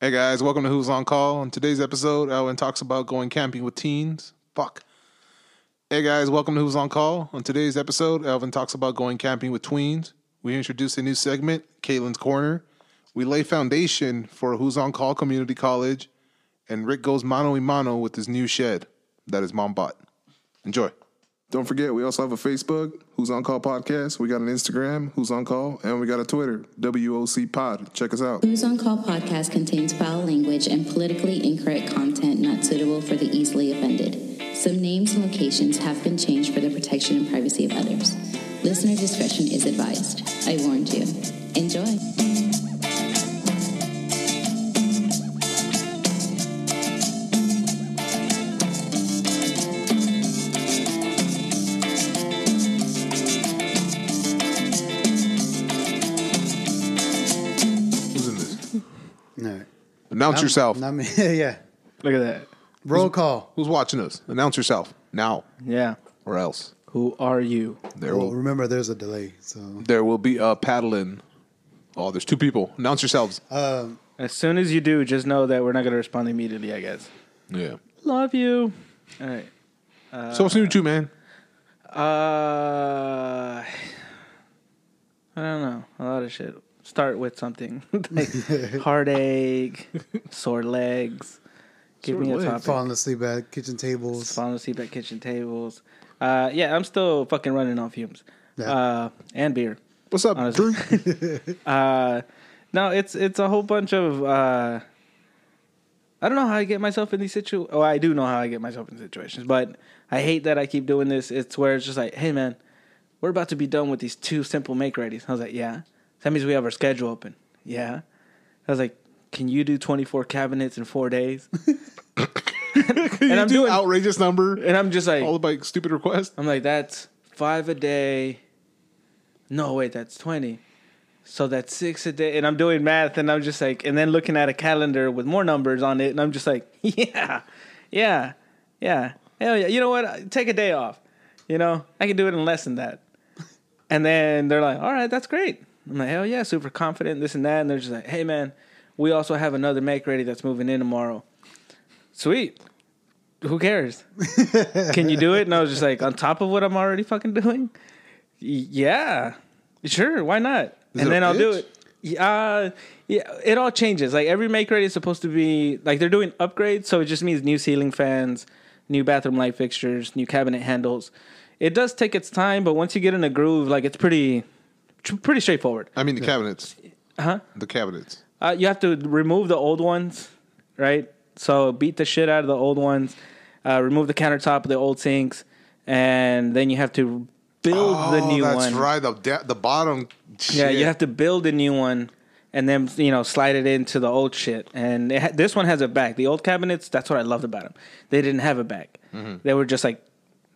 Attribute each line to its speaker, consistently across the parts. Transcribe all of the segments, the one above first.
Speaker 1: Hey guys, welcome to Who's on Call. On today's episode, Alwin talks about going camping with teens. Fuck. Hey guys, welcome to Who's on Call. On today's episode, Alvin talks about going camping with tweens. We introduce a new segment, Caitlin's Corner. We lay foundation for a Who's on Call Community College, and Rick goes mano a mano with his new shed that his mom bought. Enjoy. Don't forget, we also have a Facebook, Who's on Call Podcast. We got an Instagram, Who's on Call, and we got a Twitter, WOC Pod. Check us out.
Speaker 2: Who's on Call podcast contains foul language and politically incorrect content not suitable for the easily offended. Some names and locations have been changed for the protection and privacy of others. Listener discretion is advised. I warned you. Enjoy.
Speaker 1: Who's in this?
Speaker 3: No.
Speaker 1: Announce yourself.
Speaker 3: Not me. yeah.
Speaker 4: Look at that.
Speaker 3: Roll call.
Speaker 1: Who's watching us? Announce yourself now,
Speaker 4: Yeah.
Speaker 1: or else
Speaker 4: Who are you?
Speaker 1: there
Speaker 3: Well,
Speaker 1: will
Speaker 3: remember, there's a delay. So,
Speaker 1: there will be a paddling. Oh, there's two people. Announce yourselves.
Speaker 3: um,
Speaker 4: As soon as you do, just know that we're not going to respond immediately, I guess.
Speaker 1: yeah.
Speaker 4: Love you. All right.
Speaker 1: so what's new with you, man?
Speaker 4: Uh, I don't know. A lot of shit. Start with something like heartache, sore legs. Give me a topic.
Speaker 3: falling asleep at kitchen tables.
Speaker 4: Falling asleep at kitchen tables. Uh, yeah, I'm still fucking running on fumes.
Speaker 3: Yeah.
Speaker 4: Uh, and beer.
Speaker 1: What's up,
Speaker 4: Honestly.
Speaker 1: Drew?
Speaker 4: Uh, no, it's it's a whole bunch of. Uh, I don't know how I get myself in these situ. Oh, I do know how I get myself in situations, but I hate that I keep doing this. It's where it's just like, hey man, we're about to be done with these two simple make readies. I was like, yeah. That means we have our schedule open. Yeah. I was like, can you do twenty four cabinets in four days?
Speaker 1: and
Speaker 4: I'm
Speaker 1: I'm doing
Speaker 4: doing-
Speaker 1: outrageous number.
Speaker 4: And I'm just like,
Speaker 1: All about stupid requests.
Speaker 4: I'm like, that's five a day. No, wait, that's 20. So that's six a day. And I'm doing math and I'm just like, and then looking at a calendar with more numbers on it. And I'm just like, yeah, yeah, yeah. Hell yeah. You know what? Take a day off. You know, I can do it in less than that. And then they're like, all right, that's great. I'm like, hell yeah, super confident, this and that. And they're just like, hey, man, we also have another make ready that's moving in tomorrow. Sweet. Who cares? Can you do it? And I was just like, on top of what I'm already fucking doing? Y- Yeah. Sure. Why not?
Speaker 1: Is it
Speaker 4: and
Speaker 1: a
Speaker 4: then I'll do
Speaker 1: bitch?
Speaker 4: it. Uh, yeah, it all changes. Like every make ready is supposed to be like they're doing upgrades, so it just means new ceiling fans, new bathroom light fixtures, new cabinet handles. It does take its time, but once you get in a groove, like it's pretty, tr- pretty straightforward.
Speaker 1: I mean the cabinets.
Speaker 4: Huh?
Speaker 1: The cabinets.
Speaker 4: Uh, you have to remove the old ones, right? So beat the shit out of the old ones, uh, remove the countertop of the old sinks, and then you have to build the new
Speaker 1: Oh, that's
Speaker 4: one.
Speaker 1: right. The da- the bottom.
Speaker 4: Yeah,
Speaker 1: shit.
Speaker 4: you have to build a new one and then you know slide it into the old shit. And it ha- this one has a back. The old cabinets, that's what I loved about them. They didn't have a back.
Speaker 1: Mm-hmm.
Speaker 4: They were just like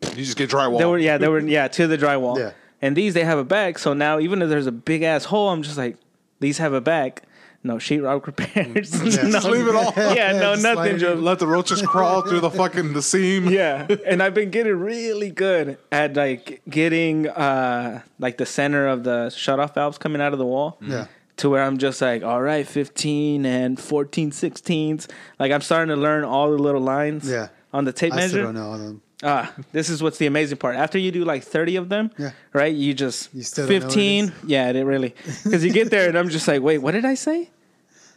Speaker 1: You just get drywall.
Speaker 4: they were yeah they were yeah to the drywall.
Speaker 3: Yeah.
Speaker 4: And these they have a back. So now even if there's a big ass hole, I'm just like these have a back. No sheetrock repairs. no,
Speaker 1: Just leave it all.
Speaker 4: Yeah, no
Speaker 3: Just slide
Speaker 4: nothing. Joe.
Speaker 1: Let the roaches crawl through the fucking the seam.
Speaker 4: yeah and i've been getting really good at like getting uh like the center of the shutoff valves coming out of the wall
Speaker 3: Yeah.
Speaker 4: to where i'm just like all right 15 and 14 16s like i'm starting to learn all the little lines
Speaker 3: Yeah.
Speaker 4: on the tape
Speaker 3: I
Speaker 4: measure
Speaker 3: still don't know. all of them.
Speaker 4: Ah, this is what's the amazing part. After you do like 30 of them,
Speaker 3: Yeah.
Speaker 4: right? You just
Speaker 3: You still don't know what it
Speaker 4: 15.
Speaker 3: is.
Speaker 4: Yeah, it really. Cuz you get there and I'm just like, "Wait, what did I say?"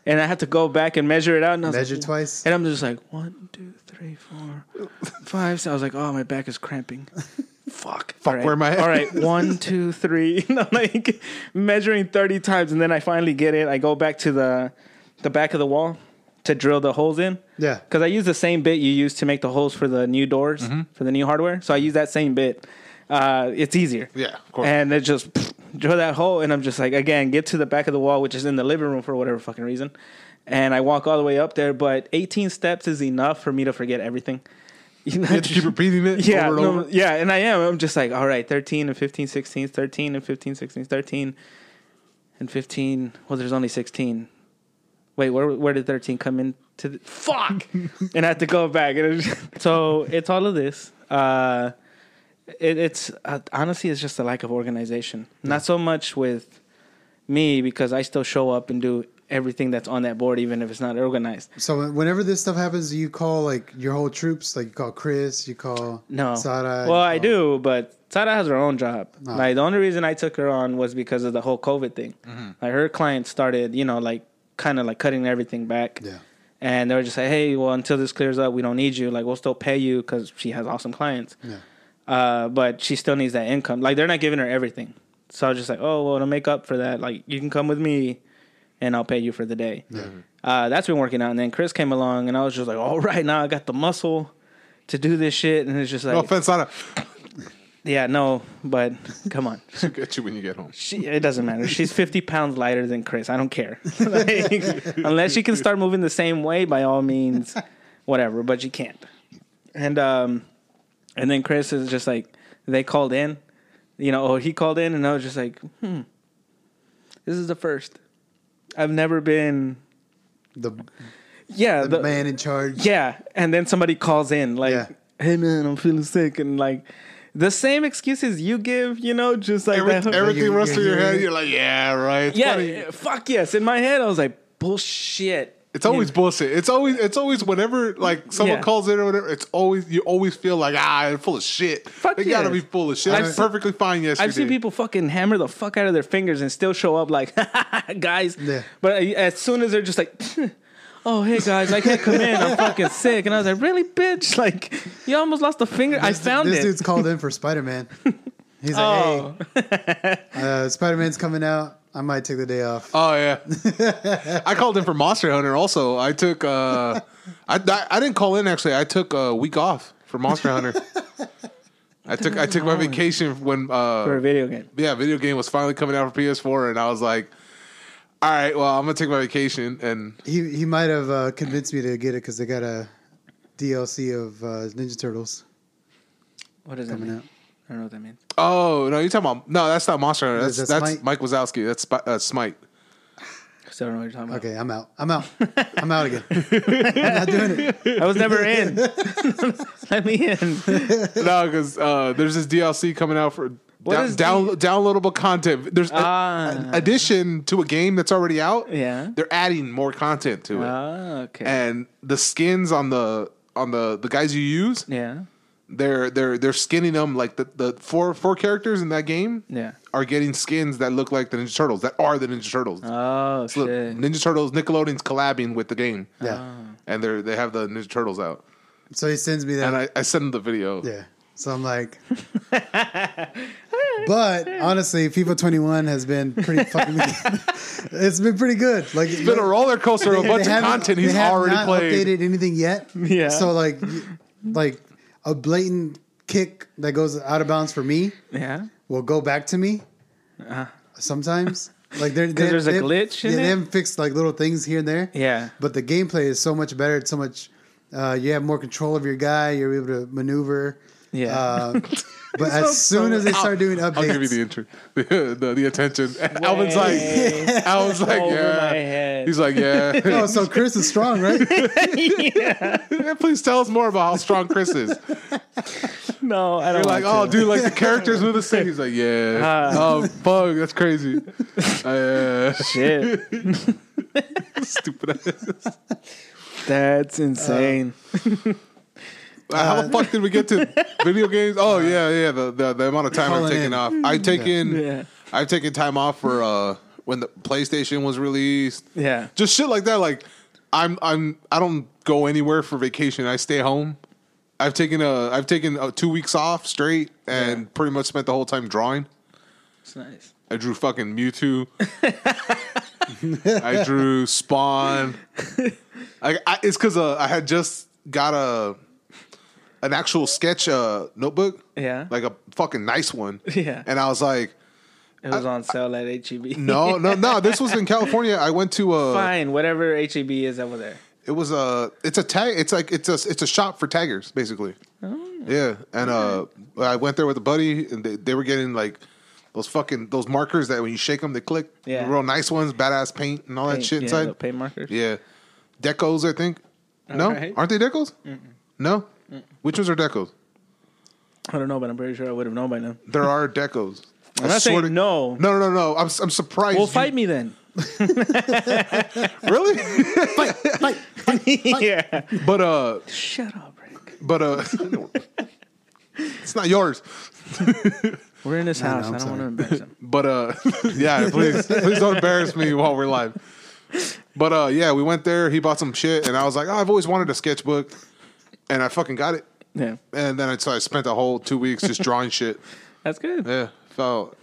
Speaker 4: And I have to go back and measure it out and I was
Speaker 3: Measure
Speaker 4: like,
Speaker 3: twice.
Speaker 4: And I'm just like, one, two, three, four, five. So I was like, "Oh, my back is cramping." Fuck. Fuck
Speaker 1: where am I at?
Speaker 4: All right, one, two, three. And I'm like measuring 30 times and then I finally get it. I go back to the the back of the wall to drill the holes in.
Speaker 3: Yeah.
Speaker 4: Because I use the same bit you use to make the holes for the new doors
Speaker 1: Mm-hmm.
Speaker 4: for the new hardware. So I use that same bit. Uh, it's easier.
Speaker 1: Yeah, of course.
Speaker 4: And it just drill that hole, and I'm just like, again, get to the back of the wall, which is in the living room for whatever fucking reason. And I walk all the way up there, but 18 steps is enough for me to forget everything. You know,
Speaker 1: You have to keep repeating it.
Speaker 4: yeah,
Speaker 1: Over and
Speaker 4: no,
Speaker 1: over.
Speaker 4: yeah, and I am. I'm just like, all right, 13 and 15, 16, 13 and 15, 16, 13 and 15. Well, there's only 16. Wait, where where did 13 come in? To the, fuck, and I have to go back. And it was- so it's all of this. Uh, it, it's uh, honestly, it's just a lack of organization. Not so much with me because I still show up and do everything that's on that board, even if it's not organized.
Speaker 3: So whenever this stuff happens, do you call like your whole troops? Like you call Chris, you call
Speaker 4: No.
Speaker 3: Sara. you
Speaker 4: well, I
Speaker 3: call-
Speaker 4: do, but Sara has her own job. Like the only reason I took her on was because of the whole COVID thing. Like her clients started, you know, like kind of like cutting everything back.
Speaker 3: Yeah.
Speaker 4: And they were just like, hey, well, until this clears up, we don't need you. Like, we'll still pay you because she has awesome clients.
Speaker 3: Yeah.
Speaker 4: Uh, but she still needs that income. Like, they're not giving her everything. So I was just like, oh, well, to make up for that, like, you can come with me and I'll pay you for the day. Uh, that's been working out. And then Chris came along and I was just like, all right, now I got the muscle to do this shit. And it's just like,
Speaker 1: No offense, Sana.
Speaker 4: yeah, no, but come on.
Speaker 1: She'll get you when you get home.
Speaker 4: She, it doesn't matter. She's 50 pounds lighter than Chris. I don't care. Like, unless she can start moving the same way, by all means, whatever, but she can't. And, um, and then Chris is just like, they called in, you know, or he called in, and I was just like, hmm, this is the first. I've never been,
Speaker 3: The,
Speaker 4: yeah,
Speaker 3: the
Speaker 4: the-
Speaker 3: man in charge.
Speaker 4: yeah, and then somebody calls in like,
Speaker 3: Yeah.
Speaker 4: "Hey man, I'm feeling sick," and like the same excuses you give, you know, just like
Speaker 1: Every,
Speaker 4: that whole-
Speaker 1: everything
Speaker 3: you're-
Speaker 1: runs
Speaker 3: you're
Speaker 1: through your
Speaker 3: hearing
Speaker 1: head.
Speaker 3: it?
Speaker 1: You're like, yeah, right. It's
Speaker 4: yeah,
Speaker 1: funny.
Speaker 4: fuck yes. In my head, I was like, "Bullshit."
Speaker 1: It's always bullshit. It's always it's always whenever like someone
Speaker 4: Yeah.
Speaker 1: calls in or whatever. It's always you always feel like ah, they're full of shit.
Speaker 4: Fuck
Speaker 1: they gotta
Speaker 4: yes.
Speaker 1: be full of shit.
Speaker 4: I've
Speaker 1: I'm
Speaker 4: seen-
Speaker 1: perfectly fine yesterday.
Speaker 4: I've seen people fucking hammer the fuck out of their fingers and still show up like, "Guys,"
Speaker 3: Yeah.
Speaker 4: but I- as soon as they're just like. Oh hey guys, I can't come in. I'm fucking sick, and I was like, "Really, bitch? Like, you almost lost a finger. I
Speaker 3: This-
Speaker 4: found
Speaker 3: this
Speaker 4: it."
Speaker 3: dude's called in for Spider Man. He's like,
Speaker 4: Oh.
Speaker 3: hey, uh, Spider Man's coming out. I might take the day off.
Speaker 1: Oh yeah, I called in for Monster Hunter. Also, I took uh, I, I I didn't call in actually. I took a week off for Monster Hunter. I took I took my vacation when uh
Speaker 4: for a video game.
Speaker 1: yeah, video game was finally coming out for PS4, and I was like, all right, well, I'm gonna take my vacation and
Speaker 3: He he might have uh, convinced me to get it because they got a DLC of uh, Ninja Turtles
Speaker 4: What does that
Speaker 3: coming
Speaker 4: mean?
Speaker 3: out.
Speaker 4: I don't know what that means.
Speaker 1: oh no, you're talking about no, that's not Monster Hunter. That's
Speaker 3: Is that
Speaker 1: that's
Speaker 3: Smite?
Speaker 1: Mike Wazowski. That's Spi- uh, Smite.
Speaker 4: Still don't know what you're talking about.
Speaker 3: Okay, I'm out. I'm out. I'm out again. I'm not doing it.
Speaker 4: I was never in. Let me in.
Speaker 1: no, because uh, there's this DLC coming out for
Speaker 4: What
Speaker 1: down,
Speaker 4: is
Speaker 1: down, downloadable content. There's a-
Speaker 4: Ah.
Speaker 1: an addition to a game that's already out.
Speaker 4: Yeah.
Speaker 1: they're adding more content to it,
Speaker 4: Ah, okay.
Speaker 1: and the skins on the on the the guys you use,
Speaker 4: yeah.
Speaker 1: they're they're they're skinning them like the the four four characters in that game.
Speaker 4: Yeah.
Speaker 1: Are getting skins that look like the Ninja Turtles that are the Ninja Turtles.
Speaker 4: Oh
Speaker 1: Look,
Speaker 4: shit. Ah.
Speaker 1: Ninja Turtles Nickelodeon's collabing with the game,
Speaker 3: Yeah.
Speaker 1: and they're they have the Ninja Turtles out.
Speaker 3: So he sends me that.
Speaker 1: And I, I sent them the video.
Speaker 3: yeah. So I'm like. but honestly, FIFA 21 has been pretty fucking. it's been pretty good. Like it's
Speaker 1: Been a roller coaster, of a bunch of content he's already played.
Speaker 3: Updated anything yet?
Speaker 4: Yeah.
Speaker 3: So like, y- like a blatant kick that goes out of bounds for me
Speaker 4: Yeah.
Speaker 3: will go back to me. Sometimes, like there,
Speaker 4: Uh-huh. there's a glitch in
Speaker 3: yeah,
Speaker 4: it?
Speaker 3: they haven't fixed like little things here and there.
Speaker 4: Yeah.
Speaker 3: but the gameplay is so much better. It's so much. Uh, you have more control of your guy. You're able to maneuver.
Speaker 4: Yeah.
Speaker 3: Uh, but as soon as they start doing updates,
Speaker 1: I'll give you the intro, the, the, the attention. Alvin's like,
Speaker 4: Way
Speaker 1: Alvin's like,
Speaker 4: over my
Speaker 1: yeah.
Speaker 4: head.
Speaker 1: He's like, yeah.
Speaker 3: oh, so Chris is strong, right?
Speaker 1: Please tell us more about how strong Chris is.
Speaker 4: no, I
Speaker 1: You're
Speaker 4: don't
Speaker 1: like,
Speaker 4: want
Speaker 1: oh, dude, like the characters move the same. He's like, yeah. oh, fuck, that's crazy. Uh,
Speaker 4: to. shit.
Speaker 1: stupid. ass.
Speaker 4: That's insane.
Speaker 1: how the fuck did we get to video games? Oh yeah, yeah. The the, the amount of time I've
Speaker 3: Calling
Speaker 1: taken
Speaker 3: in.
Speaker 1: off. I've taken
Speaker 4: Mm. Yeah.
Speaker 1: I've taken time off for uh when the PlayStation was released.
Speaker 4: yeah.
Speaker 1: just shit like that. Like I'm I'm I don't go anywhere for vacation. I stay home. I've taken a I've taken uh two weeks off straight and pretty much spent the whole time drawing.
Speaker 4: It's nice.
Speaker 1: I drew fucking Mewtwo. I drew Spawn. I, I, it's because uh, I had just got a an actual sketch uh, notebook,
Speaker 4: Yeah.
Speaker 1: like a fucking nice one.
Speaker 4: Yeah.
Speaker 1: and I was like,
Speaker 4: It was on sale at E HEB.
Speaker 1: no, no, no. This was in California. I went to uh,
Speaker 4: Fine, whatever HEB is over there.
Speaker 1: It was a. It's a tag. It's like it's a. It's a shop for taggers, basically.
Speaker 4: Oh.
Speaker 1: yeah, and uh, I went there with a buddy, and they, they were getting like those fucking those markers that when you shake them, they click.
Speaker 4: Yeah.
Speaker 1: real nice ones, badass paint and all that
Speaker 4: Paint-
Speaker 1: shit
Speaker 4: yeah,
Speaker 1: inside.
Speaker 4: the paint markers.
Speaker 1: Yeah, decos. I think. no,
Speaker 4: Alright.
Speaker 1: aren't they decos? No. Which ones are decos?
Speaker 4: I don't know, but I'm pretty sure I would have known by now.
Speaker 1: There are decos.
Speaker 4: I'm not
Speaker 1: swear
Speaker 4: saying
Speaker 1: to-
Speaker 4: no.
Speaker 1: No, no, no. I'm I'm surprised.
Speaker 4: Well,
Speaker 1: you-
Speaker 4: fight me then.
Speaker 1: really?
Speaker 3: Fight, fight, fight, fight.
Speaker 4: yeah.
Speaker 1: but uh,
Speaker 4: Shut up, Rick.
Speaker 1: but uh, it's not yours.
Speaker 4: We're in his
Speaker 3: no,
Speaker 4: house.
Speaker 3: I'm
Speaker 4: I don't
Speaker 3: sorry.
Speaker 4: want to embarrass him.
Speaker 1: But uh, yeah, please, please don't embarrass me while we're live. But uh, yeah, we went there. He bought some shit, and I was like, oh, I've always wanted a sketchbook, and I fucking got it.
Speaker 4: Yeah.
Speaker 1: And then I, so I spent a whole two weeks just drawing shit.
Speaker 4: That's good.
Speaker 1: Yeah, felt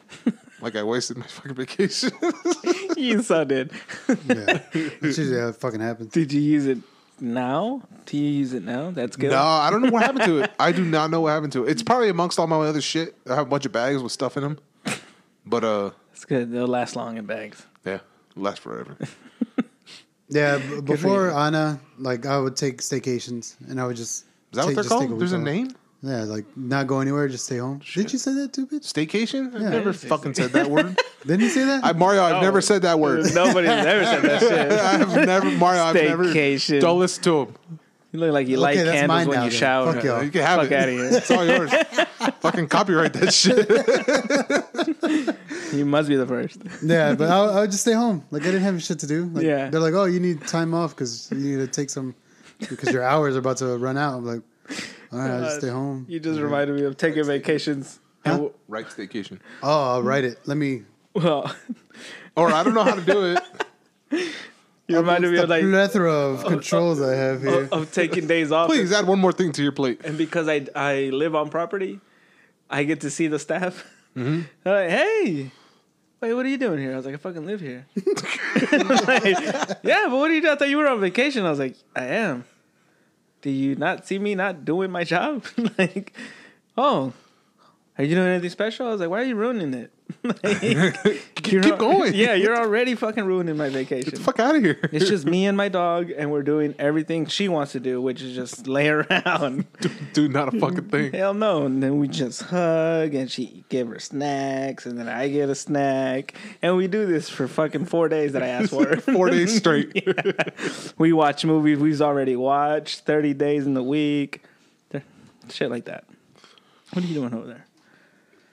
Speaker 1: like I wasted my fucking vacation.
Speaker 4: you so did.
Speaker 3: Yeah. That's usually how it fucking happens.
Speaker 4: Did you use it now? Do you use it now? That's good.
Speaker 1: no, I don't know what happened to it. I do not know what happened to it. It's probably amongst all my other shit. I have a bunch of bags with stuff in them, but uh,
Speaker 4: That's good. They'll last long in bags.
Speaker 1: yeah, last forever.
Speaker 3: Yeah, b-
Speaker 4: for
Speaker 3: before
Speaker 4: you.
Speaker 3: Anna, like I would take staycations and I would just.
Speaker 1: Is that
Speaker 3: take,
Speaker 1: what they're
Speaker 3: just take
Speaker 1: called?
Speaker 3: week
Speaker 1: There's a
Speaker 3: off.
Speaker 1: name?
Speaker 3: Yeah, like not go anywhere, just stay home. Did you say that too, bitch?
Speaker 1: Staycation? I've
Speaker 3: Yeah.
Speaker 1: never
Speaker 4: It is
Speaker 1: fucking said that word.
Speaker 3: Didn't you say that?
Speaker 1: I, Mario, I've never said that word.
Speaker 4: Nobody's ever said that shit.
Speaker 1: I have never, Mario, I've never.
Speaker 4: Staycation.
Speaker 1: Don't listen to him.
Speaker 4: You look like you light
Speaker 3: that's
Speaker 4: candles
Speaker 3: mine
Speaker 4: when
Speaker 3: now
Speaker 4: you
Speaker 3: then.
Speaker 4: shower.
Speaker 3: Fuck y'all.
Speaker 1: You can have
Speaker 4: Fuck
Speaker 1: it.
Speaker 4: outta here.
Speaker 1: It's all yours. fucking copyright that shit.
Speaker 4: You must be the first.
Speaker 3: yeah, but I, I would just stay home. Like I didn't have shit to do. Like,
Speaker 4: Yeah.
Speaker 3: they're like, oh, you need time off because you need to take some because your hours are about to run out. I'm like, all right, I'll just stay home.
Speaker 4: Uh, You just reminded me of taking vacations.
Speaker 3: Huh?
Speaker 4: And,
Speaker 1: Right staycation.
Speaker 3: Oh, I'll write it. Let me.
Speaker 4: well,
Speaker 1: Or I don't know how to do it.
Speaker 4: you reminded me
Speaker 3: the
Speaker 4: of like Oh,
Speaker 3: plethora of controls I have here.
Speaker 4: of, of taking days off.
Speaker 1: Please add one more thing to your plate.
Speaker 4: And because I I live on property, I get to see the staff. They're like, hey, wait, what are you doing here? I was like, I fucking live here. Like, yeah, but what are you doing? I thought you were on vacation. I was like, I am. Do you not see me not doing my job? like, oh, are you doing anything special? I was like, why are you ruining it? like, keep
Speaker 1: going.
Speaker 4: Yeah, you're already fucking ruining my vacation.
Speaker 1: Fuck out of here.
Speaker 4: It's just me and my dog, and we're doing everything she wants to do, which is just lay around.
Speaker 1: Dude, not a fucking thing.
Speaker 4: Hell no. And then we just hug and she give her snacks and then I get a snack. And we do this for fucking four days that I asked for.
Speaker 1: Four days straight.
Speaker 4: we watch movies we've already watched, 30 days in the week. Th- Shit like that. What are you doing over there?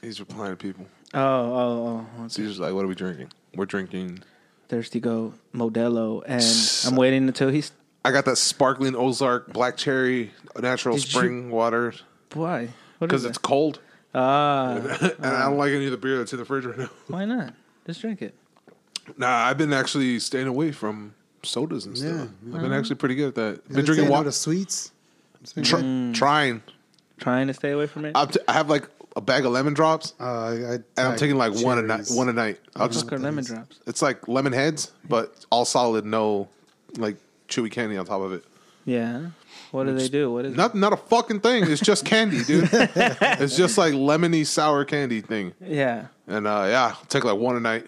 Speaker 1: He's replying to people.
Speaker 4: Oh, oh, oh.
Speaker 1: So he's just like, what are we drinking? We're drinking.
Speaker 4: Thirsty Go Modelo. And I'm waiting until he's.
Speaker 1: I got that sparkling Ozark black cherry natural
Speaker 4: Did you-
Speaker 1: spring water
Speaker 4: Why? What
Speaker 1: because
Speaker 4: is
Speaker 1: it's
Speaker 4: it?
Speaker 1: cold.
Speaker 4: Ah,
Speaker 1: and I don't like any of the beer that's in the fridge right now.
Speaker 4: why not? Just drink it.
Speaker 1: Nah, I've been actually staying away from sodas and stuff.
Speaker 3: Yeah.
Speaker 1: I've been actually pretty good at that.
Speaker 3: Is
Speaker 1: been
Speaker 3: it
Speaker 1: drinking
Speaker 3: saying no
Speaker 1: water.
Speaker 3: to sweets. It's been
Speaker 1: Tr-
Speaker 4: Mm.
Speaker 3: good.
Speaker 1: Trying.
Speaker 4: Trying to stay away from it.
Speaker 1: I'm t- I have like a bag of lemon drops,
Speaker 3: Uh, I, I
Speaker 1: and I'm taking like one a night.
Speaker 3: cherries.
Speaker 1: One a night. I'll just.
Speaker 4: Fuck our lemon drops.
Speaker 1: It's like lemon heads, but all solid, no like chewy candy on top of it.
Speaker 4: Yeah. What do they do? What is
Speaker 1: Not not a fucking thing. It's just candy, dude. it's just like lemony sour candy thing.
Speaker 4: it? Yeah.
Speaker 1: And uh, yeah, I'll take like one a night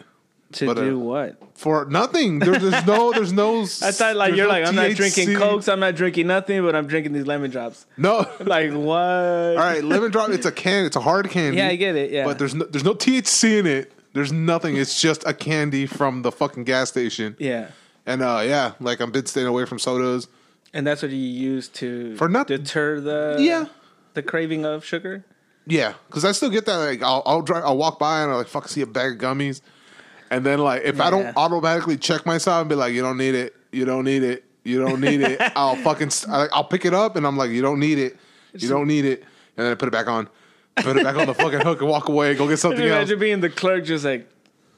Speaker 4: To
Speaker 1: But, uh,
Speaker 4: do what?
Speaker 1: for nothing. There, there's no. There's no.
Speaker 4: I thought like you're like I'm not drinking
Speaker 1: coke.
Speaker 4: cokes, I'm not drinking nothing, but I'm drinking these lemon drops.
Speaker 1: No.
Speaker 4: Like what?
Speaker 1: All right, lemon drop. It's a can. It's a hard candy.
Speaker 4: Yeah, I get it. Yeah,
Speaker 1: But there's no there's no THC in it. There's nothing. It's just a candy from the fucking gas station.
Speaker 4: yeah,
Speaker 1: And uh yeah, like I've been staying away from sodas.
Speaker 4: and that's what you use to
Speaker 1: For nothing.
Speaker 4: deter the
Speaker 1: Yeah.
Speaker 4: the craving of sugar.
Speaker 1: Yeah, because I still get that. Like I'll I'll, drive, I'll walk by and I will like fuck see a bag of gummies, and then like if I
Speaker 4: Yeah.
Speaker 1: don't automatically check myself and be like you don't need it, you don't need it, you don't need it, I'll fucking st- I, I'll pick it up and I'm like you don't need it, you don't need it, and then I put it back on, put it back on the fucking hook and walk away, go get something
Speaker 4: Imagine
Speaker 1: else.
Speaker 4: being the clerk, just like,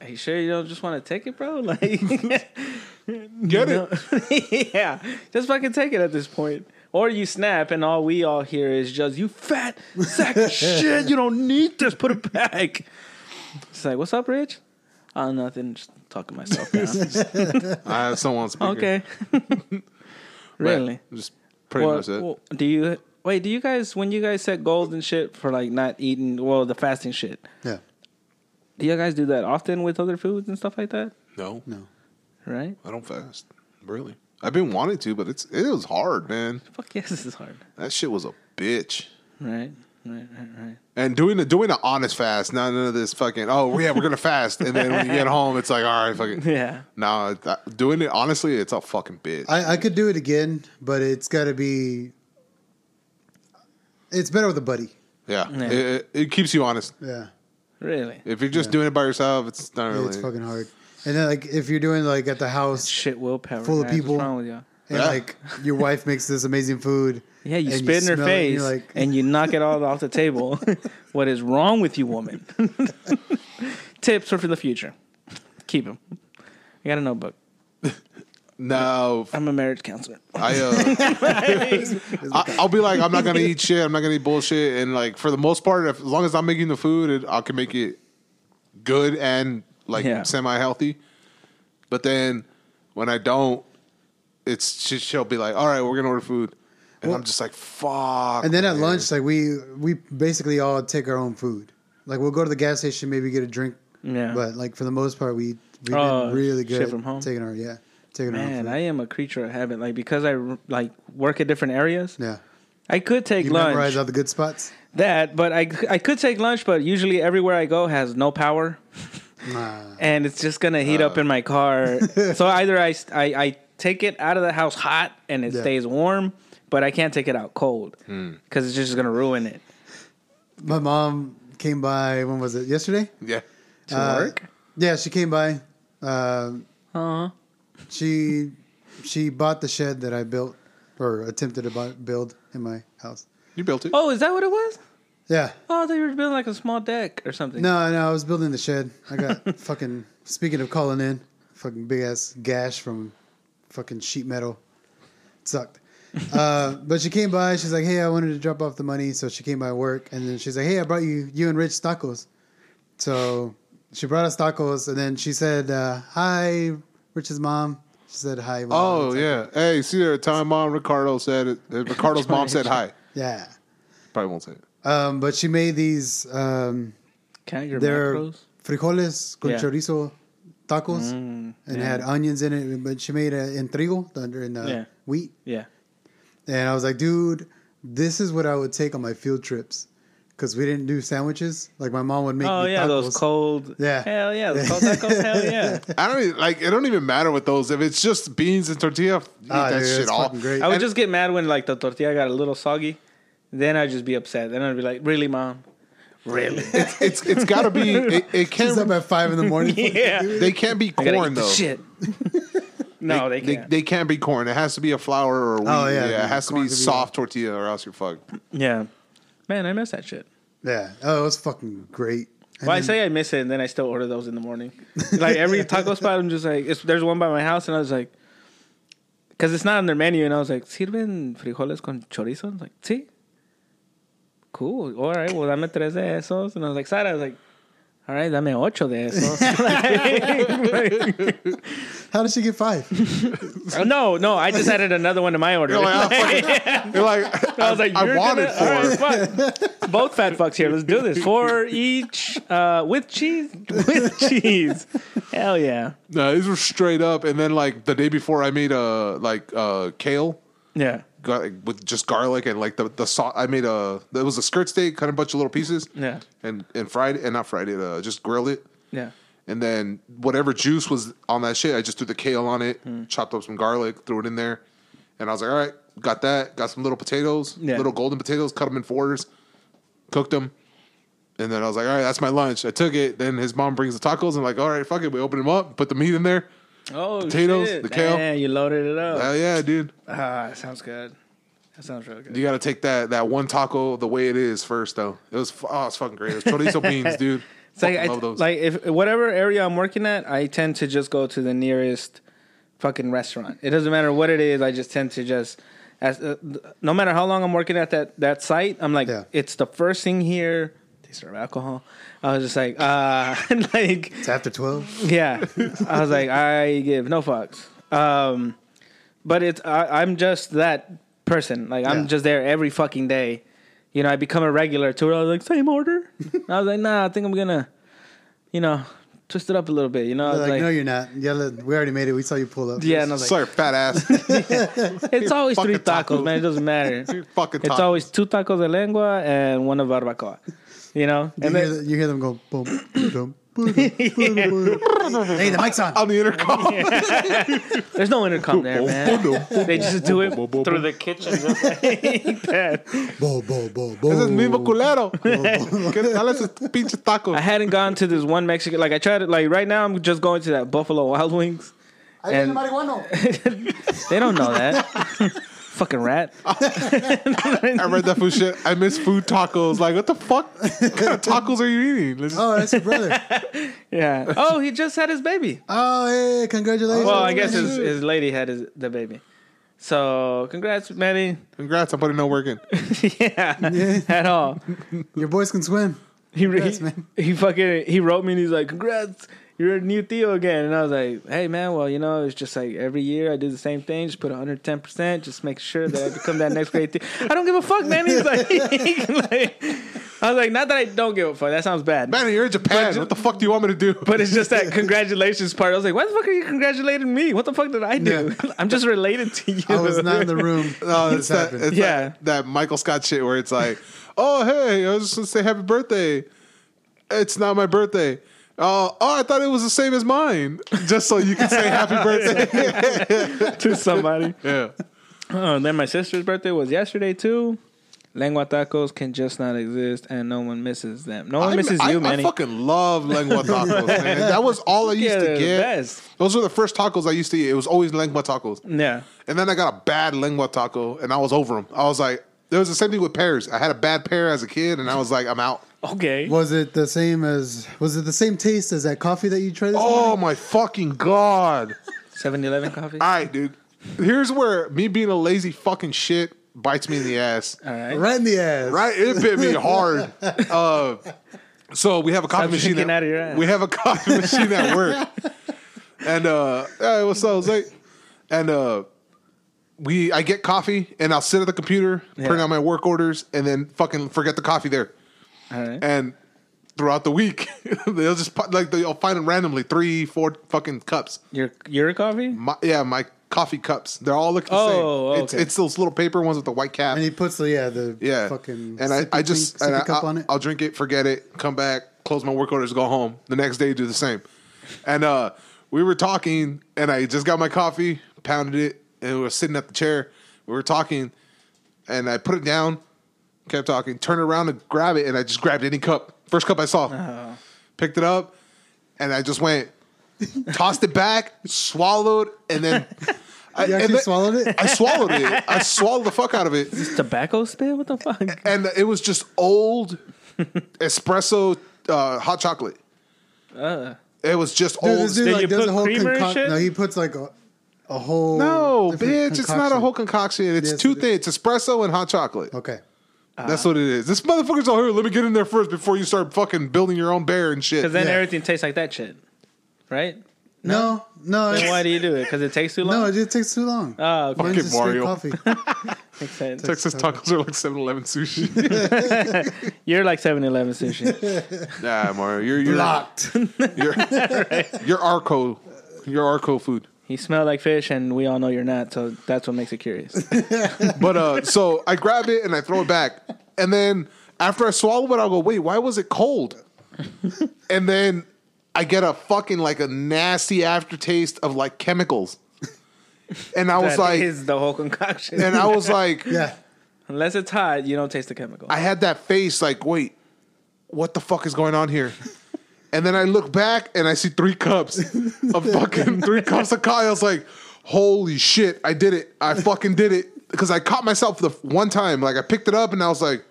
Speaker 4: "Are you sure you don't just want to take it, bro?" Like,
Speaker 1: Get it.
Speaker 4: it? yeah, just fucking take it at this point. Or you snap, and all we all hear is just "you fat sack of shit. You don't need this. Put it back." It's like, "What's up, Rich?" Oh, nothing. Just talking myself down.
Speaker 1: I have someone speaking.
Speaker 4: okay. really?
Speaker 1: Just pretty
Speaker 4: Well,
Speaker 1: much it.
Speaker 4: well, do you wait? Do you guys when you guys set goals and shit for like not eating? Well, the fasting shit.
Speaker 3: Yeah,
Speaker 4: Do you guys do that often with other foods and stuff like that?
Speaker 1: no,
Speaker 3: no.
Speaker 4: Right?
Speaker 1: I don't fast. Really, I've been wanting to, but it's it was hard, man.
Speaker 4: Fuck yes, this is hard.
Speaker 1: That shit was a bitch.
Speaker 4: Right? Right? Right? Right?
Speaker 1: And doing the doing an honest fast, not none of this fucking. Oh yeah, we're gonna fast, and then when you get home, it's like all right, fucking.
Speaker 4: Yeah.
Speaker 1: No, that- doing it honestly, it's a fucking bitch.
Speaker 3: I, I could do it again, but it's got to be. It's better with a buddy.
Speaker 1: yeah,
Speaker 4: Yeah.
Speaker 1: It, it, it keeps you honest.
Speaker 3: Yeah,
Speaker 4: Really?
Speaker 1: If you're just doing it by yourself, it's not really.
Speaker 3: it's fucking hard. And then like if you're doing like at the house
Speaker 4: Shit, willpower.
Speaker 3: Full of
Speaker 4: guys. What's
Speaker 3: people.
Speaker 4: wrong with y'all?
Speaker 3: and
Speaker 1: Yeah.
Speaker 3: like your wife makes this amazing food.
Speaker 4: Yeah, you
Speaker 3: and
Speaker 4: spit in
Speaker 3: smell
Speaker 4: her
Speaker 3: it, and
Speaker 4: face
Speaker 3: you're
Speaker 4: and,
Speaker 3: like,
Speaker 4: you knock it all off the table. what is wrong with you, woman? Tips for for the future. Keep them. I got a notebook.
Speaker 1: No,
Speaker 4: I'm a marriage counselor.
Speaker 1: I, uh, I I'll be like, I'm not gonna eat shit. I'm not gonna eat bullshit. And like for the most part, if, as long as I'm making the food, it, I can make it good and like
Speaker 4: Yeah.
Speaker 1: semi healthy. But then when I don't, it's she, she'll be like, "All right, we're gonna order food," and I'm just like, "Fuck."
Speaker 3: and then at
Speaker 1: man."
Speaker 3: lunch, like we we basically all take our own food. Like we'll go to the gas station, maybe get a drink.
Speaker 4: Yeah.
Speaker 3: But like for the most part, we we
Speaker 4: Oh,
Speaker 3: did really
Speaker 4: shit
Speaker 3: good at
Speaker 4: from home?
Speaker 3: taking our yeah taking
Speaker 4: Man,
Speaker 3: our
Speaker 4: I
Speaker 3: own food.
Speaker 4: am a creature of habit. Like because I like work at different areas,
Speaker 3: yeah.
Speaker 4: I could take
Speaker 3: You
Speaker 4: lunch.
Speaker 3: memorize all the good spots.
Speaker 4: That, but I I could take lunch, but usually everywhere I go has no power,
Speaker 3: Nah.
Speaker 4: and it's just gonna heat
Speaker 3: Uh.
Speaker 4: up in my car. so either I, I I take it out of the house hot and it
Speaker 3: Yeah. Hmm.
Speaker 4: stays warm, but I can't take it out cold because it's just gonna ruin it.
Speaker 3: My mom came by. When was it? Yesterday.
Speaker 1: yeah,
Speaker 4: To
Speaker 3: Uh,
Speaker 4: work,
Speaker 3: Yeah, she came by. Uh,
Speaker 4: huh?
Speaker 3: she she bought the shed that I built or attempted to buy, build in my house.
Speaker 1: you built it.
Speaker 4: Oh, is that what it was?
Speaker 3: Yeah.
Speaker 4: Oh, they were building like a small deck or something.
Speaker 3: No, no, I was building the shed. I got fucking speaking of calling in, fucking big ass gash from fucking sheet metal. It sucked. Uh, but she came by, she's like, Hey, I wanted to drop off the money, so she came by work and then she's like, Hey, I brought you you and Rich tacos. So she brought us tacos and then she said, uh, hi Rich's mom. She said hi Mom."
Speaker 1: Oh yeah. Hey, see there, time mom Ricardo said it. uh, Ricardo's mom said hi.
Speaker 3: Yeah.
Speaker 1: Probably won't say it.
Speaker 3: Um, but she made these um,
Speaker 4: Count your
Speaker 3: they're
Speaker 4: macros.
Speaker 3: frijoles con
Speaker 4: Yeah. Mm,
Speaker 3: chorizo tacos and had onions in it. But she made a in trigo the- in the
Speaker 4: Yeah.
Speaker 3: wheat,
Speaker 4: Yeah,
Speaker 3: and I was like, dude, this is what I would take on my field trips because we didn't do sandwiches. Like my mom would make.
Speaker 4: Oh
Speaker 3: me
Speaker 4: yeah,
Speaker 3: tacos.
Speaker 4: those cold.
Speaker 3: Yeah.
Speaker 4: Hell yeah, those cold tacos. hell yeah.
Speaker 1: I don't even, like. It don't even matter with those. If it's just beans and tortilla, eat
Speaker 3: Ah,
Speaker 1: that
Speaker 3: dude,
Speaker 1: shit
Speaker 3: it's
Speaker 1: all.
Speaker 3: fucking great.
Speaker 4: I would
Speaker 1: And-
Speaker 4: just get mad when like the tortilla got a little soggy. Then I'd just be upset. Then I'd be like, "Really, mom? Really?
Speaker 1: It's it's got to be. It, it
Speaker 3: She's
Speaker 1: can't.
Speaker 3: up at five in the morning.
Speaker 4: yeah.
Speaker 1: They can't be
Speaker 4: I gotta
Speaker 1: corn
Speaker 4: eat the
Speaker 1: though.
Speaker 4: Shit. no, they,
Speaker 1: They,
Speaker 4: can't.
Speaker 1: they can't be corn. It has to be a flour or a wheat.
Speaker 3: Oh,
Speaker 1: yeah,
Speaker 3: yeah,
Speaker 1: it
Speaker 3: yeah.
Speaker 1: has to
Speaker 3: Corn
Speaker 1: be
Speaker 3: could be-
Speaker 1: soft tortilla or else you're fucked.
Speaker 4: yeah. Man, I miss that shit.
Speaker 3: yeah. Oh, it was fucking great. And
Speaker 4: Well, I
Speaker 3: then-
Speaker 4: say I miss it, and then I still order those in the morning. Like every taco spot, I'm just like, it's, there's one by my house, and I was like, because it's not on their menu, and I was like, sirven frijoles con chorizo? I was like, sí. Cool. All right. Well, dame tres de esos. And I was like, Sara, I was like, all right, dame ocho de esos.
Speaker 3: how did she get five?
Speaker 4: no, no, I just added another one to my order.
Speaker 1: You're like, I, fucking- you're like,
Speaker 4: I was like,
Speaker 1: I
Speaker 4: You're
Speaker 1: wanted
Speaker 4: gonna, all right, fuck. Both fat fucks here. Let's do this. Four each uh, with cheese. With cheese. Hell yeah.
Speaker 1: no, these were straight up. And then like the day before, I made a like uh, kale.
Speaker 4: Yeah.
Speaker 1: gar- with just garlic and like the the sauce. I made a it was a skirt steak, cut in a bunch of little pieces,
Speaker 4: Yeah.
Speaker 1: and and fried it and not fried it, uh, just grilled it,
Speaker 4: Yeah.
Speaker 1: and then whatever juice was on that shit, I just threw the kale on it,
Speaker 4: Hmm.
Speaker 1: chopped up some garlic, threw it in there, and I was like, all right, got that, got some little potatoes,
Speaker 4: Yeah.
Speaker 1: little golden potatoes, cut them in fours, cooked them. And then I was like, all right, that's my lunch. I took it. Then his mom brings the tacos. and like, all right, fuck it. We open them up, put the meat in there.
Speaker 4: Oh,
Speaker 1: Potatoes,
Speaker 4: shit.
Speaker 1: the kale.
Speaker 4: Man, you loaded it up.
Speaker 1: Hell yeah, dude.
Speaker 4: Ah, that sounds good. That sounds real good.
Speaker 1: You got to take that that one taco the way it is first, though. It was fu- oh, it's fucking great. It was chorizo beans, dude.
Speaker 4: It's like,
Speaker 1: Fucking
Speaker 4: I,
Speaker 1: love those.
Speaker 4: like if whatever area I'm working at, I tend to just go to the nearest fucking restaurant. It doesn't matter what it is. I just tend to just as uh, th- no matter how long I'm working at that that site, I'm like
Speaker 3: Yeah.
Speaker 4: it's the first thing here. They serve alcohol. I was just like, uh, like
Speaker 3: It's after twelve.
Speaker 4: Yeah, I was like, I give no fucks. Um, but it's I, I'm just that person. Like I'm
Speaker 3: Yeah.
Speaker 4: just there every fucking day. You know, I become a regular too. I was like, same order. I was like, nah, I think I'm gonna, you know, twist it up a little bit. You know, I was
Speaker 3: Like,
Speaker 4: like,
Speaker 3: no, you're not. Yeah, look, we already made it. We saw you pull up.
Speaker 4: yeah, and I was like,
Speaker 1: sorry, fat ass.
Speaker 4: it's always
Speaker 1: fucking
Speaker 4: three tacos,
Speaker 1: tacos.
Speaker 4: man. It doesn't matter.
Speaker 1: fucking
Speaker 4: It's
Speaker 1: tacos.
Speaker 4: always two tacos de lengua and one of barbacoa. You know,
Speaker 3: you,
Speaker 4: and
Speaker 3: hear
Speaker 4: then-
Speaker 3: the- you hear them go boom, boom, Hey, the mic's on.
Speaker 4: Oh.
Speaker 1: on the intercom.
Speaker 4: There's no intercom there,
Speaker 3: Oh,
Speaker 4: man. They just do it
Speaker 5: through the kitchen.
Speaker 4: like that.
Speaker 3: Bo, bo, bo,
Speaker 1: Ese es mismo
Speaker 3: bo.
Speaker 1: culero. ¿Quieres darle esos pinches tacos?
Speaker 4: I hadn't gone to this one Mexican. Like I tried it. Like right now, I'm just going to that Buffalo Wild Wings. And- They don't know that. Fucking rat.
Speaker 1: I read that food shit. I miss food tacos. Like, what the fuck? What kind of tacos are you eating? Let's-
Speaker 3: Oh, that's your brother.
Speaker 4: Yeah. Oh, he just had his baby.
Speaker 3: Oh, hey, congratulations.
Speaker 4: Well, I guess his, his lady had his, the baby. So congrats, Manny.
Speaker 1: Congrats, I'm putting no work in.
Speaker 4: yeah, at all.
Speaker 3: Your boys can swim.
Speaker 4: He, re-
Speaker 3: Congrats, man.
Speaker 4: he fucking he wrote me and he's like, "Congrats, you're a new Theo again." And I was like, "Hey man, well you know it's just like every year I do the same thing, just put 110 percent, just make sure that I become that next great Theo." I don't give a fuck, man. He's like, like- I was like, not that I don't give a fuck. That sounds bad.
Speaker 1: Man, you're in Japan. what the fuck do you want me to do?
Speaker 4: But it's just that congratulations part. I was like, why the fuck are you congratulating me? What the fuck did I do? I'm just related to you.
Speaker 3: I was not in the room.
Speaker 1: No,
Speaker 3: when
Speaker 1: Oh, it's
Speaker 3: this
Speaker 1: that,
Speaker 3: happened.
Speaker 1: it's
Speaker 4: Yeah.
Speaker 1: that, that Michael Scott shit where it's like, oh, hey, I was just going to say happy birthday. It's not my birthday. Oh, oh, I thought it was the same as mine. Just so you can say happy birthday.
Speaker 4: to somebody.
Speaker 1: yeah.
Speaker 4: Oh, then my sister's birthday was yesterday too. Lengua tacos can just not exist, and no one misses them. No one
Speaker 1: I-
Speaker 4: misses
Speaker 1: I,
Speaker 4: you,
Speaker 1: I
Speaker 4: Manny.
Speaker 1: fucking love lengua tacos, man. That was all I used
Speaker 4: Yeah, they're
Speaker 1: to
Speaker 4: the
Speaker 1: get.
Speaker 4: best.
Speaker 1: Those were the first tacos I used to eat. It was always lengua tacos.
Speaker 4: yeah,
Speaker 1: And then I got a bad lengua taco, and I was over them. I was like, there was the same thing with pears. I had a bad pear as a kid, and I was like, I'm out.
Speaker 4: okay.
Speaker 3: Was it the same as? Was it the same taste as that coffee that you tried? This morning?
Speaker 1: Oh my fucking god!
Speaker 4: 7-Eleven coffee.
Speaker 1: All right, dude. Here's where me being a lazy fucking shit bites me in the ass.
Speaker 4: All right.
Speaker 3: right in the ass.
Speaker 1: Right? It bit me hard. Uh, so we have a coffee
Speaker 4: Stop
Speaker 1: machine.
Speaker 4: drinking
Speaker 1: at-
Speaker 4: out of your ass.
Speaker 1: We have a coffee machine at work. And uh, hey, what's up, Zay? And uh, we, I get coffee, and I'll sit at the computer, print
Speaker 4: Yeah.
Speaker 1: out my work orders, and then fucking forget the coffee there.
Speaker 4: All right.
Speaker 1: And throughout the week, they'll just pu- like they'll find them randomly three, four fucking cups.
Speaker 4: your your coffee.
Speaker 1: My, yeah, my coffee cups. They're all looking the
Speaker 4: Oh,
Speaker 1: same. It's,
Speaker 4: okay.
Speaker 1: it's those little paper ones with the white cap.
Speaker 3: And he puts the yeah the
Speaker 1: yeah,
Speaker 3: fucking
Speaker 1: and I,
Speaker 3: sippy
Speaker 1: I
Speaker 3: thing-
Speaker 1: just
Speaker 3: sippy
Speaker 1: and I,
Speaker 3: cup
Speaker 1: I,
Speaker 3: on it.
Speaker 1: I'll drink it, forget it, come back, close my work orders, go home. The next day, do the same. And uh, we were talking, and I just got my coffee, pounded it, and we were sitting at the chair. We were talking, and I put it down, kept talking, turned around to grab it, and I just grabbed any cup, first cup I saw, picked it up, and I just went, tossed it back, swallowed, and then. I, and
Speaker 3: you actually
Speaker 1: then-
Speaker 3: swallowed it.
Speaker 1: I swallowed it. I swallowed the fuck out of it.
Speaker 4: Tobacco spit. What the fuck?
Speaker 1: And it was just old espresso uh, hot chocolate. It was just
Speaker 3: Dude,
Speaker 1: old.
Speaker 3: this dude
Speaker 4: Did you
Speaker 3: like does
Speaker 4: put
Speaker 3: a whole
Speaker 4: creamer and shit?
Speaker 3: concoction. No, he puts like a, a whole.
Speaker 1: no, bitch, it's
Speaker 3: different
Speaker 1: not a
Speaker 3: concoction.
Speaker 1: whole concoction. It's
Speaker 3: Yes,
Speaker 1: two
Speaker 3: it is.
Speaker 1: things. It's espresso and hot chocolate.
Speaker 3: Okay.
Speaker 1: That's what it is. This motherfucker's all here. Let me get in there first before you start fucking building your own bear and shit.
Speaker 4: Because then
Speaker 3: Yeah.
Speaker 4: everything tastes like that shit, right?
Speaker 3: No, no,
Speaker 4: Then
Speaker 3: it's-
Speaker 4: why do you do it? Because it takes too long.
Speaker 3: no. It just takes too long.
Speaker 4: oh, okay.
Speaker 1: Fuck.
Speaker 3: Mine's
Speaker 1: it,
Speaker 3: just straight
Speaker 1: Mario.
Speaker 3: coffee.
Speaker 4: makes sense.
Speaker 1: Texas tacos are like 7 Eleven sushi.
Speaker 4: You're like 7-Eleven sushi.
Speaker 1: nah, Mario. You're, you're,
Speaker 3: Locked.
Speaker 1: you're, you're Arco. You're Arco food.
Speaker 4: you smell like fish, and we all know you're not. So that's what makes it curious.
Speaker 1: But uh, so I grab it and I throw it back, and then after I swallow it, I'll go, wait, why was it cold? and then I get a fucking like a nasty aftertaste of like chemicals, and I was
Speaker 4: That
Speaker 1: like,
Speaker 4: is the whole concoction.
Speaker 1: and I was like,
Speaker 3: Yeah.
Speaker 4: Unless it's hot, you don't taste the chemical.
Speaker 1: I had that face like, wait, what the fuck is going on here? And then I look back and I see three cups of fucking three cups of coffee. I was like, holy shit, I did it. I fucking did it. Because I caught myself the one time. Like I picked it up and I was like,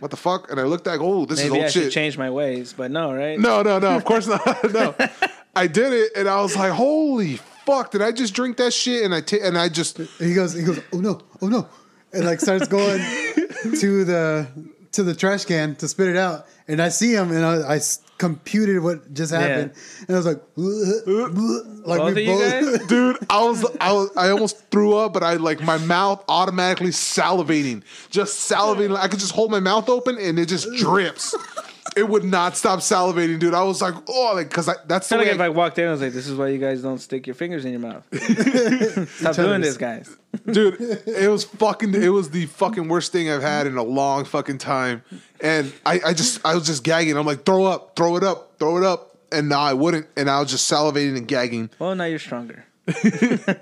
Speaker 1: what the fuck? And I looked like, oh, this is
Speaker 4: Maybe
Speaker 1: old
Speaker 4: I should
Speaker 1: shit.
Speaker 4: change my ways, but no, right?
Speaker 1: No, no, no. Of course not. no, I did it, and I was like, "Holy fuck! Did I just drink that shit?" And I t- and I just
Speaker 3: He goes. He goes. Oh no. Oh no. And like starts going to the to the trash can to spit it out. And I see him, and I, I s- computed what just happened, and I was like, like
Speaker 4: Both of you guys?
Speaker 1: dude I was, I was i almost threw up but i like my mouth automatically salivating just salivating i could just hold my mouth open and it just drips it would not stop salivating dude i was like oh like because that's the
Speaker 4: Kind
Speaker 1: way
Speaker 4: of like if I
Speaker 1: I,
Speaker 4: walked in, I was like, "This is why you guys don't stick your fingers in your mouth." Stop doing this, guys.
Speaker 1: dude it was fucking it was the fucking worst thing i've had in a long fucking time and i i just i was just gagging i'm like throw up throw it up throw it up and now I wouldn't, and I was just salivating and gagging.
Speaker 4: Well, now you're stronger.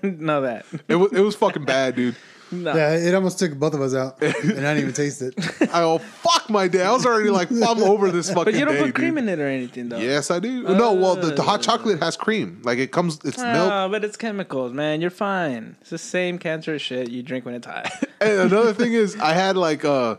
Speaker 4: no, that.
Speaker 1: It was it was fucking bad, dude.
Speaker 4: No.
Speaker 3: Yeah, it almost took both of us out, and I didn't even taste it.
Speaker 1: I go fuck my day. I was already like I'm over this fucking.
Speaker 4: But you don't
Speaker 1: day,
Speaker 4: put cream
Speaker 1: dude.
Speaker 4: in it or anything, though.
Speaker 1: Yes, I do. no, well, the, the hot
Speaker 4: Uh.
Speaker 1: chocolate has cream. Like it comes, it's milk.
Speaker 4: No, but it's chemicals, man. You're fine. It's the same cancerous shit you drink when it's hot.
Speaker 1: And another thing is, I had like uh,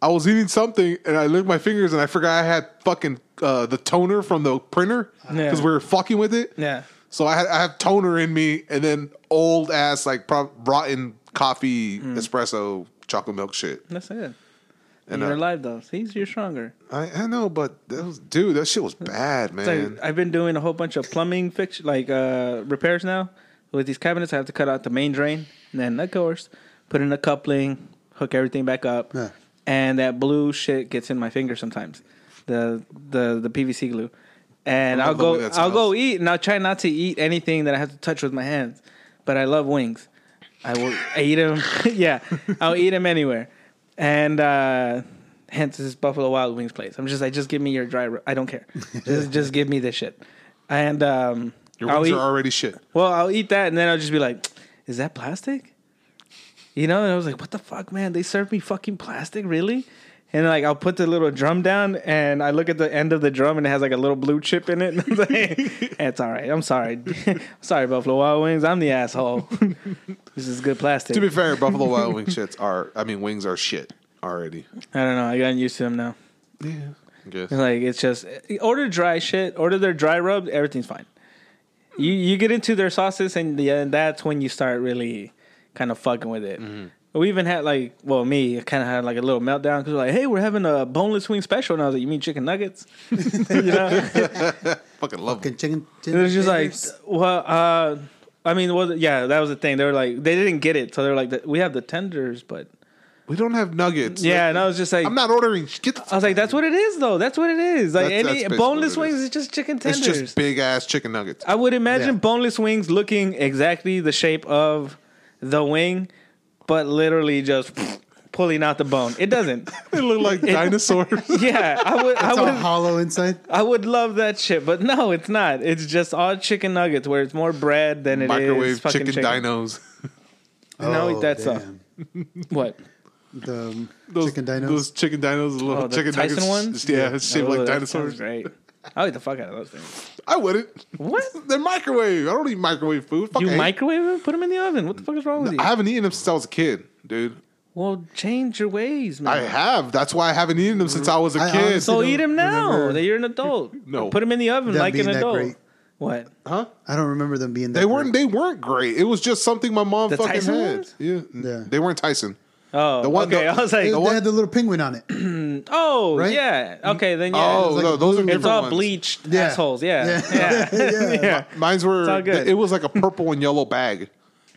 Speaker 1: I was eating something and I licked my fingers and I forgot I had fucking uh the toner from the printer
Speaker 4: Yeah.
Speaker 1: because we were fucking with it.
Speaker 4: yeah.
Speaker 1: So I had I have toner in me and then old ass like prob- rotten coffee,
Speaker 4: Mm.
Speaker 1: espresso, chocolate milk shit.
Speaker 4: That's it.
Speaker 1: And uh,
Speaker 4: you're
Speaker 1: I,
Speaker 4: alive though. See, you're stronger.
Speaker 1: I, I know, but that was, dude, that shit was bad,
Speaker 4: It's like,
Speaker 1: man.
Speaker 4: I've been doing a whole bunch of plumbing fix like uh, repairs now. With these cabinets, I have to cut out the main drain, and then of course, put in a coupling, hook everything back up,
Speaker 3: Yeah.
Speaker 4: and that blue shit gets in my finger sometimes. The the the PVC glue, and
Speaker 1: I
Speaker 4: I'll
Speaker 1: love the
Speaker 4: go
Speaker 1: way that
Speaker 4: I'll go
Speaker 1: smells.
Speaker 4: eat, and I'll try not to eat anything that I have to touch with my hands. But I love wings. I will I eat them. yeah, I'll eat them anywhere, and uh, hence this Buffalo Wild Wings place. I'm just like, just give me your dry. ru- I don't care. Just just give me this shit. And um,
Speaker 1: Your
Speaker 4: I'll
Speaker 1: wings
Speaker 4: eat,
Speaker 1: are already shit.
Speaker 4: well, I'll eat that, and then I'll just be like, is that plastic? You know, and I was like, what the fuck, man? They serve me fucking plastic, really? And like, I'll put the little drum down, and I look at the end of the drum, and it has like a little blue chip in it. And I'm like, it's all right. I'm sorry. sorry, Buffalo Wild Wings. I'm the asshole. this is good plastic.
Speaker 1: To be fair, Buffalo Wild Wing shits are, I mean, wings are shit already.
Speaker 4: I don't know. I gotten used to them now.
Speaker 1: Yeah. I guess.
Speaker 4: Like it's just order dry shit. Order their dry rub. Everything's fine. You you get into their sauces and yeah, that's when you start really kind of fucking with it. We even had like, well, me, I kind of had like a little meltdown because like, hey, we're having a boneless wing special, and I was like, you mean chicken nuggets? you know, it
Speaker 1: Fucking love
Speaker 3: Fucking chicken. chicken
Speaker 4: was just like, well, uh, I mean, was it- yeah, that was the thing. They were like, they didn't get it, so they were like, we have the tenders, but
Speaker 1: We don't have nuggets.
Speaker 4: yeah, and I was just like,
Speaker 1: I'm not ordering. Get the
Speaker 4: I was like, that's what it is, though. That's what it is. Like
Speaker 1: That's- that's
Speaker 4: any
Speaker 1: basically
Speaker 4: boneless
Speaker 1: what it is.
Speaker 4: wings is just chicken
Speaker 1: It's
Speaker 4: tenders.
Speaker 1: just big ass chicken nuggets.
Speaker 4: I would imagine
Speaker 3: Yeah.
Speaker 4: boneless wings looking exactly the shape of the wing, but literally just pulling out the bone. It doesn't.
Speaker 1: They look like dinosaurs.
Speaker 4: Yeah, I would. I
Speaker 3: it's all
Speaker 4: would.
Speaker 3: hollow inside.
Speaker 4: I would love that shit, but no, it's not. It's just all chicken nuggets, where it's more bread than it is
Speaker 1: Microwave
Speaker 4: fucking
Speaker 1: chicken, dinos.
Speaker 4: And I'll eat that stuff.
Speaker 3: Oh, damn.
Speaker 4: uh, What?
Speaker 3: The um,
Speaker 1: Those,
Speaker 3: chicken dinos.
Speaker 1: Those chicken dinos. The little
Speaker 4: Oh, the
Speaker 1: chicken
Speaker 4: Tyson
Speaker 1: nuggets.
Speaker 4: ones.
Speaker 1: Yeah, shaped
Speaker 4: Oh,
Speaker 1: like
Speaker 4: that sounds
Speaker 1: dinosaurs.
Speaker 4: Great. I'll eat the fuck out of those things.
Speaker 1: I wouldn't.
Speaker 4: What?
Speaker 1: They're microwave. I don't eat microwave food. Fuck
Speaker 4: You
Speaker 1: I-
Speaker 4: microwave them? Put them in the oven? What the fuck is wrong with you?
Speaker 1: I haven't eaten them since I was a kid, dude.
Speaker 4: well, change your ways, man.
Speaker 1: I have. That's why I haven't eaten them since I was a
Speaker 3: I
Speaker 1: kid.
Speaker 3: honestly-
Speaker 4: So
Speaker 3: don't
Speaker 4: eat them now
Speaker 3: remember-
Speaker 4: that you're an adult.
Speaker 1: No.
Speaker 4: put them in the oven
Speaker 3: Them
Speaker 4: like an
Speaker 3: being that
Speaker 4: adult.
Speaker 3: great.
Speaker 4: What?
Speaker 1: huh?
Speaker 3: I don't remember them being that.
Speaker 1: They weren't. They weren't great. It was just something my mom
Speaker 4: The
Speaker 1: fucking
Speaker 4: Tyson
Speaker 1: had.
Speaker 4: ones?
Speaker 1: Yeah.
Speaker 3: Yeah.
Speaker 1: They weren't Tyson.
Speaker 4: Oh,
Speaker 1: The one-
Speaker 4: okay.
Speaker 1: the-
Speaker 4: I was like,
Speaker 3: They,
Speaker 1: The
Speaker 3: they
Speaker 1: one-
Speaker 3: had the little penguin on it.
Speaker 4: oh,
Speaker 3: Right?
Speaker 4: yeah. Okay, then yeah.
Speaker 1: oh,
Speaker 3: was like
Speaker 1: no, those are
Speaker 3: blue.
Speaker 1: different
Speaker 4: it's all
Speaker 1: ones.
Speaker 4: bleached
Speaker 3: Yeah.
Speaker 4: assholes. Yeah, yeah,
Speaker 3: Yeah.
Speaker 4: yeah.
Speaker 1: Mine's were.
Speaker 4: all good.
Speaker 1: It was like a purple and yellow bag.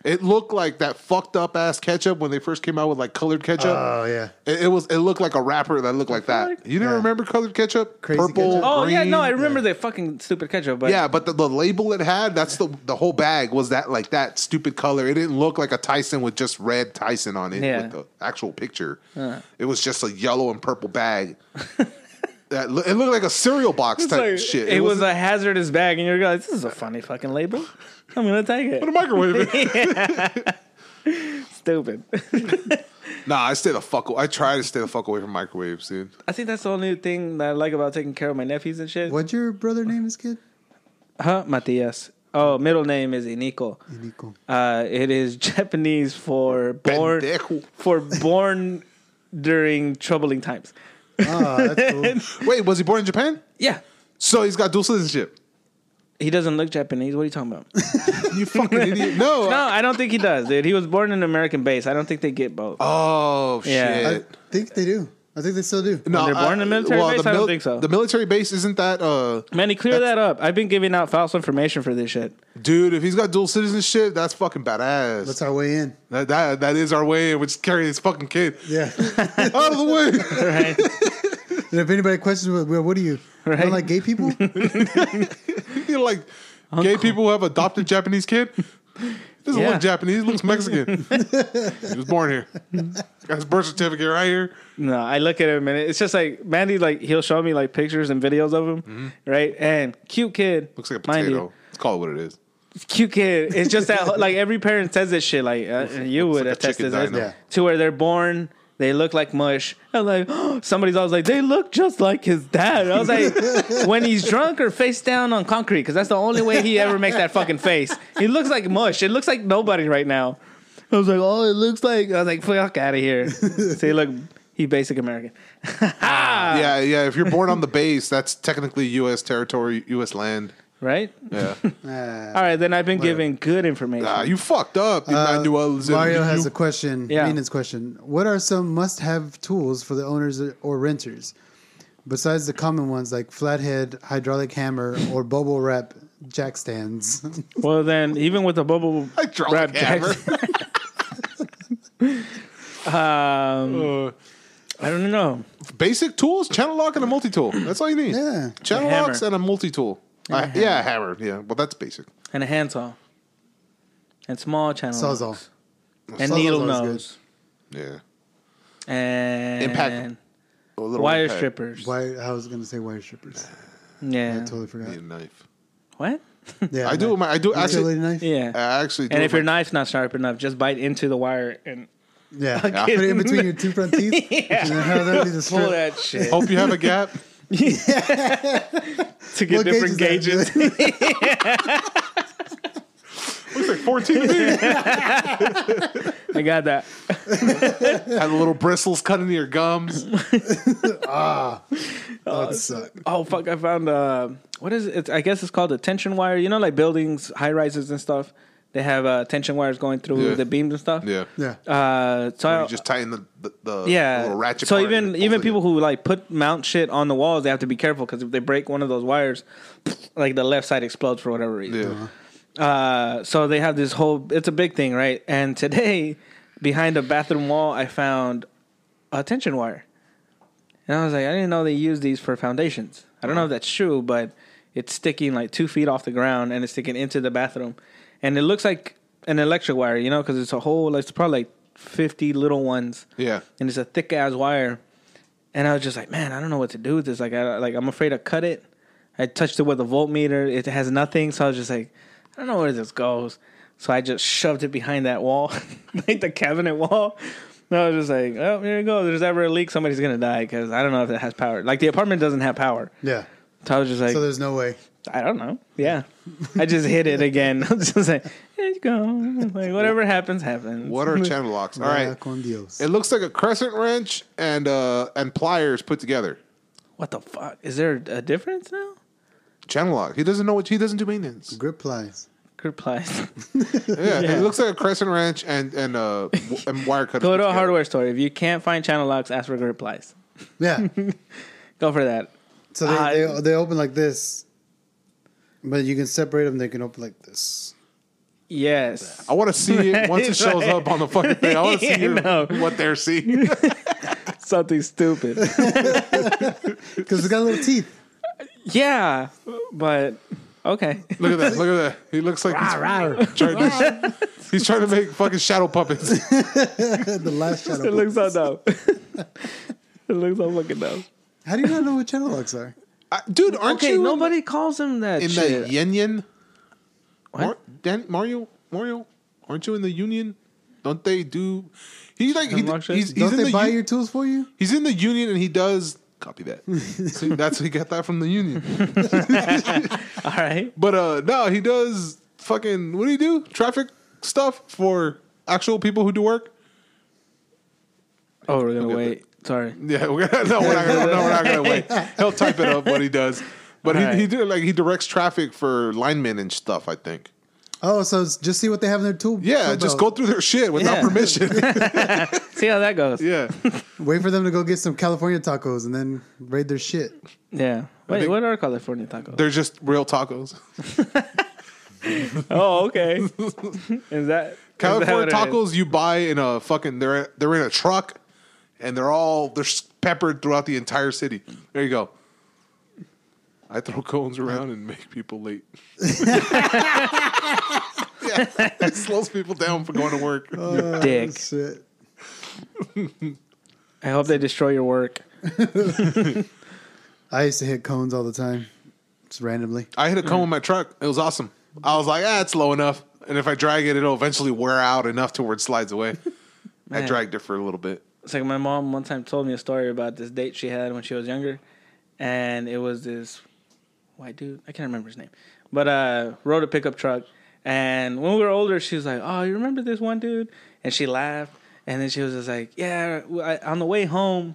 Speaker 1: It looked like that fucked up ass ketchup when they first came out with like colored ketchup.
Speaker 3: Oh yeah.
Speaker 1: It, it was. It looked like a wrapper that looked like that.
Speaker 4: fuck?
Speaker 1: You never
Speaker 3: Yeah.
Speaker 1: remember colored ketchup?
Speaker 3: Crazy
Speaker 1: Purple.
Speaker 3: ketchup.
Speaker 4: Oh, yeah.
Speaker 1: green.
Speaker 4: No, I remember the fucking stupid ketchup. But
Speaker 1: yeah, but the, the label it had, that's the the whole bag was that like that stupid color. It didn't look like a Tyson with just red Tyson on it
Speaker 4: Yeah.
Speaker 1: with the actual picture. It was just a yellow and purple bag. that lo- it looked like a cereal box
Speaker 4: It's
Speaker 1: type
Speaker 4: like,
Speaker 1: shit.
Speaker 4: It, was
Speaker 1: wasn't-
Speaker 4: a hazardous bag, and you're like, "This is a funny fucking label. I'm gonna take it."
Speaker 1: a microwave.
Speaker 4: Stupid.
Speaker 1: Nah, I stay the fuck. I try to stay the fuck away from microwaves, dude.
Speaker 4: I think that's the only thing that I like about taking care of my nephews and shit.
Speaker 3: What's your brother name? Is kid?
Speaker 4: Huh, Matias. Oh, middle name is Iniko.
Speaker 3: Nico.
Speaker 4: Uh, it is Japanese for born
Speaker 1: Pendejo.
Speaker 4: for born during troubling times.
Speaker 3: Oh, that's cool.
Speaker 1: Wait, was he born in Japan?
Speaker 4: Yeah,
Speaker 1: So he's got dual citizenship.
Speaker 4: he doesn't look Japanese. What are you talking about?
Speaker 1: You fucking idiot. No.
Speaker 4: no, I don't think he does, dude. He was born in American base. I don't think they get both.
Speaker 1: Oh
Speaker 4: Yeah.
Speaker 1: shit.
Speaker 3: I think they do. I think they still do.
Speaker 1: no,
Speaker 4: they're born in a military base? I don't think so.
Speaker 1: The military base isn't that uh
Speaker 4: Manny, clear that up. I've been giving out false information for this shit.
Speaker 1: dude, if he's got dual citizenship, that's fucking badass.
Speaker 3: That's our way in.
Speaker 1: that, that that is our way in which carry this fucking kid
Speaker 3: Yeah.
Speaker 1: out of the way.
Speaker 4: Right?
Speaker 3: and if anybody questions, well, well, what are you? You
Speaker 4: Right.
Speaker 3: don't like gay people?
Speaker 1: you know, like gay people who have adopted Japanese kid. doesn't
Speaker 4: Yeah.
Speaker 1: look Japanese. It looks Mexican. he was born here. Got his birth certificate right here.
Speaker 4: No, I look at him and it's just like Mandy. Like he'll show me like pictures and videos of him, right? And cute kid
Speaker 1: Mm-hmm. Looks like a
Speaker 4: mind you.
Speaker 1: potato. Let's call it what it is.
Speaker 4: cute kid. It's just that like every parent says this shit. Like uh, you
Speaker 1: like
Speaker 4: would
Speaker 1: a
Speaker 4: attest to
Speaker 1: chicken
Speaker 4: this,
Speaker 1: dino.
Speaker 3: Yeah.
Speaker 4: to where they're born. They look like mush. I'm like, somebody's always like, they look just like his dad. I was like, when he's drunk or face down on concrete, because that's the only way he ever makes that fucking face. He looks like mush. It looks like nobody right now. I was like, oh, it looks like. I was like, fuck out of here. So he look, he basic American. Ah.
Speaker 1: Yeah, yeah. If you're born on the base, that's technically U.S. territory, U.S. land.
Speaker 4: Right?
Speaker 1: Yeah.
Speaker 3: Uh,
Speaker 4: All right, then I've been giving good information.
Speaker 1: Ah, you fucked up, Emmanuel.
Speaker 3: Mario
Speaker 1: Zimmerman.
Speaker 3: has
Speaker 1: You-
Speaker 3: a question.
Speaker 4: Yeah.
Speaker 3: Maintenance question. What are some must-have tools for the owners or renters, besides the common ones like flathead, hydraulic hammer, or bubble wrap jack stands?
Speaker 4: Well, then, even with the bubble
Speaker 1: Hydraulic
Speaker 4: wrap
Speaker 1: hammer.
Speaker 4: jacks- um,
Speaker 1: Uh,
Speaker 4: I don't know.
Speaker 1: basic tools, channel lock and a multi tool. That's all you need.
Speaker 3: Yeah.
Speaker 1: Channel
Speaker 4: A hammer.
Speaker 1: locks and a multi tool. Yeah, a hammer. Yeah, well, that's basic.
Speaker 4: And a handsaw. And small channel.
Speaker 3: Sawzall.
Speaker 4: locks. And
Speaker 3: Sawzall's
Speaker 4: needle
Speaker 3: always good.
Speaker 4: nose.
Speaker 1: Yeah.
Speaker 4: And
Speaker 1: Impact- A little
Speaker 4: wire
Speaker 1: impact.
Speaker 4: strippers.
Speaker 3: Why? I was gonna say wire strippers. I
Speaker 4: Yeah.
Speaker 3: totally forgot.
Speaker 1: Need a knife.
Speaker 4: What?
Speaker 3: Yeah,
Speaker 1: I do.
Speaker 3: knife.
Speaker 1: My, I do
Speaker 3: utility
Speaker 1: actually.
Speaker 3: knife.
Speaker 4: Yeah.
Speaker 1: I actually. Uh, Do
Speaker 4: and
Speaker 1: it
Speaker 4: if your
Speaker 1: with-
Speaker 4: knife's not sharp enough, just bite into the wire and
Speaker 3: Yeah,
Speaker 1: Yeah.
Speaker 3: put it in between your two front teeth. and then have that be the
Speaker 4: pull
Speaker 3: strip.
Speaker 4: that shit
Speaker 1: hope you have a gap.
Speaker 4: to get
Speaker 3: What gauge
Speaker 4: different
Speaker 3: is
Speaker 4: gauges.
Speaker 3: that?
Speaker 1: Looks like fourteen. to me.
Speaker 4: I got that.
Speaker 1: Had the little bristles cut into your gums.
Speaker 3: Oh, that sucked.
Speaker 4: Oh fuck! I found uh, what is it? It's, I guess it's called a tension wire. You know, like buildings, high rises, and stuff. They have uh, tension wires going through
Speaker 1: Yeah.
Speaker 4: the beams and stuff.
Speaker 1: Yeah.
Speaker 3: Yeah.
Speaker 4: Uh, so I,
Speaker 1: You just tighten the the, the
Speaker 4: yeah.
Speaker 1: little ratchet.
Speaker 4: so
Speaker 1: part and it
Speaker 4: even
Speaker 1: pulls
Speaker 4: even
Speaker 1: it
Speaker 4: people
Speaker 1: in.
Speaker 4: who like put mount shit on the walls, they have to be careful because if they break one of those wires, like the left side explodes for whatever reason.
Speaker 1: Yeah.
Speaker 4: Uh, so they have this whole. It's a big thing, right? And today, behind a bathroom wall, I found a tension wire, and I was like, I didn't know they use these for foundations. I don't know if that's true, but it's sticking like two feet off the ground and it's sticking into the bathroom, and it looks like an electric wire, you know, because it's a whole. It's probably like fifty little ones
Speaker 1: Yeah.
Speaker 4: and it's a thick ass wire. And I was just like, man, I don't know what to do with this. Like, I, like I'm afraid to cut it. I touched it with a voltmeter. It has nothing, so I was just like, I don't know where this goes. So I just shoved it behind that wall, like the cabinet wall. And I was just like, oh, here it goes. If there's ever a leak, somebody's gonna die because I don't know if it has power. Like the apartment doesn't have power.
Speaker 3: Yeah.
Speaker 4: So I was just like,
Speaker 3: So there's no way.
Speaker 4: I don't know. Yeah, I just hit it again. I was just like, here you go. Like whatever happens, happens.
Speaker 1: What are channel locks? All
Speaker 3: Yeah,
Speaker 1: right.
Speaker 3: Con Dios.
Speaker 1: It looks like a crescent wrench and uh and pliers put together.
Speaker 4: What the fuck? Is there a difference now?
Speaker 1: Channel lock. He doesn't know what he doesn't do maintenance.
Speaker 3: Grip plies.
Speaker 4: Good plies.
Speaker 1: Yeah, it looks like a crescent wrench and and uh w- and wire cutter.
Speaker 4: Go
Speaker 1: put
Speaker 4: to a
Speaker 1: together.
Speaker 4: hardware store. If you can't find channel locks, ask for grip plies.
Speaker 3: Yeah.
Speaker 4: Go for that.
Speaker 3: So they,
Speaker 4: Uh,
Speaker 3: they they open like this, but you can separate them. They can open like this.
Speaker 4: Yes.
Speaker 1: I want to see it once it shows up on the fucking thing. I want to see
Speaker 4: Yeah, I
Speaker 1: your-
Speaker 4: know.
Speaker 1: what they're seeing.
Speaker 4: Something stupid.
Speaker 3: Because it's got little teeth.
Speaker 4: yeah. But okay.
Speaker 1: Look at that! Look at that! He looks like he's, Trying to, he's trying to make fucking shadow puppets.
Speaker 3: The last shadow.
Speaker 4: It looks so dumb. it looks so fucking dumb.
Speaker 3: How do you not know what channel locks are?
Speaker 1: I- dude, aren't
Speaker 4: Okay,
Speaker 1: you
Speaker 4: nobody calls him that
Speaker 1: in
Speaker 4: shit.
Speaker 1: the yin yin?
Speaker 4: What?
Speaker 1: Mar- Dan, Mario, Mario, aren't you in the union? Don't they do? He's like he,
Speaker 4: Channel lock
Speaker 1: he's,
Speaker 4: shit?
Speaker 1: he's
Speaker 3: Don't
Speaker 1: in
Speaker 3: they
Speaker 1: the
Speaker 3: buy
Speaker 1: u-
Speaker 3: your tools for you?
Speaker 1: he's in the union and he does copy that. See, that's he got that from the union.
Speaker 4: All right.
Speaker 1: But uh no, he does fucking what do you do? Traffic stuff for actual people who do work?
Speaker 4: Oh, we're gonna
Speaker 1: Okay,
Speaker 4: wait. Sorry.
Speaker 1: Yeah, we're gonna no, we're not gonna no, we're not gonna wait. He'll type it up what he does. But he,
Speaker 4: Alright.
Speaker 1: he do like he directs traffic for linemen and stuff, I think.
Speaker 3: Oh, so it's just see what they have in their tool.
Speaker 1: Yeah,
Speaker 3: tool
Speaker 1: just go
Speaker 3: belt.
Speaker 1: through their shit without
Speaker 4: Yeah.
Speaker 1: permission.
Speaker 4: See how that goes. Yeah.
Speaker 1: yeah.
Speaker 3: Wait for them to go get some California tacos and then raid their shit.
Speaker 4: Wait,
Speaker 1: think-
Speaker 4: what are California tacos?
Speaker 1: They're just real tacos.
Speaker 4: Oh, okay. is that
Speaker 1: California
Speaker 4: is that what it is?
Speaker 1: tacos you buy in a fucking they're they're in a truck and they're all they're s- peppered throughout the entire city. There you go. I throw cones around and make people late. yeah, it slows people down for going to work.
Speaker 4: Dick.
Speaker 3: Shit.
Speaker 4: I hope they destroy your work.
Speaker 3: I used to hit cones all the time, just randomly.
Speaker 1: I hit a cone with my truck. It was awesome. I was like, ah, it's low enough. And if I drag it, it'll eventually wear out enough to where it slides away. I
Speaker 4: Man.
Speaker 1: dragged it for a little bit.
Speaker 4: It's like my mom one time told me a story about this date she had when she was younger, and it was this white dude. I can't remember his name, but uh, rode a pickup truck. And when we were older, she was like, "Oh, you remember this one dude?" And she laughed, and then she was just like, "Yeah." well, I, on the way home,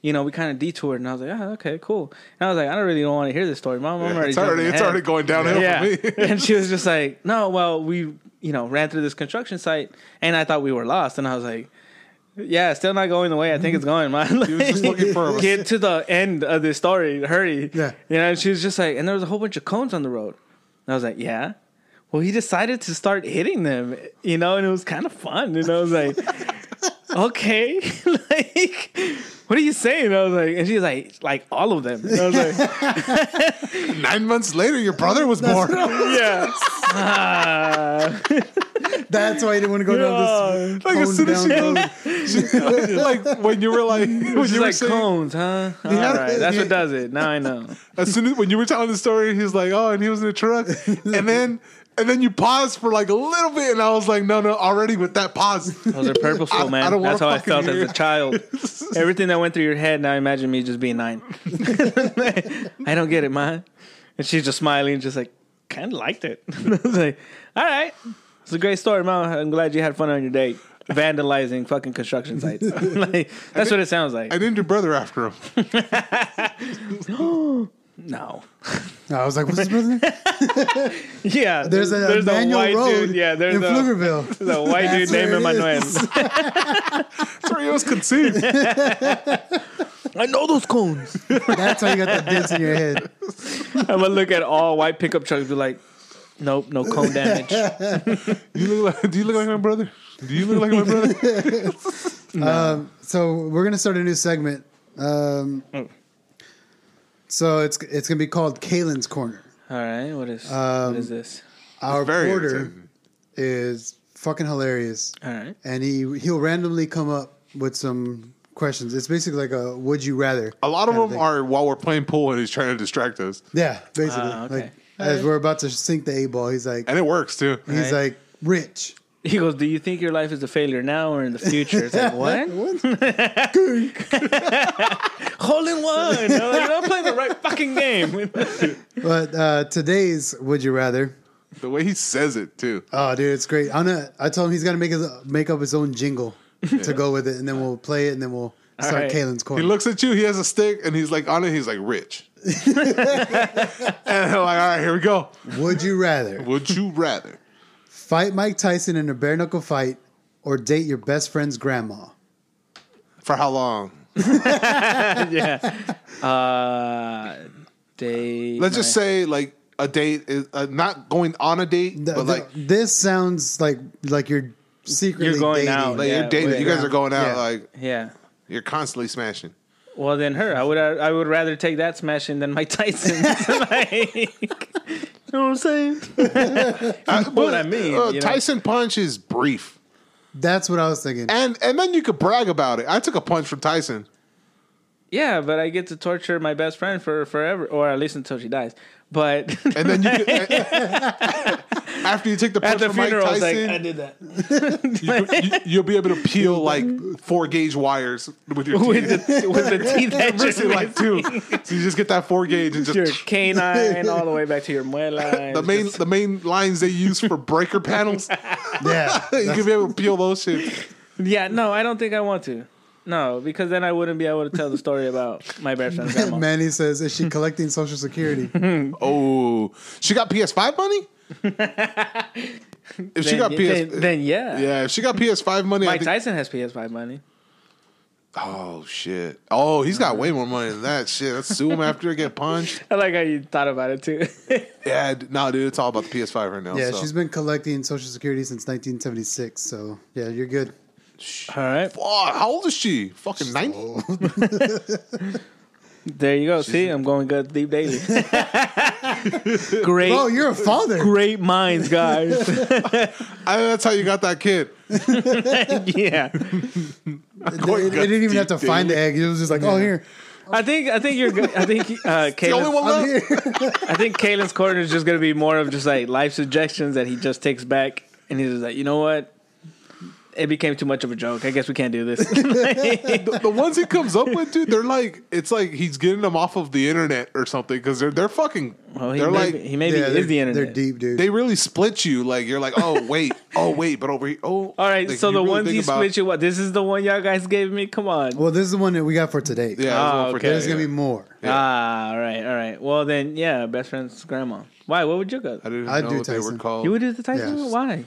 Speaker 4: you know, we kind of detoured, and I was like, "Oh, okay, cool." And I was like, "I don't really don't want to hear this story, mom. I'm
Speaker 1: Yeah,
Speaker 4: already
Speaker 1: it's already
Speaker 4: jumping
Speaker 1: it's
Speaker 4: ahead."
Speaker 1: already going downhill for me.
Speaker 4: and she was just like, "No, well, we, you know, ran through this construction site, and I thought we were lost." And I was like, "Yeah, it's still not going the way I think it's going, man.
Speaker 1: was just looking for a-
Speaker 4: get to the end of this story, hurry."
Speaker 3: Yeah.
Speaker 4: you know. And she was just like, and there was a whole bunch of cones on the road, and I was like, "Yeah." Well, he decided to start hitting them, you know, and it was kind of fun. And I was like, okay, like, what are you saying? I was like, and she's like, like all of them. And I was like,
Speaker 1: Nine months later, your brother was born.
Speaker 4: yeah.
Speaker 3: That's why I didn't want to go down this.
Speaker 1: like as soon as she goes, she- like when you were like, when
Speaker 4: She's
Speaker 1: you were
Speaker 4: like
Speaker 1: saying-
Speaker 4: cones, huh? All
Speaker 1: Yeah.
Speaker 4: right, that's what does it. Now I know.
Speaker 1: as soon as when you were telling the story, he was like, oh, and he was in a truck, and then and then you paused for like a little bit, and I was like, no, no, already with that pause.
Speaker 4: Those are purposeful,
Speaker 1: I-
Speaker 4: man.
Speaker 1: I don't wanna
Speaker 4: that's how I
Speaker 1: fucking
Speaker 4: felt
Speaker 1: hear
Speaker 4: as a
Speaker 1: it.
Speaker 4: child. Everything that went through your head. Now imagine me just being nine. I don't get it, man. And she's just smiling, just like kind of liked it. I was like, all right, it's a great story, man. I'm glad you had fun on your date. Vandalizing fucking construction sites. like, that's what it sounds like.
Speaker 1: I named your brother after him.
Speaker 4: no.
Speaker 3: I was like, "What's his brother's name?"
Speaker 4: Yeah.
Speaker 3: There's a
Speaker 4: there's
Speaker 3: manual
Speaker 4: white
Speaker 3: road
Speaker 4: dude. Yeah, there's
Speaker 3: in
Speaker 4: a,
Speaker 3: Pflugerville.
Speaker 4: there's a white dude
Speaker 3: That's where
Speaker 4: named
Speaker 3: it is.
Speaker 4: Emmanuel.
Speaker 1: That's where he was conceived.
Speaker 4: I know those cones.
Speaker 3: That's how you got the dents in your head.
Speaker 4: I'm gonna look at all white pickup trucks and be like, nope, no cone damage.
Speaker 1: You look like, do you look like my brother? Do you look like my brother?
Speaker 3: Um, so we're gonna start a new segment. Um, so it's it's gonna be called Kalen's Corner.
Speaker 4: all right, what is what
Speaker 1: Um,
Speaker 4: is this?
Speaker 3: Our
Speaker 1: Very
Speaker 3: porter
Speaker 1: irritating.
Speaker 3: is fucking hilarious,
Speaker 4: All right,
Speaker 3: and he he'll randomly come up with some questions. It's basically like a "Would you rather."
Speaker 1: A lot of
Speaker 3: Kinda
Speaker 1: them
Speaker 3: thing.
Speaker 1: are while we're playing pool and he's trying to distract us.
Speaker 3: Yeah, basically.
Speaker 4: Ah, okay.
Speaker 3: Like as we're about to sink the eight ball, he's like
Speaker 1: And it works too.
Speaker 3: he's
Speaker 4: Right.
Speaker 3: like rich.
Speaker 4: he goes. Do you think your life is a failure now or in the future? It's like what? Hole in one. I'm, like, I'm playing the right fucking game.
Speaker 3: But uh, today's "Would you rather."
Speaker 1: The way he says it too.
Speaker 3: Oh, dude, it's great. I'm gonna, I told him he's got to make his make up his own jingle to go with it, and then we'll play it, and then we'll start
Speaker 4: right.
Speaker 3: Kalen's
Speaker 1: He
Speaker 3: corner.
Speaker 1: looks at you, he has a stick, and he's like on it, he's like rich. and I'm like, all right, here we go.
Speaker 3: Would you rather
Speaker 1: Would you rather?
Speaker 3: fight Mike Tyson in a bare knuckle fight, or date your best friend's grandma?
Speaker 1: For how long?
Speaker 4: yeah. Uh, day.
Speaker 1: Let's just say like a date is uh, not going on a date,
Speaker 3: Th-
Speaker 1: but
Speaker 3: th-
Speaker 1: like
Speaker 3: this sounds like like you're secretly
Speaker 4: You're going
Speaker 3: dating.
Speaker 4: out.
Speaker 1: like
Speaker 4: Yeah,
Speaker 1: you're dating,
Speaker 4: yeah.
Speaker 1: you guys are going out,
Speaker 3: Yeah.
Speaker 1: like
Speaker 4: yeah.
Speaker 1: you're constantly smashing.
Speaker 4: Well, then her. I would. I would rather take that smashing than Mike Tyson. like, you know what I'm saying?
Speaker 1: That's
Speaker 4: what I mean, you know?
Speaker 1: uh, Tyson punch is brief.
Speaker 3: That's what I was thinking.
Speaker 1: And and then you could brag about it. I took a punch from Tyson.
Speaker 4: Yeah, but I get to torture my best friend for forever, or at least until she dies. But
Speaker 1: And then you could, after you take the
Speaker 4: at
Speaker 1: punch
Speaker 4: the
Speaker 1: from Mike
Speaker 4: funeral, I was like,
Speaker 1: Tyson,
Speaker 4: I did that
Speaker 1: you, will be able to peel like four gauge wires with your teeth.
Speaker 4: with the, with the teeth that just
Speaker 1: Basically, like
Speaker 4: like
Speaker 1: two. So you just get that four gauge and
Speaker 4: your
Speaker 1: just
Speaker 4: canine all the way back to your muela.
Speaker 1: the main
Speaker 4: Just-
Speaker 1: the main lines they use for breaker panels.
Speaker 3: yeah,
Speaker 1: you could be able to peel those shit.
Speaker 4: yeah, no, I don't think I want to. No, because then I wouldn't be able to tell the story about my best friend's grandma.
Speaker 3: Manny says, "Is she collecting Social Security?"
Speaker 1: Oh, she got PS5 money. If she
Speaker 4: Then-
Speaker 1: got PS,
Speaker 4: then, then yeah.
Speaker 1: yeah, if she got PS5 money, I
Speaker 4: Mike
Speaker 1: think-
Speaker 4: Tyson has PS5 money.
Speaker 1: oh shit, oh he's got way more money than that shit. Let's sue him after I get punched.
Speaker 4: I like how you thought about it too.
Speaker 1: Yeah, d- no, dude, it's all about the PS5 right now.
Speaker 3: Yeah,
Speaker 1: so.
Speaker 3: she's been collecting Social Security since 1976. So yeah, you're good.
Speaker 4: all right.
Speaker 1: Oh, how old is she? Fucking ninety.
Speaker 4: There you go. See, I'm going good deep daily. great,
Speaker 3: Bro, Oh, you're a father.
Speaker 4: great minds, guys.
Speaker 1: I, that's how you got that kid.
Speaker 4: yeah,
Speaker 3: It, it didn't even have to find the egg. It was just like, oh, here.
Speaker 4: I think I think you're. Good. I think uh,
Speaker 1: The only
Speaker 4: Kalen,
Speaker 1: one
Speaker 3: I'm
Speaker 1: left.
Speaker 3: here.
Speaker 4: I think Kalen's corner is just gonna be more of just like life suggestions that he just takes back, and he's just like, you know what? It became too much of a joke. I guess we can't do this.
Speaker 1: The, the ones he comes up with, dude, they're like it's like he's getting them off of the internet or something because they're they're fucking.
Speaker 4: well, he
Speaker 1: they're
Speaker 4: may,
Speaker 1: like
Speaker 4: be- he maybe
Speaker 3: yeah,
Speaker 4: is the
Speaker 3: they're,
Speaker 4: internet.
Speaker 3: they're deep, dude.
Speaker 1: they really split you. Like you're like, oh wait, oh wait, but over here, oh.
Speaker 4: All right,
Speaker 1: Like,
Speaker 4: so
Speaker 1: you
Speaker 4: the
Speaker 1: really
Speaker 4: ones
Speaker 1: think
Speaker 4: he
Speaker 1: about-
Speaker 4: split you. What? This is the one y'all guys gave me. Come on.
Speaker 3: well, this is the one that we got for today.
Speaker 1: Yeah,
Speaker 4: Ah,
Speaker 1: there's one for
Speaker 4: okay.
Speaker 1: today,
Speaker 3: There's going to
Speaker 1: yeah.
Speaker 3: be more.
Speaker 1: Yeah.
Speaker 4: Ah, all right, all right. Well, then, yeah, best friend's grandma. Why? What would you go?
Speaker 1: I didn't
Speaker 3: I'd
Speaker 1: know
Speaker 3: do
Speaker 1: what they were
Speaker 3: Tyson.
Speaker 1: called.
Speaker 4: You would do the Tyson?
Speaker 3: Yes.
Speaker 4: Why?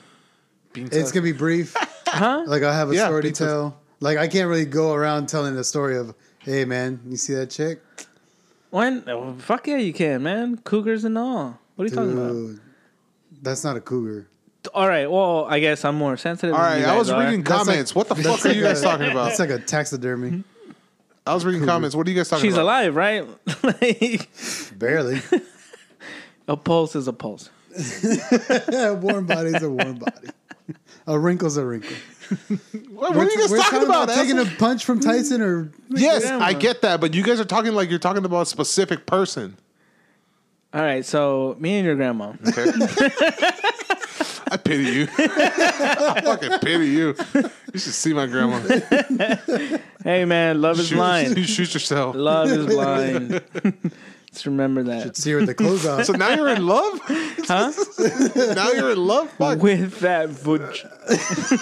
Speaker 1: Bean
Speaker 3: It's
Speaker 1: Tyson.
Speaker 3: going to be brief.
Speaker 4: Huh?
Speaker 3: Like, I'll have a
Speaker 1: Yeah,
Speaker 3: story to
Speaker 1: pizza.
Speaker 3: tell. Like, I can't really go around telling the story of, hey, man, you see that chick?
Speaker 4: When? Oh, fuck yeah, you can, man. Cougars and all. What are you talking about?
Speaker 3: Dude, that's not a cougar.
Speaker 4: All right. Well, I guess I'm more sensitive.
Speaker 1: All
Speaker 4: than
Speaker 1: right,
Speaker 4: you
Speaker 1: I
Speaker 4: guys
Speaker 1: was
Speaker 4: are.
Speaker 1: reading
Speaker 3: That's
Speaker 1: comments.
Speaker 3: like-
Speaker 1: what the
Speaker 3: that's
Speaker 1: fuck are you
Speaker 3: like
Speaker 1: guys
Speaker 3: a-
Speaker 1: talking about?
Speaker 3: It's like a taxidermy.
Speaker 4: Hmm?
Speaker 1: I was reading comments. What are you guys talking
Speaker 4: She's
Speaker 1: about?
Speaker 4: alive, right? like,
Speaker 3: Barely.
Speaker 4: a pulse is a pulse.
Speaker 3: a warm body's a warm body. A wrinkle's a wrinkle.
Speaker 1: What, what are you guys
Speaker 3: we're
Speaker 1: talking, about?
Speaker 3: taking a
Speaker 1: asshole?
Speaker 3: punch from Tyson or
Speaker 1: yes,
Speaker 4: Yeah,
Speaker 1: I
Speaker 4: man.
Speaker 1: get that, but you guys are talking like you're talking about a specific person.
Speaker 4: All right. So me and your grandma.
Speaker 1: Okay. I pity you. I fucking pity you. You should see my grandma.
Speaker 4: Hey, man, love is
Speaker 1: Shoot,
Speaker 4: blind.
Speaker 1: shoot- shoot yourself.
Speaker 4: love is blind. Just remember that.
Speaker 3: see her with the clothes on.
Speaker 1: So now you're in love?
Speaker 4: Huh?
Speaker 1: now you're in love? Fuck.
Speaker 4: With that, vag-
Speaker 1: This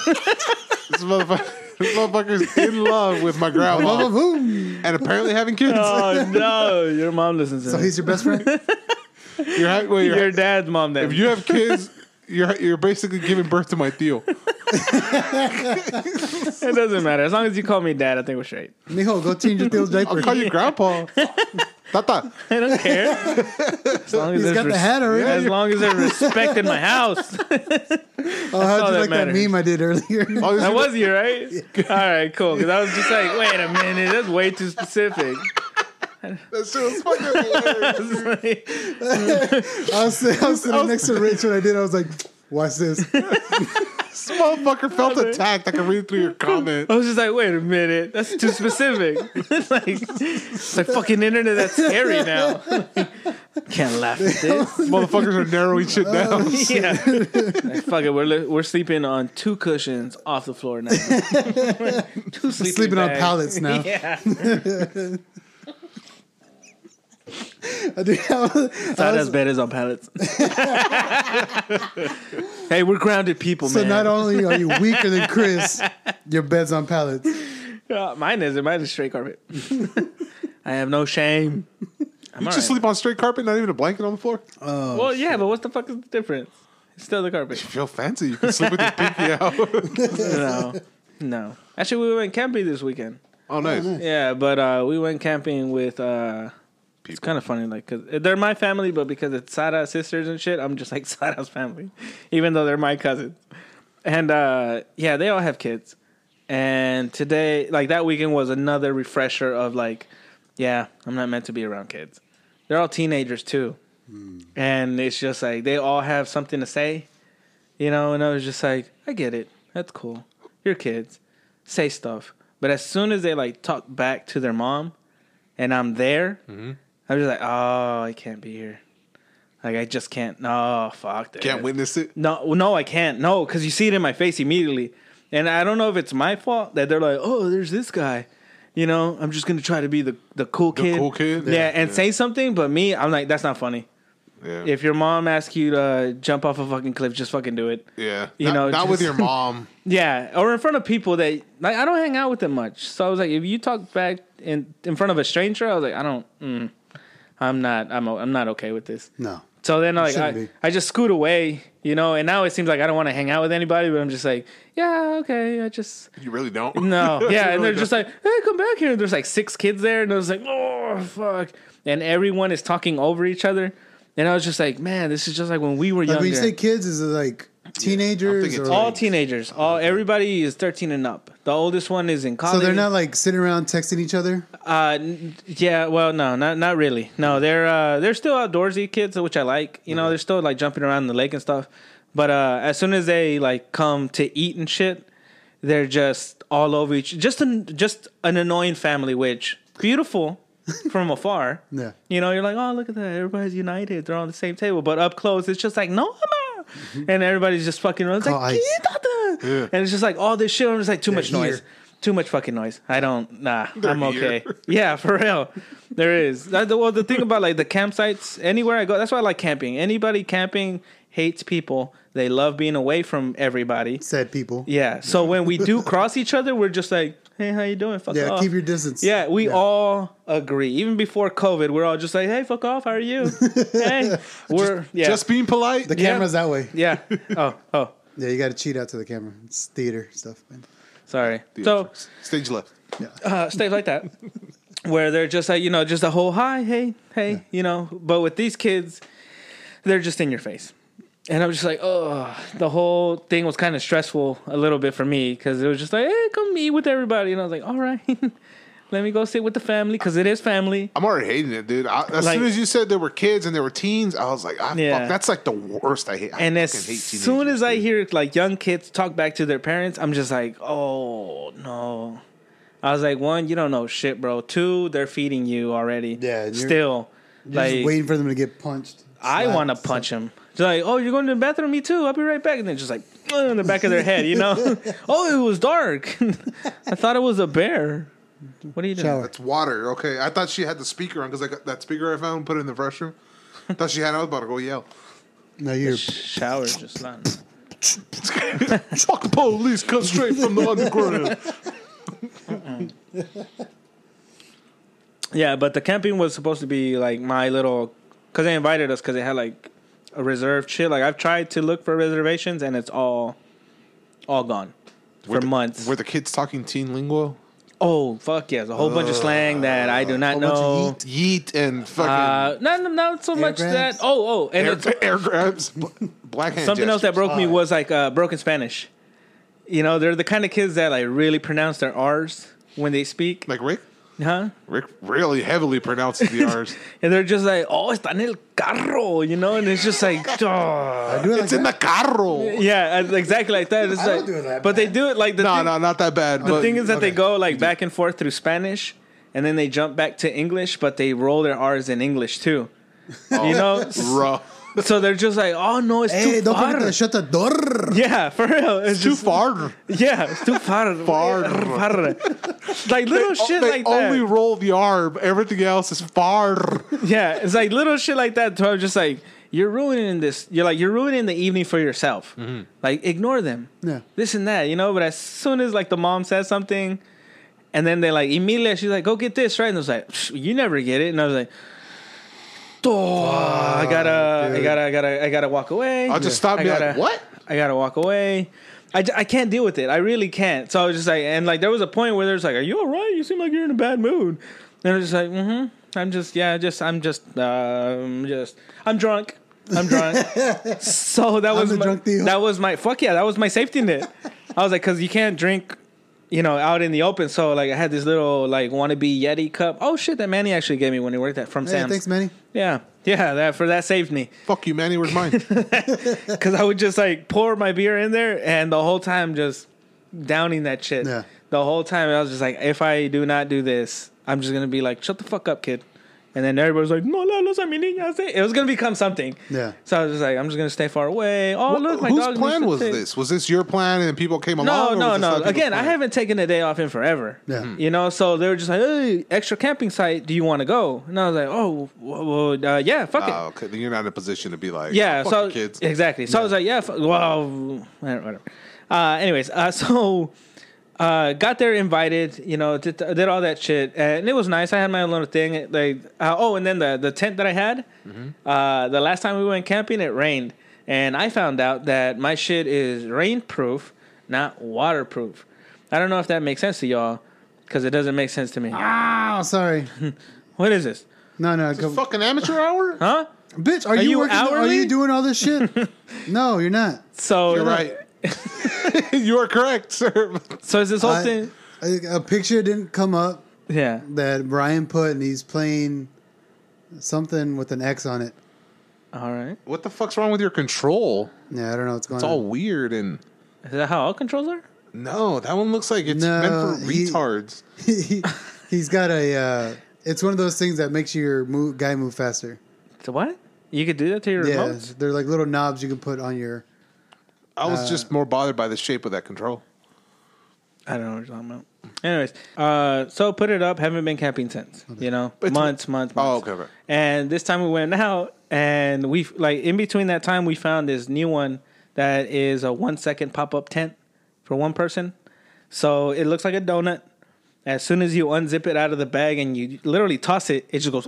Speaker 1: motherfucker. This motherfucker's in love with my grandma
Speaker 3: Boom.
Speaker 1: and apparently having kids.
Speaker 4: oh no, your mom listens to
Speaker 3: So
Speaker 4: this.
Speaker 3: he's your best friend?
Speaker 1: You're, ha- wait, you're-
Speaker 4: your dad's mom. Then
Speaker 1: if you have kids, you're you're basically giving birth to my deal.
Speaker 4: It doesn't matter. As long as you call me dad, I think we're straight.
Speaker 3: Mijo, go change your Theo's diaper.
Speaker 1: I'll call you grandpa. Tata.
Speaker 4: I don't care. As long
Speaker 3: He's
Speaker 4: as there's
Speaker 3: got the
Speaker 4: res-
Speaker 3: hat already.
Speaker 4: As long as they're respecting my house.
Speaker 3: oh, how'd you
Speaker 4: all that
Speaker 3: like that
Speaker 4: matters.
Speaker 3: meme I did earlier?
Speaker 1: All these
Speaker 4: That
Speaker 1: people-
Speaker 4: was you, right? All right, cool. Because I was just like, wait a minute, that's way too specific.
Speaker 1: That shit was fucking hilarious.
Speaker 3: I was, sit- I was sitting next to Rich when I did. I was like, watch this.
Speaker 1: This motherfucker felt attacked. I can read through your comment.
Speaker 4: I was just like, wait a minute, that's too specific. it's like, it's like fucking internet. That's scary now. Can't laugh at this.
Speaker 1: Motherfuckers are narrowing shit down.
Speaker 4: Yeah. Like, fuck it, we're li- we're sleeping on two cushions off the floor now. two sleeping,
Speaker 3: Sleeping on
Speaker 4: bags.
Speaker 3: pallets now.
Speaker 4: Yeah.
Speaker 3: I did- I was- I was-
Speaker 4: Sada's bed is on pallets. hey, we're grounded people,
Speaker 3: so
Speaker 4: man.
Speaker 3: not only are you weaker than Chris, your bed's on pallets.
Speaker 4: Uh, mine isn't. Mine is straight carpet. I have no shame. I'm
Speaker 1: You
Speaker 4: all
Speaker 1: just
Speaker 4: right.
Speaker 1: sleep on straight carpet, not even a blanket on the floor.
Speaker 3: Um,
Speaker 4: Well, yeah, but what the fuck is the difference? It's still the carpet.
Speaker 1: Feel fancy. You can sleep with your pinky out.
Speaker 4: no, no. Actually, we went camping this weekend.
Speaker 1: Oh, nice.
Speaker 4: Yeah, but uh, we went camping with. Uh, It's kind of funny, like, cause they're my family, but because it's Sara's sisters and shit, I'm just like Sara's family, even though they're my cousins. And uh, yeah, they all have kids. And today, like that weekend, was another refresher of like, yeah, I'm not meant to be around kids. They're all teenagers too, and it's just like they all have something to say, you know. And I was just like, I get it. That's cool. You're kids, say stuff. But as soon as they like talk back to their mom, and I'm there,
Speaker 1: Mm-hmm.
Speaker 4: I'm just like, oh, I can't be here. Like I just can't. No, fuck. This.
Speaker 1: Can't witness it.
Speaker 4: No, well, no, I can't. No, because you see it in my face immediately, and I don't know if it's my fault that they're like, oh, there's this guy. You know, I'm just gonna try to be the the cool kid.
Speaker 1: cool kid?
Speaker 4: Yeah,
Speaker 1: Yeah,
Speaker 4: and
Speaker 1: yeah.
Speaker 4: say something. But me, I'm like, that's not funny.
Speaker 1: Yeah.
Speaker 4: If your mom asks you to jump off a fucking cliff, just fucking do it.
Speaker 1: yeah. not,
Speaker 4: you know,
Speaker 1: not with your
Speaker 4: just-
Speaker 1: mom.
Speaker 4: Yeah, or in front of people that like I don't hang out with them much. So I was like, if you talk back in in front of a stranger, I was like, I don't, mm, I'm not, I'm, o- I'm not okay with this.
Speaker 3: No.
Speaker 4: So then like
Speaker 3: shouldn't
Speaker 4: I,
Speaker 3: be.
Speaker 4: I just scoot away, you know. And now it seems like I don't want to hang out with anybody, but I'm just like, yeah, okay, I just
Speaker 1: You really don't.
Speaker 4: no, yeah, and
Speaker 1: really
Speaker 4: they're just like, hey, come back here. And there's like six kids there, and I was like, oh fuck, and everyone is talking over each other. And I was just like, man, this is just like when we were
Speaker 3: Like
Speaker 4: younger.
Speaker 3: when you say kids, is it like Teenagers
Speaker 1: thinking
Speaker 3: or
Speaker 1: teen-
Speaker 4: All
Speaker 3: like-
Speaker 4: teenagers. All everybody is thirteen and up. The oldest one is in college.
Speaker 3: so they're not like sitting around texting each other.
Speaker 4: Uh, n- yeah. Well, no, not not really. No, they're uh, they're still outdoorsy kids, which I like. You
Speaker 3: Mm-hmm.
Speaker 4: know, they're still like jumping around in the lake and stuff. But uh, as soon as they like come to eat and shit, they're just all over each. Just an just an annoying family, which beautiful from afar.
Speaker 3: Yeah.
Speaker 4: You know, you're like, oh, look at that. Everybody's united. They're on the same table. But up close, it's just like, no, I'm out.
Speaker 3: Mm-hmm.
Speaker 4: And everybody's just fucking around. It's
Speaker 3: Call
Speaker 4: like,
Speaker 3: ice.
Speaker 4: "Quítate." and it's just like all this shit. I'm just like, too much noise.
Speaker 3: here.
Speaker 4: Too much fucking noise. I don't, nah, I'm
Speaker 1: here.
Speaker 4: okay. Yeah, for real. There is. That, the- well, the thing about like the campsites, anywhere I go, that's why I like camping. Anybody camping hates people. They love being away from everybody.
Speaker 3: Said people.
Speaker 4: Yeah. So when we do cross each other, we're just like, hey, how you doing? Fuck
Speaker 3: Yeah,
Speaker 4: off.
Speaker 3: keep your distance.
Speaker 4: Yeah, we all agree. Even before COVID, we're all just like, "Hey, fuck off. How are you?" hey, we're yeah,
Speaker 1: Just being polite.
Speaker 3: The
Speaker 4: Yeah.
Speaker 3: camera's that way.
Speaker 4: yeah. Oh, oh,
Speaker 3: Yeah, you got to cheat out to the camera. It's theater stuff, man.
Speaker 4: sorry. So
Speaker 1: stage left.
Speaker 4: uh, stuff like that, where they're just like, you know, just a whole hi, hey, hey, you know. But with these kids, they're just in your face, and I'm just like, oh, the whole thing was kind of stressful a little bit for me because it was just like, hey, come eat with everybody, and I was like, all right, let me go sit with the family because it is family.
Speaker 1: I'm already hating it, dude. I, as
Speaker 4: Like-
Speaker 1: soon as you said there were kids and there were teens, I was like, ah,
Speaker 4: Yeah.
Speaker 1: fuck, that's like the worst. I hate. I
Speaker 4: And as
Speaker 1: fucking hate teenagers,
Speaker 4: soon as I
Speaker 1: dude.
Speaker 4: hear like young kids talk back to their parents, I'm just like, oh no. I was like, one, you don't know shit, bro. Two, they're feeding you already.
Speaker 3: Yeah, and you're-
Speaker 4: still,
Speaker 3: You're just
Speaker 4: like
Speaker 3: waiting for them to get punched.
Speaker 4: I
Speaker 3: slapped,
Speaker 4: want to punch him. Just like, oh, you're going to the bathroom, me too. I'll be right back. And then just like "Uh," in the back of their head, you know. oh, it was dark. I thought it was a bear. What are you doing?
Speaker 3: Shower.
Speaker 1: It's water. Okay, I thought she had the speaker on because I got that speaker I found put it in the restroom. thought she had. it, I was about to go yell.
Speaker 3: No, you're
Speaker 4: Shower is just not.
Speaker 1: Fuck the police! Come straight from the underground.
Speaker 4: Yeah, but the camping was supposed to be like my little, because they invited us because they had like a reserved shit. Like I've tried to look for reservations and it's all, all gone for months.
Speaker 1: Were the kids talking teen lingo?
Speaker 4: oh fuck yes, a whole bunch of slang that I do not
Speaker 3: whole bunch of
Speaker 4: know.
Speaker 3: yeet.
Speaker 1: Yeet and fucking
Speaker 4: Uh, not not so much
Speaker 3: Air
Speaker 4: that.
Speaker 3: grabs?
Speaker 4: Oh oh, and
Speaker 1: air,
Speaker 4: it's,
Speaker 1: air grabs, bl- black hand.
Speaker 4: something else that
Speaker 1: gestures.
Speaker 4: broke me was like uh, broken Spanish. You know, they're the kind of kids that like really pronounce their R's when they speak,
Speaker 1: like Rick.
Speaker 4: huh?
Speaker 1: Rick really heavily pronounces the R's.
Speaker 4: And they're just like, oh, está en el carro, you know, and it's just like, oh.
Speaker 3: I do it like
Speaker 1: it's in the
Speaker 3: that.
Speaker 1: carro.
Speaker 4: Yeah, and exactly like that. It's
Speaker 3: I don't
Speaker 4: like-
Speaker 3: do it that
Speaker 4: but they
Speaker 3: bad.
Speaker 4: do it like the
Speaker 1: No,
Speaker 4: thing,
Speaker 1: no, not that bad.
Speaker 4: the
Speaker 1: but
Speaker 4: thing is that they
Speaker 3: okay.
Speaker 4: go like back and forth through Spanish, and then they jump back to English, but they roll their R's in English too.
Speaker 3: Oh.
Speaker 4: You know,
Speaker 1: rough.
Speaker 4: so they're just like, oh no, it's
Speaker 3: Hey,
Speaker 4: too
Speaker 3: Eh, don't
Speaker 4: far.
Speaker 3: forget to shut the door.
Speaker 4: yeah, for real, it's
Speaker 1: Too
Speaker 4: just
Speaker 1: far.
Speaker 4: yeah, it's too far,
Speaker 1: Far.
Speaker 4: far. like little shit
Speaker 1: they
Speaker 4: like
Speaker 1: only
Speaker 4: that.
Speaker 1: roll the arm. Everything else is far.
Speaker 4: Yeah, it's like little shit like that. So I'm just like, you're ruining this. You're like, you're ruining the evening for yourself. Like, ignore them.
Speaker 3: Yeah.
Speaker 4: This and that, you know. But as soon as like the mom says something, and then they like Emilia, she's like, go get this, right? And I was like, "Psh, you never get it. And I was like, "Duh, I gotta, I
Speaker 3: dude.
Speaker 4: gotta, I gotta, I gotta walk away.
Speaker 1: I'll just stop
Speaker 4: I
Speaker 1: and be like,
Speaker 4: gotta-
Speaker 1: "What?"
Speaker 4: I gotta walk away. I, j- I can't deal with it. I really can't. So I was just like, and like there was a point where there's like, are you all right? You seem like you're in a bad mood. And I was just like, mm-hmm. I'm just yeah, just I'm just uh, I'm just I'm drunk. I'm drunk. so that was
Speaker 3: the
Speaker 4: my,
Speaker 3: drunk deal.
Speaker 4: that was my fuck yeah. That was my safety net. I was like, because you can't drink, you know, out in the open. So like I had this little like wannabe Yeti cup. Oh shit, that Manny actually gave me when he worked at from
Speaker 3: Hey,
Speaker 4: Sam's.
Speaker 3: thanks, Manny.
Speaker 4: Yeah, yeah, that for that saved me.
Speaker 1: Fuck you, Manny. Where's mine?
Speaker 4: Cause I would just like pour my beer in there and the whole time just downing that shit.
Speaker 3: Yeah.
Speaker 4: The whole time I was just like, if I do not do this, I'm just gonna be like, shut the fuck up, kid. And then everybody's like, no, no, no, a mi niña. sí." It was gonna become something.
Speaker 3: Yeah.
Speaker 4: So I was just like, I'm just gonna stay far away. Oh, look, my dog
Speaker 1: Whose
Speaker 4: needs
Speaker 1: plan
Speaker 4: to
Speaker 1: was
Speaker 4: take-
Speaker 1: this? Was this your plan and people came
Speaker 4: No,
Speaker 1: along? or
Speaker 4: no,
Speaker 1: was this
Speaker 4: no.
Speaker 1: other people's
Speaker 4: Again, I
Speaker 1: plan?
Speaker 4: haven't taken a day off in forever.
Speaker 3: Yeah. Hmm.
Speaker 4: You know, so they were just like, hey, extra camping site. Do you want to go? And I was like, oh, well, well, uh, yeah, fuck it.
Speaker 1: Oh, okay. Then you're not in a position to be like,
Speaker 4: Yeah,
Speaker 1: fuck
Speaker 4: so
Speaker 1: you, kids.
Speaker 4: exactly. So I was like, yeah, f- well, whatever. Uh, anyways, uh, so uh, got there, invited, you know, did, did all that shit, and it was nice. I had my own little thing. Like, uh, oh, and then the the tent that I had.
Speaker 1: Mm-hmm.
Speaker 4: Uh, the last time we went camping, it rained, and I found out that my shit is rain proof, not waterproof. I don't know if that makes sense to y'all, because it doesn't
Speaker 1: Ah.
Speaker 4: make sense to me.
Speaker 3: Oh, sorry.
Speaker 4: What is this?
Speaker 3: No, no. Go,
Speaker 1: fucking amateur hour.
Speaker 4: Huh?
Speaker 3: Bitch, are, you,
Speaker 4: you
Speaker 3: working? Are
Speaker 4: hourly?
Speaker 3: you doing all this shit? no, you're not.
Speaker 4: So
Speaker 1: You're right. you are correct, sir.
Speaker 4: So is this whole
Speaker 3: I-
Speaker 4: thing?
Speaker 3: a, a picture didn't come up
Speaker 4: Yeah.
Speaker 3: that Brian put, and he's playing something with an X on it.
Speaker 4: All right.
Speaker 1: What the fuck's wrong with your control?
Speaker 3: Yeah, I don't know what's going
Speaker 1: It's
Speaker 3: on.
Speaker 4: Uh.
Speaker 1: all weird and
Speaker 4: Is that how all controls are?
Speaker 1: no, that one looks like it's
Speaker 3: No,
Speaker 1: meant for
Speaker 3: he-
Speaker 1: retards.
Speaker 3: he, he's got a. Uh, it's one of those things that makes your move, guy move faster.
Speaker 4: So what? You could do that to your
Speaker 3: Yeah,
Speaker 4: remotes?
Speaker 3: they're like little knobs you can put on your.
Speaker 1: I was
Speaker 4: Uh.
Speaker 1: just more bothered by the shape of that control.
Speaker 4: I don't know what you're talking about. Anyways, uh, so put it up. Haven't been camping since. You know,
Speaker 1: But-
Speaker 4: months, months, months.
Speaker 1: Oh, okay, okay.
Speaker 4: And this time we went out, and we like in between that time we found this new one that is a one second pop up tent for one person. So it looks like a donut. As soon as you unzip it out of the bag and you literally toss it, it just goes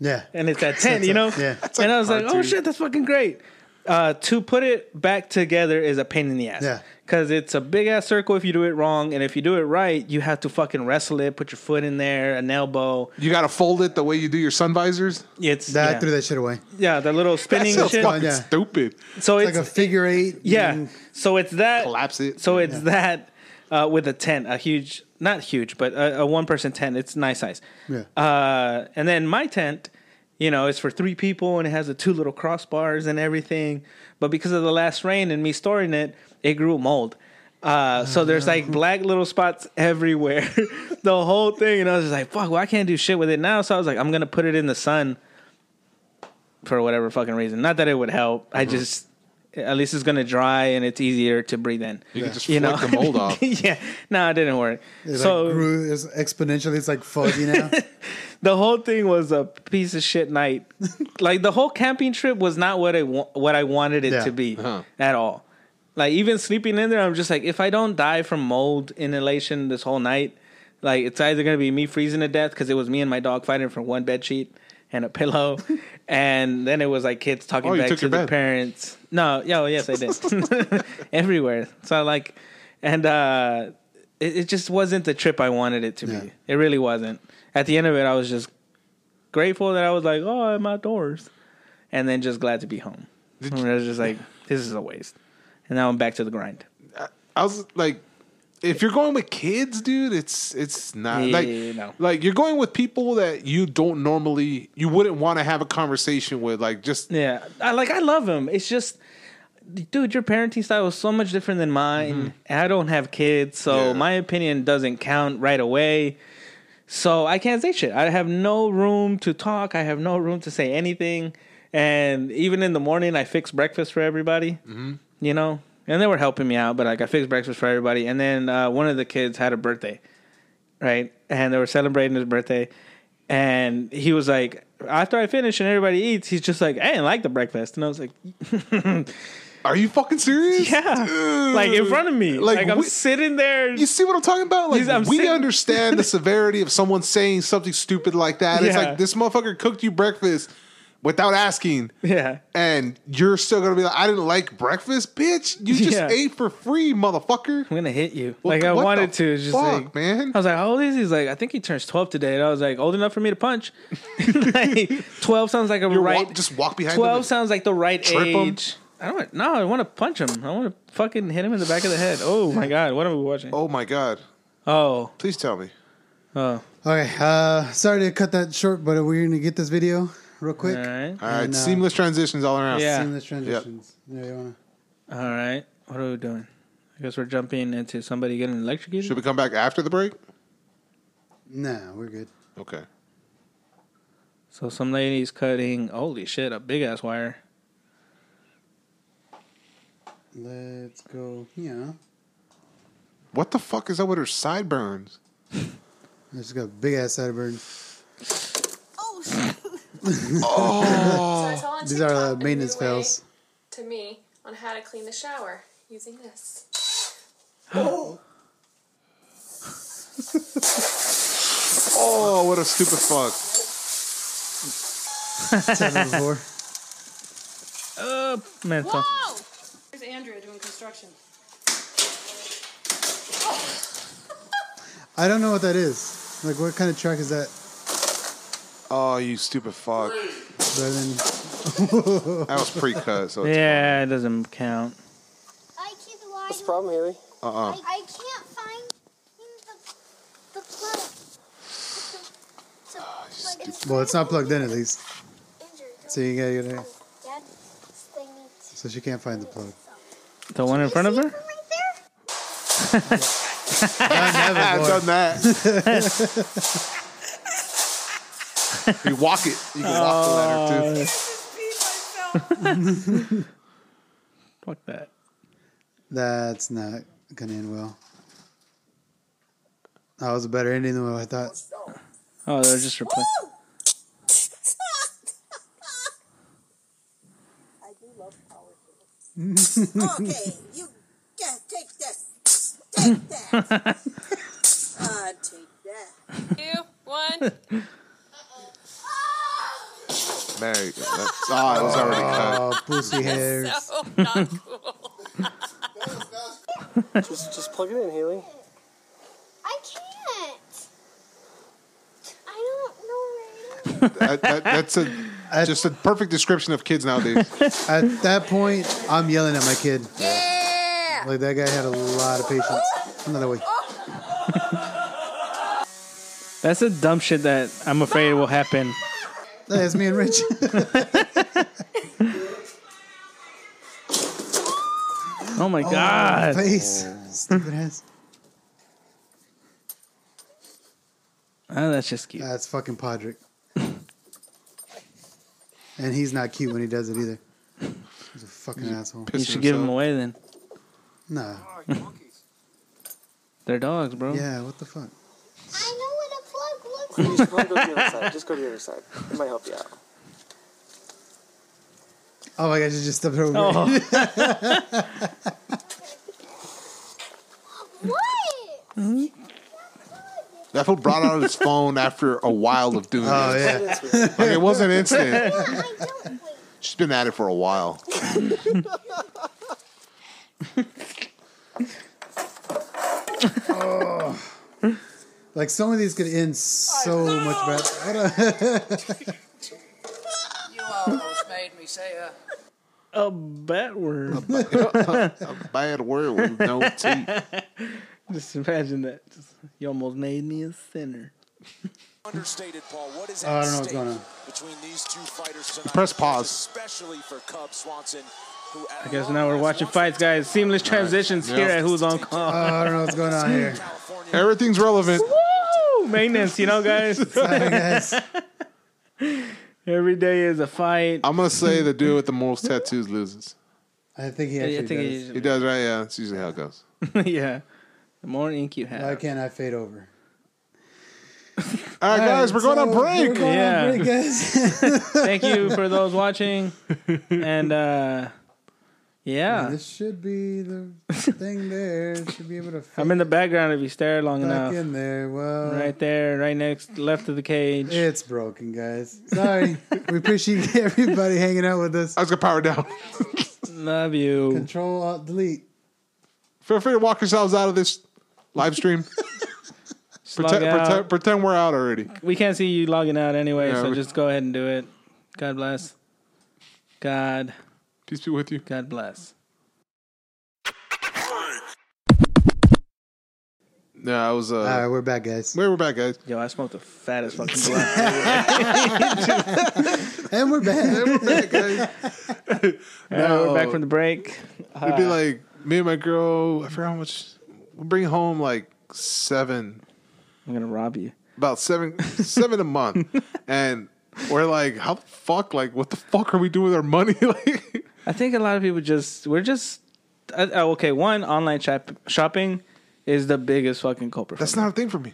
Speaker 3: Yeah,
Speaker 4: and it's at 10, you know?
Speaker 3: Yeah.
Speaker 4: And I was like, oh
Speaker 1: cartoon.
Speaker 4: shit, that's fucking great. Uh, to put it back together is a pain in the ass.
Speaker 3: Yeah.
Speaker 4: Because it's a big ass circle if you do it wrong. And if you do it right, you have to fucking wrestle it, put your foot in there, an elbow.
Speaker 1: You got to fold it the way you do your sun visors.
Speaker 4: It's
Speaker 3: that I
Speaker 4: yeah.
Speaker 3: threw that shit away.
Speaker 4: yeah, the little spinning
Speaker 1: That's so
Speaker 4: shit.
Speaker 1: fucking
Speaker 3: Yeah.
Speaker 1: stupid.
Speaker 4: So
Speaker 3: It's
Speaker 4: it's,
Speaker 3: like a figure eight.
Speaker 4: yeah.
Speaker 3: and-
Speaker 4: So it's that.
Speaker 1: Collapse it.
Speaker 4: So it's that uh, with a tent, a huge, not huge, but a, a one person tent. It's nice size.
Speaker 3: Yeah.
Speaker 4: Uh, and then my tent, you know, is for three people and it has the two little crossbars and everything. But because of the last rain and me storing it, it grew mold. Uh, so there's like
Speaker 1: Mm.
Speaker 4: black little spots everywhere, the whole thing. And I was just like, fuck, well, I can't do shit with it now. So I was like, I'm going to put it in the sun for whatever fucking reason. Not that it would help. I
Speaker 1: Mm-hmm.
Speaker 4: just, at least it's going to dry and it's easier to breathe in.
Speaker 1: You can just flick the mold off.
Speaker 4: yeah. No, it didn't work.
Speaker 3: It
Speaker 4: so
Speaker 3: like grew it's exponentially. It's like fuzzy now.
Speaker 4: the whole thing was a piece of shit night. like the whole camping trip was not what I wa- what I wanted it
Speaker 3: Yeah.
Speaker 4: to be
Speaker 1: Uh-huh.
Speaker 4: at all. Like even sleeping in there, I'm just like, if I don't die from mold inhalation this whole night, like it's either gonna be me freezing to death because it was me and my dog fighting for one bed sheet and a pillow, and then it was like kids talking
Speaker 1: Oh, you
Speaker 4: back
Speaker 1: took
Speaker 4: to
Speaker 1: your
Speaker 4: the
Speaker 1: bed.
Speaker 4: parents. No, yeah, oh, yes, I did everywhere. So like, and uh it, it just wasn't the trip I wanted it to
Speaker 3: Yeah.
Speaker 4: be. It really wasn't. At the end of it, I was just grateful that I was like, oh, I'm outdoors, and then just glad to be home. And I was just like, this is a waste. And now I'm back to the grind.
Speaker 1: I was like, if you're going with kids, dude, it's it's not
Speaker 4: Yeah,
Speaker 1: like
Speaker 4: no.
Speaker 1: like you're going with people that you don't normally you wouldn't want to have a conversation with. Like just
Speaker 4: Yeah, I like I love him. It's just, dude, your parenting style is so much different than mine. And I don't have kids, so
Speaker 1: Yeah.
Speaker 4: my opinion doesn't count right away. So I can't say shit. I have no room to talk. I have no room to say anything. And even in the morning, I fix breakfast for everybody. You know, and they were helping me out, but like I fixed breakfast for everybody. And then uh, one of the kids had a birthday. right? And they were celebrating his birthday. And he was like, after I finish and everybody eats, he's just like, I didn't like the breakfast. And I was like,
Speaker 1: Are you fucking serious?
Speaker 4: yeah,
Speaker 1: Dude.
Speaker 4: like in front of me. Like, I'm
Speaker 1: we-
Speaker 4: sitting there.
Speaker 1: You see what I'm talking about? Like
Speaker 4: He's- I'm
Speaker 1: we
Speaker 4: sitting-
Speaker 1: understand the severity of someone saying something stupid like that. It's
Speaker 4: Yeah.
Speaker 1: like this motherfucker cooked you breakfast without asking.
Speaker 4: Yeah.
Speaker 1: And you're still gonna be like, I didn't like breakfast, bitch. You just
Speaker 4: Yeah.
Speaker 1: ate for free, motherfucker.
Speaker 4: I'm gonna hit you.
Speaker 1: Well,
Speaker 4: like I
Speaker 1: what the
Speaker 4: wanted to. It's Just
Speaker 1: fuck,
Speaker 4: like,
Speaker 1: man?
Speaker 4: I was like, how old is he? He's like, I think he turns 12 today. And I was like, old enough for me to punch. like, 12 sounds like a
Speaker 1: You're
Speaker 4: right.
Speaker 1: walk- just walk behind him
Speaker 4: 12
Speaker 1: and
Speaker 4: sounds like the right
Speaker 1: trip him.
Speaker 4: age. I don't. want- No, I want to punch him. I want to fucking hit him in the back of the head. Oh my god, what are we watching?
Speaker 1: Oh my god.
Speaker 4: Oh,
Speaker 1: Please tell me.
Speaker 4: oh,
Speaker 3: okay, uh, sorry to cut that short, but we're gonna get this video real
Speaker 4: all
Speaker 3: quick.
Speaker 4: right,
Speaker 1: All right,
Speaker 3: And, uh,
Speaker 1: seamless transitions all around.
Speaker 4: Yeah.
Speaker 3: Seamless transitions. Yeah, you wanna-
Speaker 4: all right. What are we doing? I guess we're jumping into somebody getting electrocuted.
Speaker 1: Should we come back after the break?
Speaker 3: Nah, we're good.
Speaker 1: Okay.
Speaker 4: So some lady's cutting. Holy shit, a big ass wire.
Speaker 3: Let's go. Yeah,
Speaker 1: What the fuck is up with her sideburns?
Speaker 3: I just got a big ass sideburn.
Speaker 5: Oh, shit.
Speaker 1: Oh,
Speaker 5: So I saw on
Speaker 3: These are uh,
Speaker 5: TikTok a new
Speaker 3: maintenance
Speaker 5: way
Speaker 3: fails.
Speaker 5: To me, on how to clean the shower using this.
Speaker 1: oh, what a stupid fuck.
Speaker 3: It's happened before.
Speaker 4: Uh, man, so-
Speaker 5: Whoa!
Speaker 6: Here's Andrea doing construction.
Speaker 3: I don't know what that is. Like, what kind of track is that?
Speaker 1: Oh, you stupid fuck.
Speaker 3: Better than
Speaker 1: That was pre-cut, so it's-
Speaker 4: Yeah, it doesn't count.
Speaker 7: I keep lying.
Speaker 8: What's the problem, Harry?
Speaker 1: uh-uh.
Speaker 7: I, I can't find the, the plug.
Speaker 8: Ah,
Speaker 7: The, the plug
Speaker 3: Well, it's not plugged in at least, so you gotta get
Speaker 7: Oh,
Speaker 3: it.
Speaker 7: Find
Speaker 3: So she can't find the plug.
Speaker 4: The one in front of her?
Speaker 7: Right there?
Speaker 1: I've
Speaker 3: Never,
Speaker 1: done
Speaker 3: boy.
Speaker 1: that. you walk it. You can walk the ladder
Speaker 4: Oh.
Speaker 1: too.
Speaker 6: just peed myself.
Speaker 4: Fuck that.
Speaker 3: That's not gonna end well. That was a better ending than what I thought.
Speaker 4: Oh, they're just replying.
Speaker 9: okay, you yeah, take this. Take that. uh, take that.
Speaker 5: Two, one.
Speaker 1: There you go. That's, oh, it was already cut.
Speaker 3: Oh, pussy hairs.
Speaker 5: So not cool.
Speaker 8: Just just plug it in, Haley.
Speaker 7: I can't. I don't know where it is.
Speaker 1: That, that, that's a
Speaker 3: At,
Speaker 1: just a perfect description of kids nowadays.
Speaker 3: at that point, I'm yelling at my kid.
Speaker 9: Yeah.
Speaker 3: Like that guy had a lot of patience. Another way.
Speaker 4: That's the dumb shit that I'm afraid will happen.
Speaker 3: That's me and Rich.
Speaker 4: Oh my god.
Speaker 3: Face. Stupid ass.
Speaker 4: Oh, that's just cute.
Speaker 3: That's fucking Podrick. And he's not cute when he does it either. He's a fucking asshole.
Speaker 4: You
Speaker 1: Pissing
Speaker 4: should give them
Speaker 1: himself.
Speaker 4: away then.
Speaker 3: Nah.
Speaker 4: They're dogs, bro.
Speaker 3: Yeah, what the fuck?
Speaker 7: I know what a plug looks like.
Speaker 8: Just go to the other side. Just go to the other side. It might help you out.
Speaker 3: Oh my gosh, you just stepped over me.
Speaker 4: Oh,
Speaker 7: what?
Speaker 1: That fool brought out his phone after a while of doing
Speaker 3: Oh,
Speaker 1: it.
Speaker 3: yeah.
Speaker 1: Like, it wasn't instant.
Speaker 7: I don't. Wait.
Speaker 1: She's been at it for a while.
Speaker 3: Like some of these could end so much better. I don't-
Speaker 9: You
Speaker 5: Oh,
Speaker 9: almost made me say uh, a.
Speaker 4: a bat worm.
Speaker 1: Bad word with no teeth.
Speaker 4: Just imagine that. Just- You almost made me a sinner.
Speaker 10: Understated, Paul. What is
Speaker 3: Oh, I
Speaker 10: at
Speaker 3: don't know what's
Speaker 10: stake
Speaker 3: going on.
Speaker 10: between these two fighters tonight?
Speaker 1: press pause.
Speaker 10: especially for Cub Swanson. Who at
Speaker 4: I guess now we're watching fights, guys. Seamless transitions
Speaker 1: Yeah.
Speaker 4: here at Who's on Call.
Speaker 3: Oh, I don't know what's going on here.
Speaker 10: California.
Speaker 1: Everything's relevant.
Speaker 4: Woo! Maintenance, you know, guys.
Speaker 3: Sorry, guys.
Speaker 4: Every day is a fight.
Speaker 1: I'm gonna say the dude with the most tattoos loses.
Speaker 3: I think he
Speaker 4: Yeah, I
Speaker 3: actually
Speaker 4: think
Speaker 3: does.
Speaker 1: He
Speaker 4: it
Speaker 1: does, right? Yeah, that's usually how it goes.
Speaker 4: is. yeah. The more ink you
Speaker 3: Why
Speaker 4: have.
Speaker 3: can't I fade over?
Speaker 1: All right, guys, we're going on break.
Speaker 3: We're going
Speaker 4: Yeah.
Speaker 3: on break, guys.
Speaker 4: Thank you for those watching. And, uh, yeah.
Speaker 3: this should be the thing there. It should be able to fade
Speaker 4: I'm in the background if you stare long
Speaker 3: back
Speaker 4: enough.
Speaker 3: in uh, there. Well,
Speaker 4: Right there, right next, left of the cage.
Speaker 3: It's broken, guys. Sorry. we appreciate everybody hanging out with us.
Speaker 1: I was gonna power down.
Speaker 4: Love you.
Speaker 3: Control Alt Delete.
Speaker 1: Feel free to walk yourselves out of this live stream.
Speaker 4: Slug
Speaker 1: pretend,
Speaker 4: out.
Speaker 1: pretend, pretend we're out already.
Speaker 4: We can't see you logging out anyway,
Speaker 1: Yeah,
Speaker 4: so
Speaker 1: we-
Speaker 4: just go ahead and do it. God bless. God,
Speaker 1: Peace be with you.
Speaker 4: God bless.
Speaker 1: No, I was. Uh,
Speaker 3: All right, we're back, guys.
Speaker 1: Wait, we're back, guys.
Speaker 4: Yo, I smoked the fattest fucking blunt.
Speaker 3: And we're back.
Speaker 4: Alright, we're back from the break.
Speaker 1: It'd be like me and my girl. I forgot how much. We bring home like seven
Speaker 4: I'm gonna rob you.
Speaker 1: about seven seven a month, and we're like, how the fuck? Like, what the fuck are we doing with our money? like,
Speaker 4: I think a lot of people just we're just uh, oh, okay. One online shop, shopping is the biggest fucking culprit.
Speaker 1: that's
Speaker 4: for me.
Speaker 1: not a thing for me.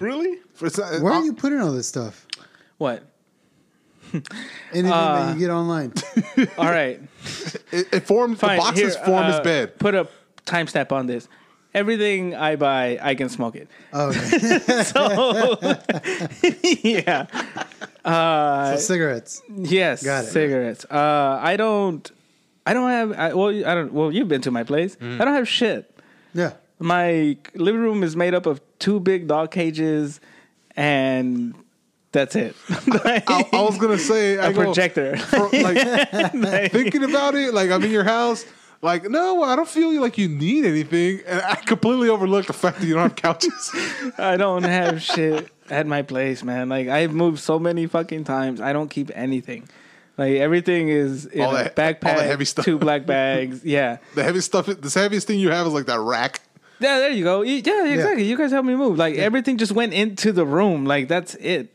Speaker 4: really
Speaker 1: It's not, uh,
Speaker 3: Where are you putting all this stuff?
Speaker 4: what.
Speaker 3: Anything that
Speaker 4: Uh,
Speaker 3: you get online.
Speaker 4: All right,
Speaker 1: It, it forms
Speaker 4: fine.
Speaker 1: the boxes
Speaker 4: here,
Speaker 1: form
Speaker 4: uh,
Speaker 1: his bed.
Speaker 4: Put a timestamp on this. Everything I buy, I can smoke it.
Speaker 3: Oh, okay.
Speaker 4: So yeah,
Speaker 3: So cigarettes.
Speaker 4: yes,
Speaker 3: Got it.
Speaker 4: cigarettes. Uh, I don't. I don't have. I, well, I don't. Well, you've been to my place.
Speaker 1: Mm-hmm.
Speaker 4: I don't have shit.
Speaker 3: Yeah.
Speaker 4: my living room is made up of two big dog cages and That's it.
Speaker 1: I, I was gonna say I
Speaker 4: a
Speaker 1: go,
Speaker 4: projector.
Speaker 1: for- like
Speaker 4: Like,
Speaker 1: thinking about it, like I'm in your house. Like no, I don't feel like you need anything, and I completely overlooked the fact that you don't have couches.
Speaker 4: I don't have shit at my place, man. Like I've moved so many fucking times. I don't keep anything. Like everything is in
Speaker 1: All
Speaker 4: a
Speaker 1: that- all
Speaker 4: backpack,
Speaker 1: that heavy stuff.
Speaker 4: two black bags. Yeah,
Speaker 1: the heaviest stuff, the heaviest thing you have is like that rack.
Speaker 4: yeah. There you go. Y- Yeah, exactly. You guys helped me move. Like everything just went into the room. Like that's it.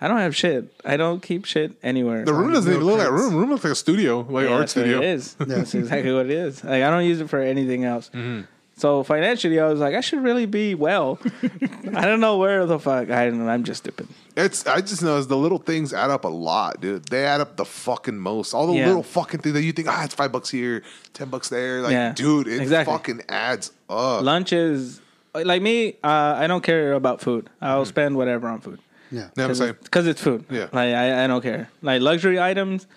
Speaker 4: I don't have shit. I don't keep shit anywhere.
Speaker 1: Mm-hmm. The room doesn't even look like a room. The room looks like a studio, like
Speaker 4: Yeah,
Speaker 1: art
Speaker 4: that's what
Speaker 1: studio.
Speaker 4: It is. That's exactly what it is. Like I don't use it for anything else.
Speaker 1: Mm-hmm.
Speaker 4: So financially, I was like, I should really be well. I don't know where the fuck I don't know. I'm just dipping.
Speaker 1: It's I just know it's the little things add up a lot, dude. They add up the fucking most. All the
Speaker 4: Yeah.
Speaker 1: little fucking things that you think, ah, it's five bucks here, ten bucks there. Like,
Speaker 4: Yeah,
Speaker 1: dude, it
Speaker 4: exactly.
Speaker 1: fucking adds up.
Speaker 4: Lunch is like me. Uh, I don't care about food. I'll spend whatever on food
Speaker 1: You know
Speaker 3: Yeah.
Speaker 1: what Mm-hmm. I'm saying?
Speaker 4: because it's food.
Speaker 1: Yeah.
Speaker 4: like I, I don't care. Like luxury items,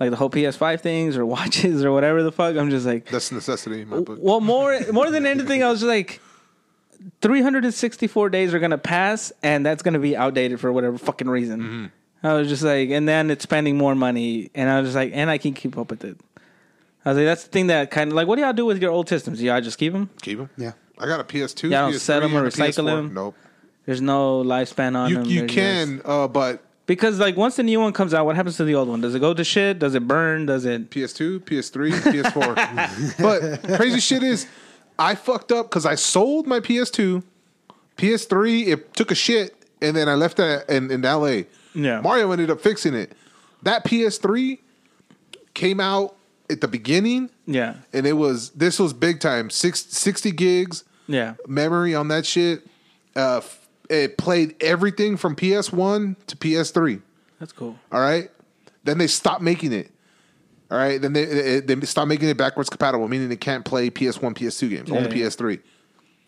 Speaker 4: like the whole PS5 things or watches or whatever the fuck. I'm just like,
Speaker 1: That's a necessity in my book.
Speaker 4: well, more more than anything, I was just like. 364 days are gonna pass, and that's gonna be outdated for whatever fucking reason.
Speaker 1: Mm-hmm.
Speaker 4: I was just like, and then it's spending more money, and I was just like, and I can keep up with it. I was like, that's the thing that kind of like, what do y'all do with your old systems? Do y'all just keep them?
Speaker 1: Keep them.
Speaker 3: Yeah.
Speaker 1: I got a PS2.
Speaker 4: Yeah, I don't
Speaker 1: PS3,
Speaker 4: sell 'em or
Speaker 1: and a
Speaker 4: recycle
Speaker 1: PS4.
Speaker 4: 'em.
Speaker 1: Nope.
Speaker 4: There's no lifespan on
Speaker 1: You
Speaker 4: them.
Speaker 1: you
Speaker 4: There's
Speaker 1: can, uh, but
Speaker 4: because like once the new one comes out, what happens to the old one? Does it go to shit? Does it burn? Does it?
Speaker 1: PS2, PS3, PS4. but crazy shit is, I fucked up because I sold my PS2, PS3. It took a shit, and then I left that in, in LA.
Speaker 4: Yeah.
Speaker 1: Mario ended up fixing it. That PS3 came out at the beginning,
Speaker 4: Yeah,
Speaker 1: and it was this was big time six, 60 gigs
Speaker 4: yeah,
Speaker 1: memory on that shit. Uh, f- it played everything from PS1 to PS3.
Speaker 4: that's cool.
Speaker 1: All right. Then they stopped making it. All right. Then they they, they stopped making it backwards compatible, meaning they can't play PS1, PS2 games,
Speaker 4: Yeah.
Speaker 1: only PS3.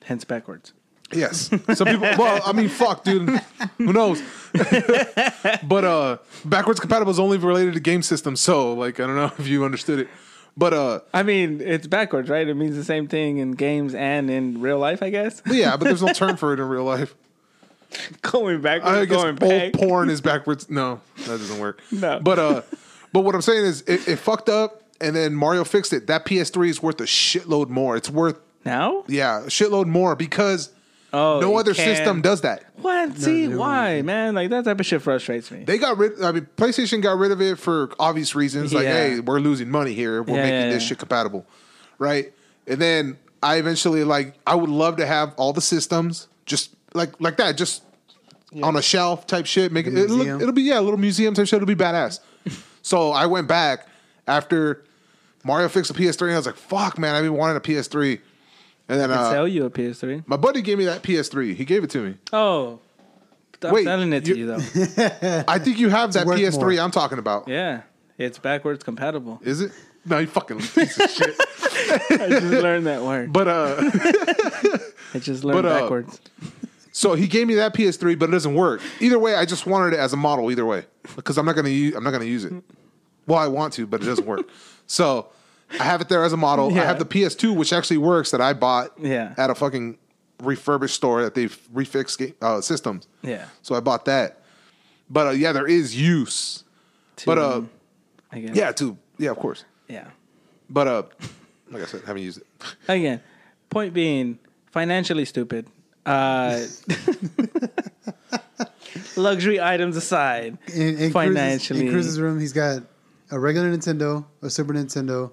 Speaker 4: Hence backwards.
Speaker 1: Yes. Some people. Well, I mean, fuck, dude. Who knows? but uh, backwards compatible is only related to game systems. So, like, I don't know if you understood it, but uh,
Speaker 4: I mean, it's backwards, right? It means the same thing in games and in real life, I guess.
Speaker 1: but yeah. But there's no term for it in real life.
Speaker 4: going backwards,
Speaker 1: I guess
Speaker 4: going
Speaker 1: old
Speaker 4: back.
Speaker 1: porn is backwards. No, that doesn't work.
Speaker 4: No.
Speaker 1: but uh, but what I'm saying is it, it fucked up, and then Mario fixed it. That PS3 is worth a shitload more. It's worth
Speaker 4: now?
Speaker 1: Yeah, a shitload more because
Speaker 4: Oh,
Speaker 1: no
Speaker 4: it
Speaker 1: other
Speaker 4: can-
Speaker 1: system does that.
Speaker 4: What? See, why, man? Like that type of shit frustrates me.
Speaker 1: They got rid. I mean, PlayStation got rid of it for obvious reasons. Like,
Speaker 4: Yeah.
Speaker 1: hey, we're losing money here. We're
Speaker 4: Yeah,
Speaker 1: making
Speaker 4: yeah,
Speaker 1: this
Speaker 4: yeah.
Speaker 1: shit compatible, right? And then I eventually like. I would love to have all the systems just like like that, just on a shelf type shit. Make it, it'll, look-
Speaker 3: museum.
Speaker 1: it'll be yeah, a little museum type shit. It'll be badass. so I went back after Mario fixed the PS3, and I was like, fuck, man, I've been wanting a PS3. And then uh,
Speaker 4: Sell you a PS3.
Speaker 1: my buddy gave me that PS3. He gave it to me.
Speaker 4: Oh, I'm
Speaker 1: Wait,
Speaker 4: selling it to
Speaker 1: you-
Speaker 4: you though.
Speaker 1: I think you have that
Speaker 3: worth
Speaker 1: PS3
Speaker 3: more.
Speaker 1: I'm talking about.
Speaker 4: yeah, it's backwards compatible.
Speaker 1: Is it? No, you fucking piece of shit.
Speaker 4: I just learned that word.
Speaker 1: But uh,
Speaker 4: I just learned
Speaker 1: but, uh,
Speaker 4: backwards.
Speaker 1: so he gave me that PS3, but it doesn't work. Either way, I just wanted it as a model. Either way, because I'm not gonna use I'm not gonna use it. Well, I want to, but it doesn't work. so I have it there as a model. I
Speaker 4: Yeah.
Speaker 1: have the PS2, which actually works that I bought
Speaker 4: Yeah.
Speaker 1: at a fucking refurbished store that they've refixed ga- uh, systems.
Speaker 4: Yeah.
Speaker 1: So I bought that. But uh, yeah, there is use. But
Speaker 4: To,
Speaker 1: uh,
Speaker 4: I guess.
Speaker 1: yeah, to yeah, of course.
Speaker 4: Yeah.
Speaker 1: But uh, like I said, haven't used it.
Speaker 4: Again, point being, financially stupid. Uh, luxury items aside,
Speaker 3: In, in
Speaker 4: financially.
Speaker 3: Cruz's, in Cruz's room, he's got a regular Nintendo, a Super Nintendo,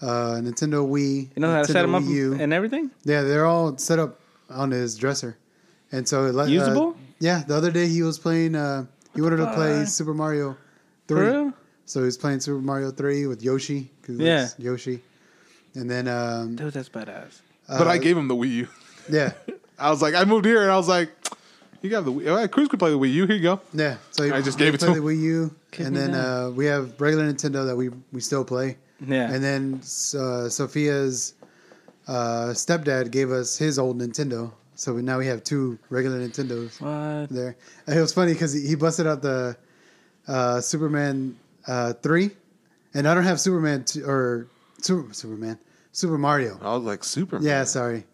Speaker 3: uh, Nintendo Wii,
Speaker 4: you know how to
Speaker 3: Nintendo
Speaker 4: set them up
Speaker 3: Wii U.
Speaker 4: and everything.
Speaker 3: yeah, they're all set up on his dresser, and so it let- uh,
Speaker 4: Usable?
Speaker 3: yeah, the other day he was playing. Uh, he wanted to play
Speaker 4: Fuck.
Speaker 3: Super Mario
Speaker 4: For
Speaker 3: Three.
Speaker 4: real?
Speaker 3: So he was playing Super Mario Three with Yoshi. 'cause he
Speaker 4: Yeah.
Speaker 3: likes Yoshi. And then, um,
Speaker 4: Dude, that's badass.
Speaker 1: But
Speaker 3: Uh,
Speaker 1: I gave him the Wii U.
Speaker 3: yeah,
Speaker 1: I was like, I moved here, and I was like, you got the Wii. All right, Cruz could play the Wii U. Here you go.
Speaker 3: yeah. So he,
Speaker 1: I just
Speaker 3: he
Speaker 1: gave it to
Speaker 3: played
Speaker 1: him.
Speaker 3: the Wii U,
Speaker 4: Give
Speaker 3: and
Speaker 4: me
Speaker 3: then
Speaker 4: that.
Speaker 3: uh, we have regular Nintendo that we we still play.
Speaker 4: Yeah.
Speaker 3: And then uh, Sophia's uh, stepdad gave us his old Nintendo, so we, now we have two regular Nintendos
Speaker 4: what?
Speaker 3: there. And it was funny because he he busted out the uh, Superman uh, three, and I don't have Superman two, or Super, Superman Super Mario.
Speaker 1: I was like, super.
Speaker 3: Yeah, sorry.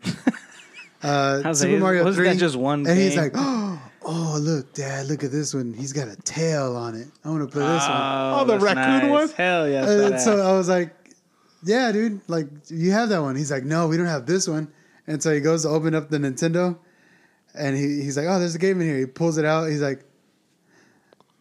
Speaker 3: Uh,
Speaker 4: How's
Speaker 3: Super
Speaker 4: that-
Speaker 3: Mario
Speaker 4: wasn't
Speaker 3: Three.
Speaker 4: that just one
Speaker 3: And he's
Speaker 4: game?
Speaker 3: like, oh, Oh, look, Dad, look at this one. He's got a tail on it. I want to play this
Speaker 4: Oh,
Speaker 1: the
Speaker 4: that's
Speaker 1: raccoon one?
Speaker 4: Hell yeah.
Speaker 3: one. uh,
Speaker 4: saw
Speaker 3: And
Speaker 4: that.
Speaker 3: so I was like, yeah, dude, like you have that one. He's like, no, we don't have this one. And so he goes to open up the Nintendo and he, he's like, oh, there's a game in here. He pulls it out. He's like,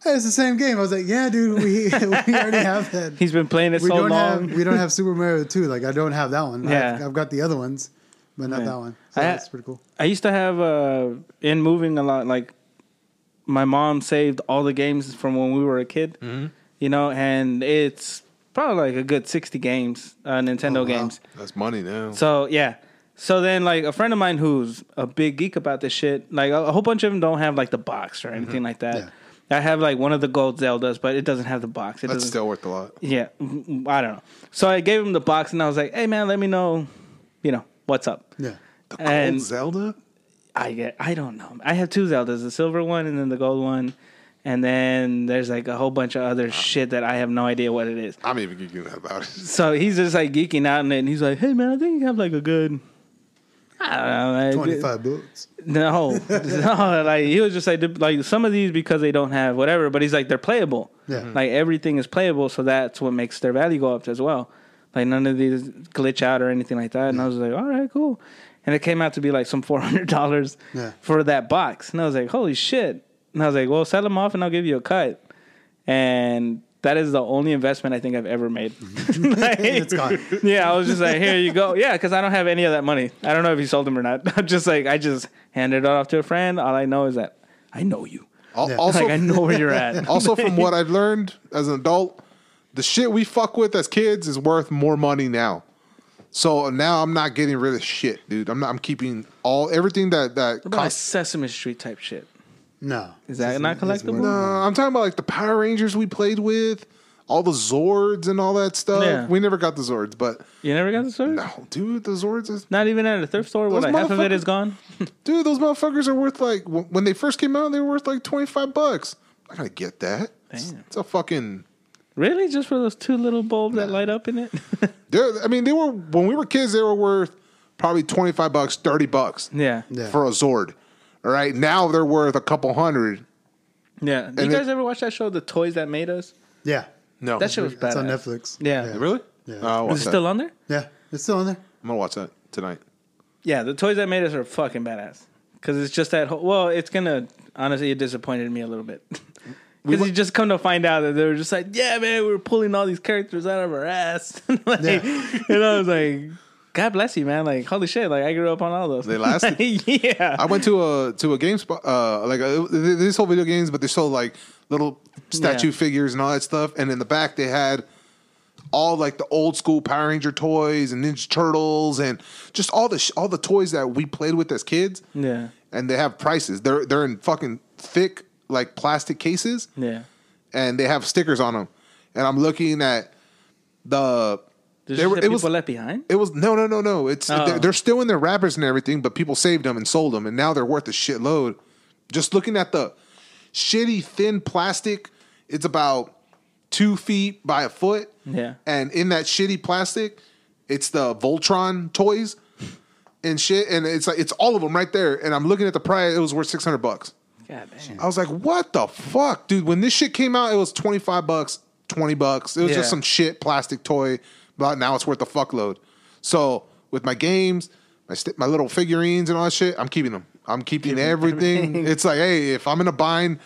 Speaker 3: hey, it's the same game. I was like, yeah, dude, we, we already have that.
Speaker 4: He's been playing it
Speaker 3: we
Speaker 4: so
Speaker 3: don't
Speaker 4: long.
Speaker 3: have we don't have Super Mario Two. Like I don't have that one.
Speaker 4: Yeah.
Speaker 3: I've, I've got the other ones, but not
Speaker 4: Yeah.
Speaker 3: that one. So
Speaker 4: I-
Speaker 3: that's pretty cool.
Speaker 4: I used to have uh, in moving a lot. Like my mom saved all the games from when we were a kid. You know, and it's probably like a good sixty games, uh, Nintendo
Speaker 3: Oh, wow.
Speaker 4: games.
Speaker 1: That's money now.
Speaker 4: So yeah. So then, like a friend of mine who's a big geek about this shit, like a, a whole bunch of them don't have like the box
Speaker 1: Mm-hmm.
Speaker 4: or anything like that. I have like one of the gold Zeldas, but it doesn't have the box. It
Speaker 1: That's
Speaker 4: doesn't.
Speaker 1: still worth a lot.
Speaker 4: uh, Yeah, mm, mm, I don't know. So I gave him the box, and I was like, "Hey, man, let me know, you know, what's up."
Speaker 3: Yeah.
Speaker 1: The gold
Speaker 4: And-
Speaker 1: Zelda?
Speaker 4: I get I don't know. I have two Zeldas, the silver one and then the gold one. And then there's like a whole bunch of other shit that I have no idea what it is.
Speaker 1: I'm even geeking out about it.
Speaker 4: So he's just like geeking out on it and he's like, Hey man, I think you have like a good I don't know. like,
Speaker 3: Twenty five bucks.
Speaker 4: No. no, like he was just like like some of these because they don't have whatever, but he's like they're playable.
Speaker 3: Yeah. Mhm.
Speaker 4: Like everything is playable, so that's what makes their value go up as well. Like none of these glitch out or anything like that. And I was like, All right, cool. And it came out to be like some four hundred dollars
Speaker 3: Yeah.
Speaker 4: for that box. And I was like, holy shit. And I was like, well, sell them off and I'll give you a cut. And that is the only investment I think I've ever made. Like,
Speaker 3: Mm-hmm. It's gone.
Speaker 4: Yeah, I was just like, here you go. Yeah, because I don't have any of that money. I don't know if he sold them or not. I'm just like, I just handed it off to a friend. All I know is that I know you.
Speaker 1: Al-
Speaker 3: Yeah.
Speaker 1: Also,
Speaker 4: like, I know where you're at.
Speaker 1: also from what I've learned as an adult, the shit we fuck with as kids is worth more money now. So now I'm not getting rid of shit, dude. I'm not. I'm keeping all everything that that.
Speaker 4: What about, like
Speaker 1: Cost,
Speaker 4: Sesame Street type shit.
Speaker 3: No.
Speaker 4: Is that
Speaker 3: It's-
Speaker 4: not
Speaker 3: it's worth
Speaker 4: collectible?
Speaker 3: it.
Speaker 1: uh, I'm talking about like the Power Rangers we played with, all the Zords and all that stuff.
Speaker 4: Yeah.
Speaker 1: We never got the Zords, but
Speaker 4: You never got the story?
Speaker 1: no, dude, the Zords is
Speaker 4: Not even at a thrift store where
Speaker 1: Those
Speaker 4: like half of it
Speaker 1: motherfuckers-
Speaker 4: is gone?
Speaker 1: dude. Those motherfuckers are worth like w- when they first came out, they were worth like 25 bucks. I'm not gonna get that. It's,
Speaker 4: Damn.
Speaker 1: it's a fucking.
Speaker 4: Really? Just for those two little bulbs that light up in it?
Speaker 1: They're, I mean, they were when we were kids. They were worth probably twenty five bucks, thirty bucks
Speaker 4: yeah.
Speaker 3: Yeah.
Speaker 1: for a Zord. All right, now they're worth a couple hundred.
Speaker 4: Yeah. Did you
Speaker 1: And
Speaker 4: guys
Speaker 1: it- Oh,
Speaker 4: ever watch that show, The Toys That Made Us?
Speaker 3: Yeah.
Speaker 1: No,
Speaker 4: That shit was bad.
Speaker 3: It's on Netflix.
Speaker 4: Yeah.
Speaker 1: Really?
Speaker 3: Yeah.
Speaker 1: Oh, I'll watch
Speaker 4: Is it
Speaker 1: that.
Speaker 4: still on there?
Speaker 3: Yeah. It's still on there.
Speaker 1: I'm gonna watch that tonight.
Speaker 4: Yeah, the toys that made us are fucking badass. Because it's just that. Whole, well, it's gonna honestly, it disappointed me a little bit. Because you just come to find out that they were just like, yeah, man, we were pulling all these characters out of our ass. like,
Speaker 3: Yeah.
Speaker 4: And I was like, God bless you, man. Like, holy shit. Like, I grew up on all those.
Speaker 1: They lasted.
Speaker 4: yeah.
Speaker 1: I went to a to a game spot, uh, like uh, they they sold video games, but they sold like little statue
Speaker 4: Yeah.
Speaker 1: figures and all that stuff. And in the back, they had all like the old school Power Ranger toys and Ninja Turtles and just all the sh- all the toys that we played with as kids.
Speaker 4: yeah.
Speaker 1: and they have prices. They're they're in fucking thick like plastic cases,
Speaker 4: Yeah.
Speaker 1: and they have stickers on them. And I'm looking at the
Speaker 4: There's
Speaker 1: They
Speaker 4: just
Speaker 1: were-
Speaker 4: the
Speaker 1: it
Speaker 4: people
Speaker 1: was-
Speaker 4: left behind.
Speaker 1: it was no no no no. It's
Speaker 4: Oh.
Speaker 1: they're, they're still in their wrappers and everything, but people saved them and sold them, and now they're worth a shitload. Just looking at the shitty thin plastic, it's about two feet by a foot.
Speaker 4: Yeah.
Speaker 1: And in that shitty plastic, it's the Voltron toys and shit. And it's like it's all of them right there. And I'm looking at the price; it was worth six hundred bucks.
Speaker 4: God damn.
Speaker 1: I was like, what the fuck, dude? When this shit came out, it was 25 bucks, 20 bucks. It was
Speaker 4: Yeah.
Speaker 1: just some shit plastic toy, but now it's worth a fuckload. So with my games, my, st- my little figurines and all that shit, I'm keeping them. I'm keeping everything. It's like, hey, if I'm in a bind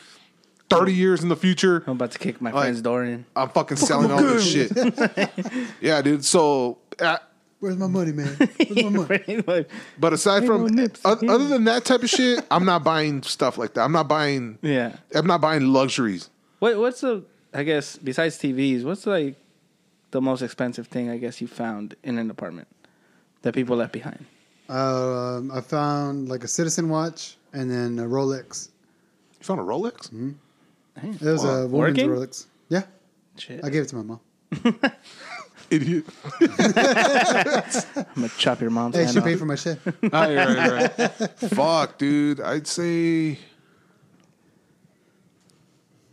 Speaker 1: 30 years in the future,
Speaker 4: I'm about to kick my
Speaker 1: Like-
Speaker 4: friend's door in.
Speaker 1: I'm fucking selling all this shit. yeah, dude. So, uh,
Speaker 3: Where's my money, man? Where's my money?
Speaker 1: but aside from,
Speaker 4: little nips.
Speaker 1: oth- other than that type of shit, I'm not buying stuff like that. I'm not buying,
Speaker 4: yeah.
Speaker 1: I'm not buying luxuries.
Speaker 4: What what's the I guess besides TVs, what's like the most expensive thing I guess you found in an apartment that people left behind?
Speaker 3: um, I found like a Citizen watch and then a Rolex.
Speaker 1: You found a Rolex?
Speaker 3: It was a woman's
Speaker 4: Working?
Speaker 3: Rolex. Yeah,
Speaker 4: Shit.
Speaker 3: I gave it to my mom.
Speaker 1: Idiot.
Speaker 4: I'm gonna chop your mom's
Speaker 3: Hey,
Speaker 4: hand
Speaker 3: she
Speaker 4: off.
Speaker 3: paid for my shit.
Speaker 1: Oh, right, right, right. Fuck, dude. I'd say.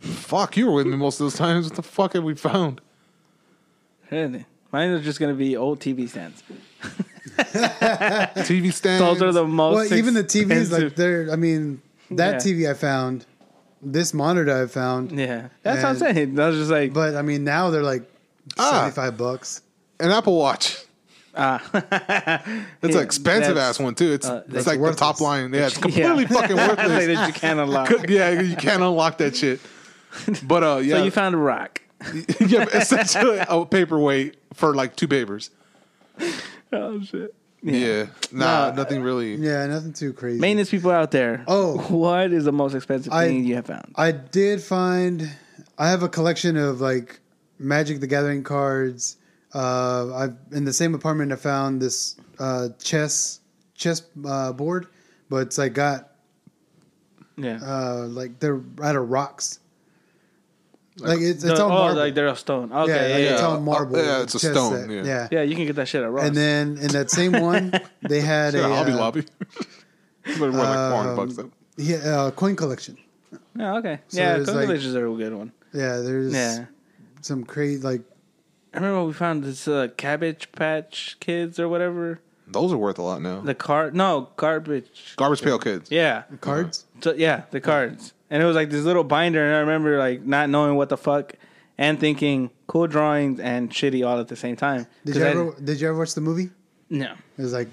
Speaker 1: Fuck, you were with me most of those times. What the fuck have we found?
Speaker 4: Really? Mine are just gonna be old TV stands.
Speaker 1: TV stands.
Speaker 4: Those are the most
Speaker 3: well, even the TVs, like
Speaker 4: expensive-
Speaker 3: they're. I mean, that
Speaker 4: Yeah.
Speaker 3: TV I found, this monitor I found.
Speaker 4: Yeah, that's what I'm
Speaker 3: And-
Speaker 4: saying. I was just like,
Speaker 3: But I mean, now they're like
Speaker 1: Ah.
Speaker 3: seventy-five bucks.
Speaker 1: An Apple Watch.
Speaker 4: ah,
Speaker 1: It's
Speaker 4: Yeah,
Speaker 1: an expensive
Speaker 4: that's-
Speaker 1: ass one too. It's
Speaker 4: uh,
Speaker 1: it's
Speaker 4: that's
Speaker 1: like
Speaker 3: worthless.
Speaker 1: the top line. Yeah, it's completely fucking
Speaker 4: Like
Speaker 1: worthless.
Speaker 4: that you can't unlock.
Speaker 1: yeah, you can't unlock that shit. But uh, yeah,
Speaker 4: So you found a rock.
Speaker 1: yeah, but essentially a paperweight for like two papers.
Speaker 4: Oh shit.
Speaker 1: Yeah, nah,
Speaker 4: No,
Speaker 1: nothing really.
Speaker 3: Yeah, nothing too crazy.
Speaker 4: Maintenance people out there.
Speaker 3: Oh.
Speaker 4: what is the most expensive
Speaker 3: I-
Speaker 4: thing you have found?
Speaker 3: I did find. I have a collection of like Magic the Gathering cards. Uh, I've in the same apartment. I found this uh, chess chess uh, board, but it's like got
Speaker 4: Yeah,
Speaker 3: uh, like they're out of rocks. Like it's, it's
Speaker 4: The-
Speaker 3: all
Speaker 4: oh,
Speaker 3: marble.
Speaker 4: like they're a stone. Okay,
Speaker 3: yeah,
Speaker 4: yeah,
Speaker 3: like
Speaker 4: yeah,
Speaker 3: it's
Speaker 1: yeah.
Speaker 3: all marble.
Speaker 1: Uh, yeah, it's a
Speaker 3: chess
Speaker 1: stone,
Speaker 3: set.
Speaker 1: yeah.
Speaker 3: yeah.
Speaker 4: Yeah, you can get that shit at Ross.
Speaker 3: And then in that same one, they had
Speaker 1: Yeah,
Speaker 3: a
Speaker 1: Hobby
Speaker 3: uh,
Speaker 1: Lobby. It's worth like four hundred bucks though.
Speaker 3: Yeah, uh, coin collection.
Speaker 4: yeah, Oh, okay,
Speaker 3: So
Speaker 4: yeah,
Speaker 3: there's,
Speaker 4: Coca
Speaker 3: like-
Speaker 4: Villages are a good one.
Speaker 3: Yeah, there's
Speaker 4: Yeah,
Speaker 3: some crazy like
Speaker 4: Uh-huh. I remember we found this uh, Cabbage Patch Kids or whatever
Speaker 1: Those are worth a lot now.
Speaker 4: the card. No, garbage.
Speaker 1: Garbage Pail Kids.
Speaker 4: Yeah,
Speaker 3: cards.
Speaker 4: so, yeah, the cards, and it was like this little binder, and I remember like not knowing what the fuck. And thinking cool drawings and shitty all at the same time.
Speaker 3: Did
Speaker 4: 'Cause
Speaker 3: you
Speaker 4: I-
Speaker 3: ever did you ever watch the movie?
Speaker 4: No,
Speaker 3: It was like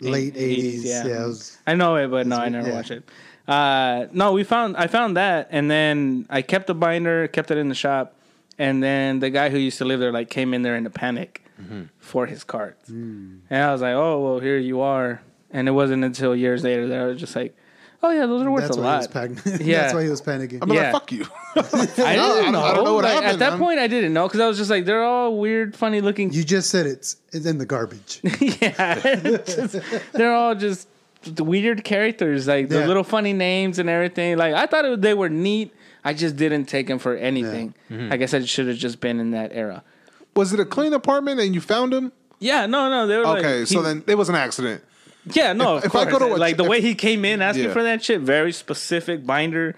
Speaker 3: late eighties. Yeah. it was,
Speaker 4: I know it, but no, I
Speaker 3: It's-
Speaker 4: never
Speaker 3: yeah.
Speaker 4: watched it. Uh, no, we found I found that, and then I kept the binder, kept it in the shop, and then the guy who used to live there like came in there in a panic for his cards,
Speaker 1: Mm.
Speaker 4: and I was like, oh well, here you are. And it wasn't until years later that I was just like, oh yeah, those are worth
Speaker 3: that's
Speaker 4: a
Speaker 3: why
Speaker 4: lot.
Speaker 3: he was panicking.
Speaker 4: Yeah.
Speaker 3: that's why he was panicking.
Speaker 1: I'm like,
Speaker 4: Yeah.
Speaker 1: fuck you.
Speaker 4: I
Speaker 1: No, I
Speaker 4: didn't
Speaker 1: don't-
Speaker 4: know.
Speaker 1: I don't know what
Speaker 4: Like,
Speaker 1: happened.
Speaker 4: At that
Speaker 1: I'm-
Speaker 4: point, I didn't know because I was just like, they're all weird, funny looking.
Speaker 3: you just said it's it's in the garbage.
Speaker 4: yeah, Just- they're all just the weird characters, like the
Speaker 3: Yeah.
Speaker 4: little funny names and everything. Like I thought it, they were neat. I just didn't take them for anything.
Speaker 1: Mm-hmm.
Speaker 4: Like I said, it should have just been in that era.
Speaker 1: Was it a clean apartment and you found him?
Speaker 4: Yeah, no, no, they were like-
Speaker 1: Okay, so
Speaker 4: he-
Speaker 1: then it was an accident.
Speaker 4: yeah, no,
Speaker 1: if-
Speaker 4: of
Speaker 1: if I
Speaker 4: course.
Speaker 1: go to a-
Speaker 4: like the
Speaker 1: if-
Speaker 4: way he came in asking
Speaker 1: Yeah.
Speaker 4: for that shit, very specific binder,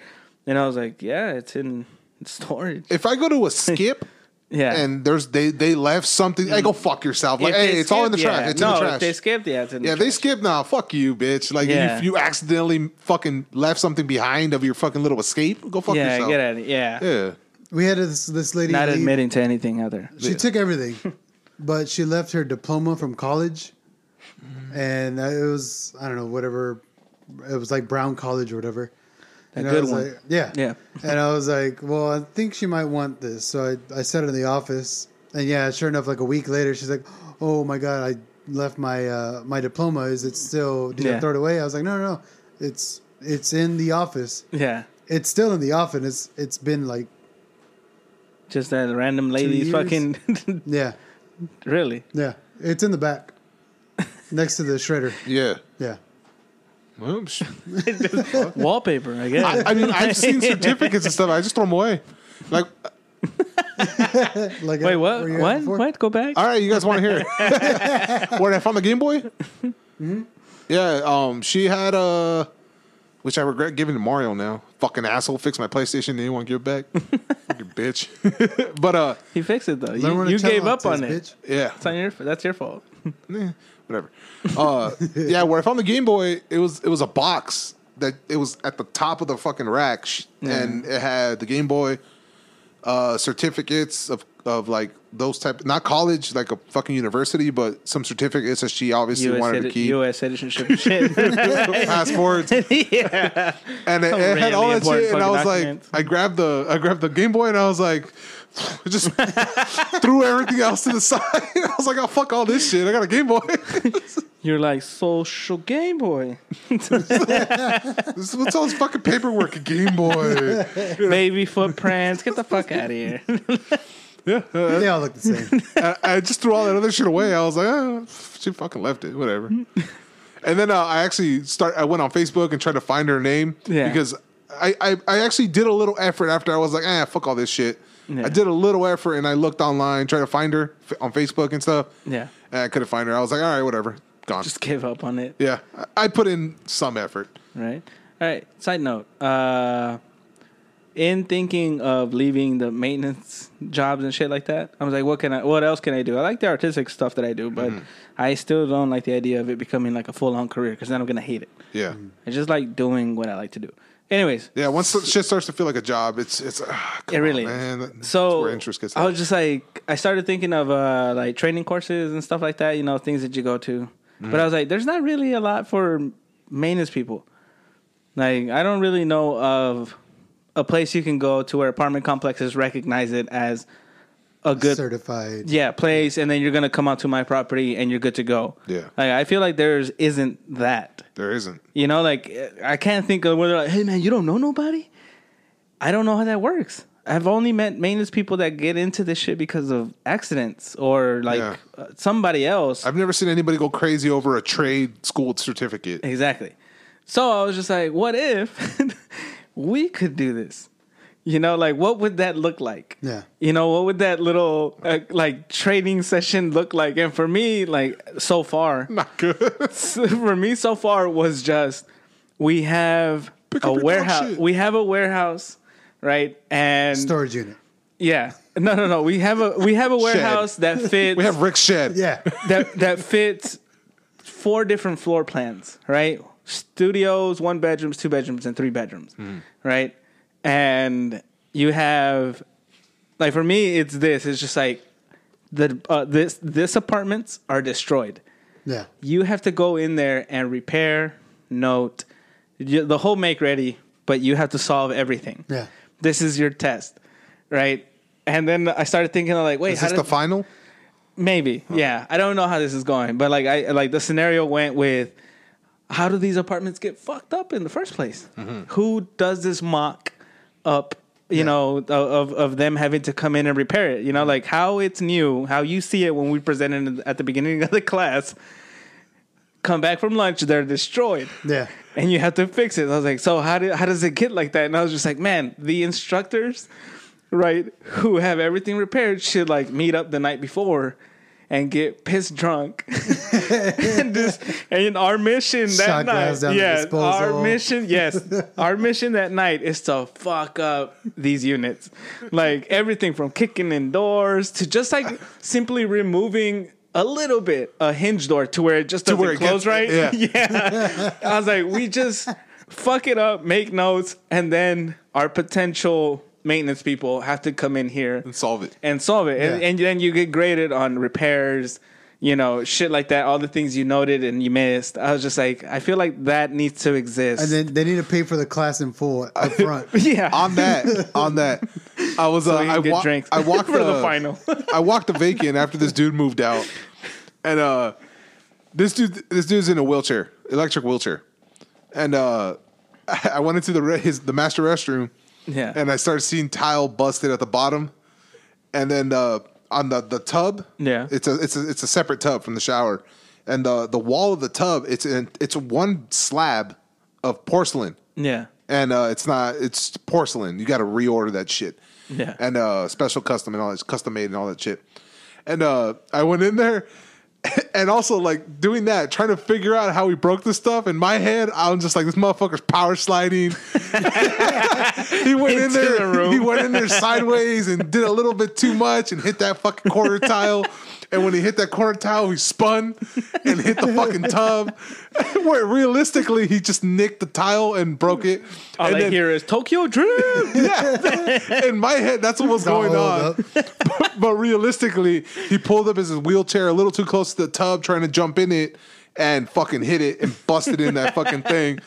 Speaker 4: and I was like, yeah, it's in storage.
Speaker 1: If I go to a skip
Speaker 4: Yeah,
Speaker 1: and there's they they left something, hey, go fuck yourself. Like,
Speaker 4: If they
Speaker 1: hey, it's all in the
Speaker 4: skipped,
Speaker 1: trash.
Speaker 4: yeah.
Speaker 1: It's
Speaker 4: no,
Speaker 1: in the
Speaker 4: If
Speaker 1: trash.
Speaker 4: they skipped, yeah, it's in
Speaker 1: yeah,
Speaker 4: the
Speaker 1: they
Speaker 4: trash.
Speaker 1: skipped. Nah, fuck you, bitch. Like
Speaker 4: Yeah.
Speaker 1: if you accidentally fucking left something behind of your fucking little escape, go fuck
Speaker 4: yeah,
Speaker 1: yourself.
Speaker 4: get at it. Yeah,
Speaker 1: Yeah.
Speaker 3: we had this this lady.
Speaker 4: not
Speaker 3: leave-
Speaker 4: admitting to anything other.
Speaker 3: She took everything, but she left her diploma from college,
Speaker 4: Mm-hmm.
Speaker 3: and it was I don't know whatever. It was like Brown College or whatever.
Speaker 4: A
Speaker 3: And I
Speaker 4: good
Speaker 3: was
Speaker 4: one.
Speaker 3: like- yeah.
Speaker 4: Yeah.
Speaker 3: and I was like, well, I think she might want this. So I, I said it in the office. And yeah, sure enough, like a week later, she's like, oh my God, I left my uh, my diploma. Is it still, did I
Speaker 4: Yeah.
Speaker 3: throw it away? I was like, no, no, no. It's, it's in the office.
Speaker 4: yeah.
Speaker 3: It's still in the office. It's, it's been like,
Speaker 4: Just that random lady's
Speaker 3: years?
Speaker 4: fucking.
Speaker 3: yeah,
Speaker 4: really?
Speaker 3: yeah. It's in the back next to the shredder.
Speaker 1: Yeah.
Speaker 3: Yeah.
Speaker 1: Oops.
Speaker 4: Wallpaper, I guess.
Speaker 1: I, I mean, I've seen certificates and stuff. I just throw them away. Like,
Speaker 3: Like
Speaker 4: Wait,
Speaker 3: uh,
Speaker 4: what?
Speaker 3: where you at
Speaker 4: What?
Speaker 3: before?
Speaker 4: What? Go back?
Speaker 1: all right, you guys want to hear it? Where I found the Game Boy? Yeah. Um, she had a, which I regret giving to Mario now. Fucking asshole, fix my PlayStation. They didn't want to give it back. Fucking bitch. but uh,
Speaker 4: He fixed it though.
Speaker 3: Learn
Speaker 4: You,
Speaker 3: what a
Speaker 4: you gave
Speaker 3: child
Speaker 4: up on
Speaker 3: is,
Speaker 4: it.
Speaker 3: bitch.
Speaker 1: yeah.
Speaker 4: It's on your. That's your fault.
Speaker 1: whatever. Uh, yeah, where I found the Game Boy, it was it was a box that it was at the top of the fucking rack, sh- and it had the Game Boy uh, certificates of of like those type, not college, like a fucking university, but some certificates that she obviously
Speaker 4: US,
Speaker 1: wanted to
Speaker 4: citi-
Speaker 1: keep,
Speaker 4: US citizenship and shit.
Speaker 1: passports, and
Speaker 4: yeah.
Speaker 1: it, it had
Speaker 4: Really
Speaker 1: all that
Speaker 4: important
Speaker 1: shit. And I
Speaker 4: fucking
Speaker 1: was
Speaker 4: documents.
Speaker 1: like, I grabbed the I grabbed the Game Boy, and I was like. Just threw everything else to the side. I was like, "Oh fuck all this shit! I got a Game Boy.
Speaker 4: You're like social Game Boy,
Speaker 1: This- What's all this fucking paperwork? A Game Boy."
Speaker 4: baby footprints. Get the fuck out of here.
Speaker 3: They all look the same.
Speaker 1: I, I just threw all that other shit away. I was like, oh, she fucking left it, whatever. and then uh, I actually start. I went on Facebook and tried to find her name
Speaker 4: Yeah.
Speaker 1: because I, I I actually did a little effort after I was like, ah, fuck all this shit.
Speaker 4: Yeah.
Speaker 1: I did a little effort and I looked online, tried to find her f- on Facebook and stuff.
Speaker 4: Yeah.
Speaker 1: and I couldn't find her. I was like, all right, whatever, gone.
Speaker 4: Just give up on it.
Speaker 1: yeah, I, I put in some effort.
Speaker 4: Right. All right. Side note. Uh, in thinking of leaving the maintenance jobs and shit like that, I was like, what can I? What else can I do? I like the artistic stuff that I do, but I still don't like the idea of it becoming like a full on career because then I'm gonna hate it.
Speaker 1: Yeah.
Speaker 4: I just like doing what I like to do. Anyways,
Speaker 1: Yeah, once the shit starts to feel like a job, it's it's ah, come
Speaker 4: it really
Speaker 1: on, man.
Speaker 4: is.
Speaker 1: That's
Speaker 4: so
Speaker 1: where interest gets.
Speaker 4: I was just like I started thinking of uh like training courses and stuff like that, you know, things that you go to.
Speaker 1: Mm-hmm.
Speaker 4: But I was like, there's not really a lot for maintenance people. Like I don't really know of a place you can go to where apartment complexes recognize it as a good
Speaker 3: certified.
Speaker 4: yeah place and then you're gonna come out to my property and you're good to go.
Speaker 1: Yeah.
Speaker 4: Like I feel like there's isn't that.
Speaker 1: there isn't.
Speaker 4: You know, like I can't think of where they're like, hey man, you don't know nobody? I don't know how that works. I've only met maintenance people that get into this shit because of accidents or like
Speaker 1: Yeah.
Speaker 4: uh, somebody else.
Speaker 1: I've never seen anybody go crazy over a trade school certificate.
Speaker 4: exactly. So I was just like, what if we could do this? You know, like what would that look like?
Speaker 3: Yeah.
Speaker 4: You know, what would that little uh, like training session look like? And for me, like so far,
Speaker 1: Not good.
Speaker 4: for me so far was just we have
Speaker 1: Pick
Speaker 4: a
Speaker 1: up your dog
Speaker 4: warehouse.
Speaker 1: shit.
Speaker 4: We have a warehouse, right? And
Speaker 3: Storage unit.
Speaker 4: yeah, no, no, no. We have a we have a warehouse that fits
Speaker 1: we have Rick's shed.
Speaker 3: Yeah.
Speaker 4: that that fits four different floor plans, right? Studios, one bedrooms, two bedrooms, and three bedrooms, right? And you have like for me, it's this. It's just like the uh, this this apartments are destroyed
Speaker 3: Yeah.
Speaker 4: you have to go in there and repair, note, you, the whole make ready, but you have to solve everything.
Speaker 3: Yeah.
Speaker 4: This is your test, right? And then I started thinking like, wait,
Speaker 1: Is
Speaker 4: how
Speaker 1: this
Speaker 4: did-
Speaker 1: the final?
Speaker 4: maybe, yeah. I don't know how this is going, but like I like the scenario went with, how do these apartments get fucked up in the first place? Who does this mock up? You know, of- of of them having to come in and repair it. You know, like how it's new, how you see it when we presented it at the beginning of the class. Come back from lunch, they're destroyed
Speaker 3: Yeah.
Speaker 4: and you have to fix it. And I was like, so how do, how does it get like that? And I was just like, man, the instructors, right, who have everything repaired should like meet up the night before and get piss drunk. and just and our mission that
Speaker 3: Shot
Speaker 4: night,
Speaker 3: glass down the
Speaker 4: yeah, our
Speaker 3: disposal.
Speaker 4: mission, yes, our mission that night is to fuck up these units, like everything from kicking in doors to just like simply removing. A little bit, a hinge door to where it just doesn't
Speaker 1: where it
Speaker 4: close
Speaker 1: gets-
Speaker 4: right.
Speaker 1: yeah.
Speaker 4: Yeah. I was like, we just fuck it up, make notes, and then our potential maintenance people have to come in here
Speaker 1: And solve it.
Speaker 4: and solve it. And,
Speaker 3: Yeah.
Speaker 4: and then you get graded on repairs, you know, shit like that, all the things you noted and you missed. I was just like, I feel like that needs to exist.
Speaker 3: And then they need to pay for the class in full up front.
Speaker 4: yeah.
Speaker 1: on that, on that, I was. uh,
Speaker 4: we can
Speaker 1: I,
Speaker 4: get
Speaker 1: wa-
Speaker 4: drinks
Speaker 1: I walked
Speaker 4: for the
Speaker 1: uh,
Speaker 4: final.
Speaker 1: I walked the vacant after this dude moved out, and uh, this dude, this dude's in a wheelchair, electric wheelchair, and uh, I went into the re- his the master restroom,
Speaker 4: yeah.
Speaker 1: and I started seeing tile busted at the bottom, and then uh, on the the tub,
Speaker 4: Yeah.
Speaker 1: it's a it's a it's a separate tub from the shower, and the the wall of the tub, it's in, it's one slab of porcelain
Speaker 4: yeah.
Speaker 1: and uh, it's not it's porcelain. You got to reorder that shit.
Speaker 4: Yeah.
Speaker 1: and uh, special custom and all that custom made and all that shit. And uh, I went in there. And also, like doing that, trying to figure out how we broke this stuff. In my head, I'm just like, this motherfucker's power sliding. he went in
Speaker 4: Into
Speaker 1: there.
Speaker 4: the room.
Speaker 1: He went in there sideways and did a little bit too much and hit that fucking corner tile. And when he hit that corner tile, he spun and hit the fucking tub. Where realistically, he just nicked the tile and broke it.
Speaker 4: All
Speaker 1: and
Speaker 4: I
Speaker 1: then-
Speaker 4: hear is Tokyo Drift.
Speaker 1: yeah. In my head, that's what was
Speaker 3: all
Speaker 1: going on.
Speaker 3: oiled
Speaker 1: but, but realistically, he pulled up his wheelchair a little too close to the tub, trying to jump in it, and fucking hit it and busted in that fucking thing.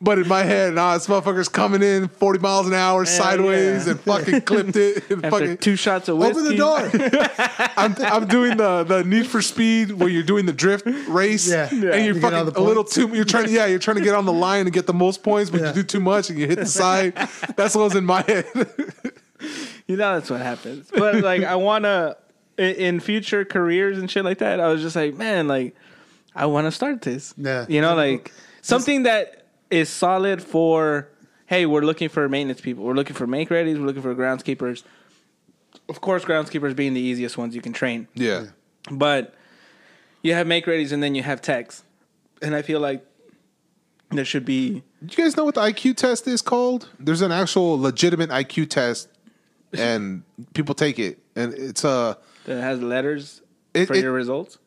Speaker 1: But in my head, nah, this motherfucker's coming in 40 miles an hour sideways
Speaker 4: yeah.
Speaker 1: and fucking clipped it. And
Speaker 4: After
Speaker 1: fucking,
Speaker 4: two shots of whiskey.
Speaker 3: Open the door.
Speaker 1: I'm, I'm doing the, the Need for Speed where you're doing the drift race.
Speaker 3: Yeah. Yeah.
Speaker 1: And
Speaker 3: You
Speaker 1: you're
Speaker 3: get all
Speaker 1: fucking a
Speaker 3: the
Speaker 1: little too, you're trying to, yeah, you're trying to get on the line and get the most points, but
Speaker 3: Yeah.
Speaker 1: you do too much and you hit the side. That's what was in my head.
Speaker 4: You know that's what happens. But like I wanna in, in future careers and shit like that, I was just like, man, like I wanna start this.
Speaker 3: Yeah.
Speaker 4: You know, like something that is solid for hey, we're looking for maintenance people, we're looking for make readies, we're looking for groundskeepers. Of course, groundskeepers being the easiest ones you can train.
Speaker 1: Yeah.
Speaker 4: But you have make readies and then you have techs. And I feel like There should be
Speaker 1: Do you guys know what the IQ test is called? There's an actual legitimate IQ test, and people take it, and it's a
Speaker 4: that has letters
Speaker 1: It-
Speaker 4: for
Speaker 1: it-
Speaker 4: your results.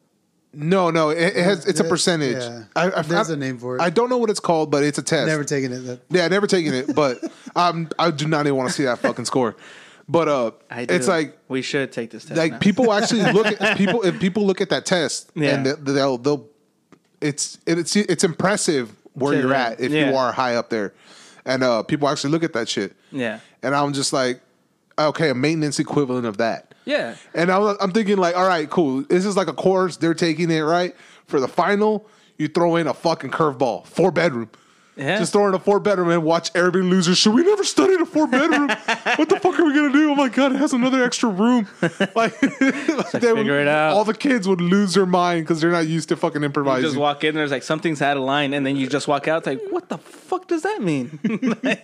Speaker 1: no, no. It, it has it's a
Speaker 3: Yeah,
Speaker 1: percentage.
Speaker 3: yeah.
Speaker 1: I, I,
Speaker 3: There's
Speaker 1: I-
Speaker 3: a name for it.
Speaker 1: I don't know what it's called, but it's a test.
Speaker 3: Never taken it. That,
Speaker 1: Yeah, never taking it, but um, I do not even want to see that fucking score. But uh,
Speaker 4: I do.
Speaker 1: it's like
Speaker 4: we should take this test.
Speaker 1: like
Speaker 4: now.
Speaker 1: people actually look at people if people look at that test
Speaker 4: Yeah.
Speaker 1: and they- they'll they'll it's it's it's impressive where
Speaker 4: To
Speaker 1: you're
Speaker 4: them.
Speaker 1: at if
Speaker 4: Yeah.
Speaker 1: you are high up there, and uh, people actually look at that shit.
Speaker 4: yeah,
Speaker 1: and I'm just like, okay, a maintenance equivalent of that.
Speaker 4: yeah.
Speaker 1: And I'm, I'm thinking like, all right, cool. This is like a course. They're taking it right for the final. You throw in a fucking curveball, four bedroom.
Speaker 4: Yeah.
Speaker 1: Just throw in a four bedroom and watch everybody lose their shit. We never studied a four bedroom. what the fuck are we gonna do? Oh my god, it has another extra room. Like, they would-
Speaker 4: figure it out.
Speaker 1: All the kids would lose their mind because they're not used to fucking
Speaker 4: You just
Speaker 1: improvising.
Speaker 4: walk in, there's like something's out of line, and then you just walk out, it's like, what the fuck does that mean? Like,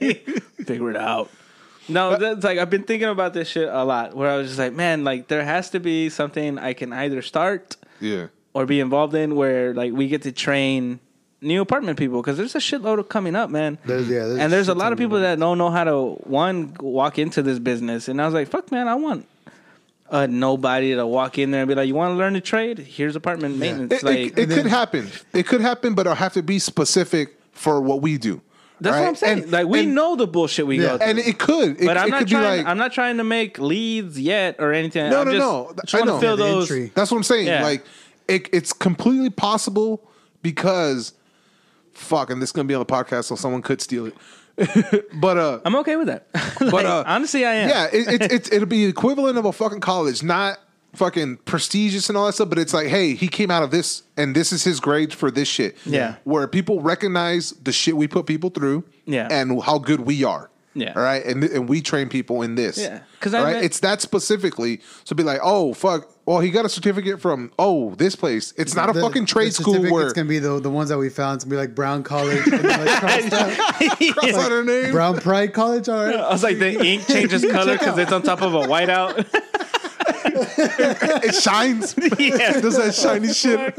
Speaker 4: figure it out. No, that's like I've been thinking about this shit a lot. Where I was just like, man, like there has to be something I can either start
Speaker 1: yeah,
Speaker 4: or be involved in where like we get to train new apartment people because there's a shitload of coming up, man.
Speaker 3: There's- yeah, there's
Speaker 4: and there's a
Speaker 3: shit
Speaker 4: lot
Speaker 3: ton
Speaker 4: of people that don't know how to one walk into this business. And I was like, fuck, man, I want a nobody to walk in there and be like, you want to learn to trade? Here's apartment maintenance.
Speaker 1: it, it-
Speaker 4: like
Speaker 1: it could happen. It could happen, but it'll have to be specific for what we do.
Speaker 4: that's what
Speaker 1: right?
Speaker 4: I'm saying.
Speaker 1: And-
Speaker 4: like we
Speaker 1: and-
Speaker 4: know the bullshit we go
Speaker 3: Yeah,
Speaker 4: through.
Speaker 1: and it could. It,
Speaker 4: but I'm
Speaker 1: it
Speaker 4: not
Speaker 1: could
Speaker 4: trying.
Speaker 1: be like
Speaker 4: I'm not trying to make leads yet or anything.
Speaker 1: No,
Speaker 4: I'm
Speaker 1: no,
Speaker 4: just,
Speaker 1: no.
Speaker 4: Just
Speaker 1: I
Speaker 4: want
Speaker 1: know.
Speaker 4: to fill
Speaker 3: Yeah, the
Speaker 4: those.
Speaker 3: entry.
Speaker 1: That's what I'm saying.
Speaker 4: Yeah.
Speaker 1: Like it, it's completely possible because fuck, and this is gonna be on the podcast, so someone could steal it. but uh,
Speaker 4: I'm okay with that. but
Speaker 1: uh,
Speaker 4: honestly, I am.
Speaker 1: yeah, it, it, it's it'll be the equivalent of a fucking college, not fucking prestigious and all that stuff. But it's like, hey, he came out of this, and this is his grades for this shit.
Speaker 4: Yeah.
Speaker 1: where people recognize the shit we put people through.
Speaker 4: Yeah.
Speaker 1: and how good we are.
Speaker 4: Yeah.
Speaker 1: All right. And and we train people in this.
Speaker 4: Yeah. 'Cause
Speaker 1: Cause
Speaker 4: I
Speaker 1: right?
Speaker 4: met-
Speaker 1: it's that specifically. So be like, oh fuck. Well, he got a certificate from oh this place. It's not a
Speaker 3: the-
Speaker 1: fucking
Speaker 3: the
Speaker 1: trade school where
Speaker 3: It's gonna be the the ones that we found. It's gonna be like Brown College, and like crossed out.
Speaker 1: cross out her name.
Speaker 3: Brown Pride College. All right.
Speaker 4: I was like, the ink changes color because it's on top of a whiteout.
Speaker 1: It shines.
Speaker 4: yeah.
Speaker 1: Does that shiny shit?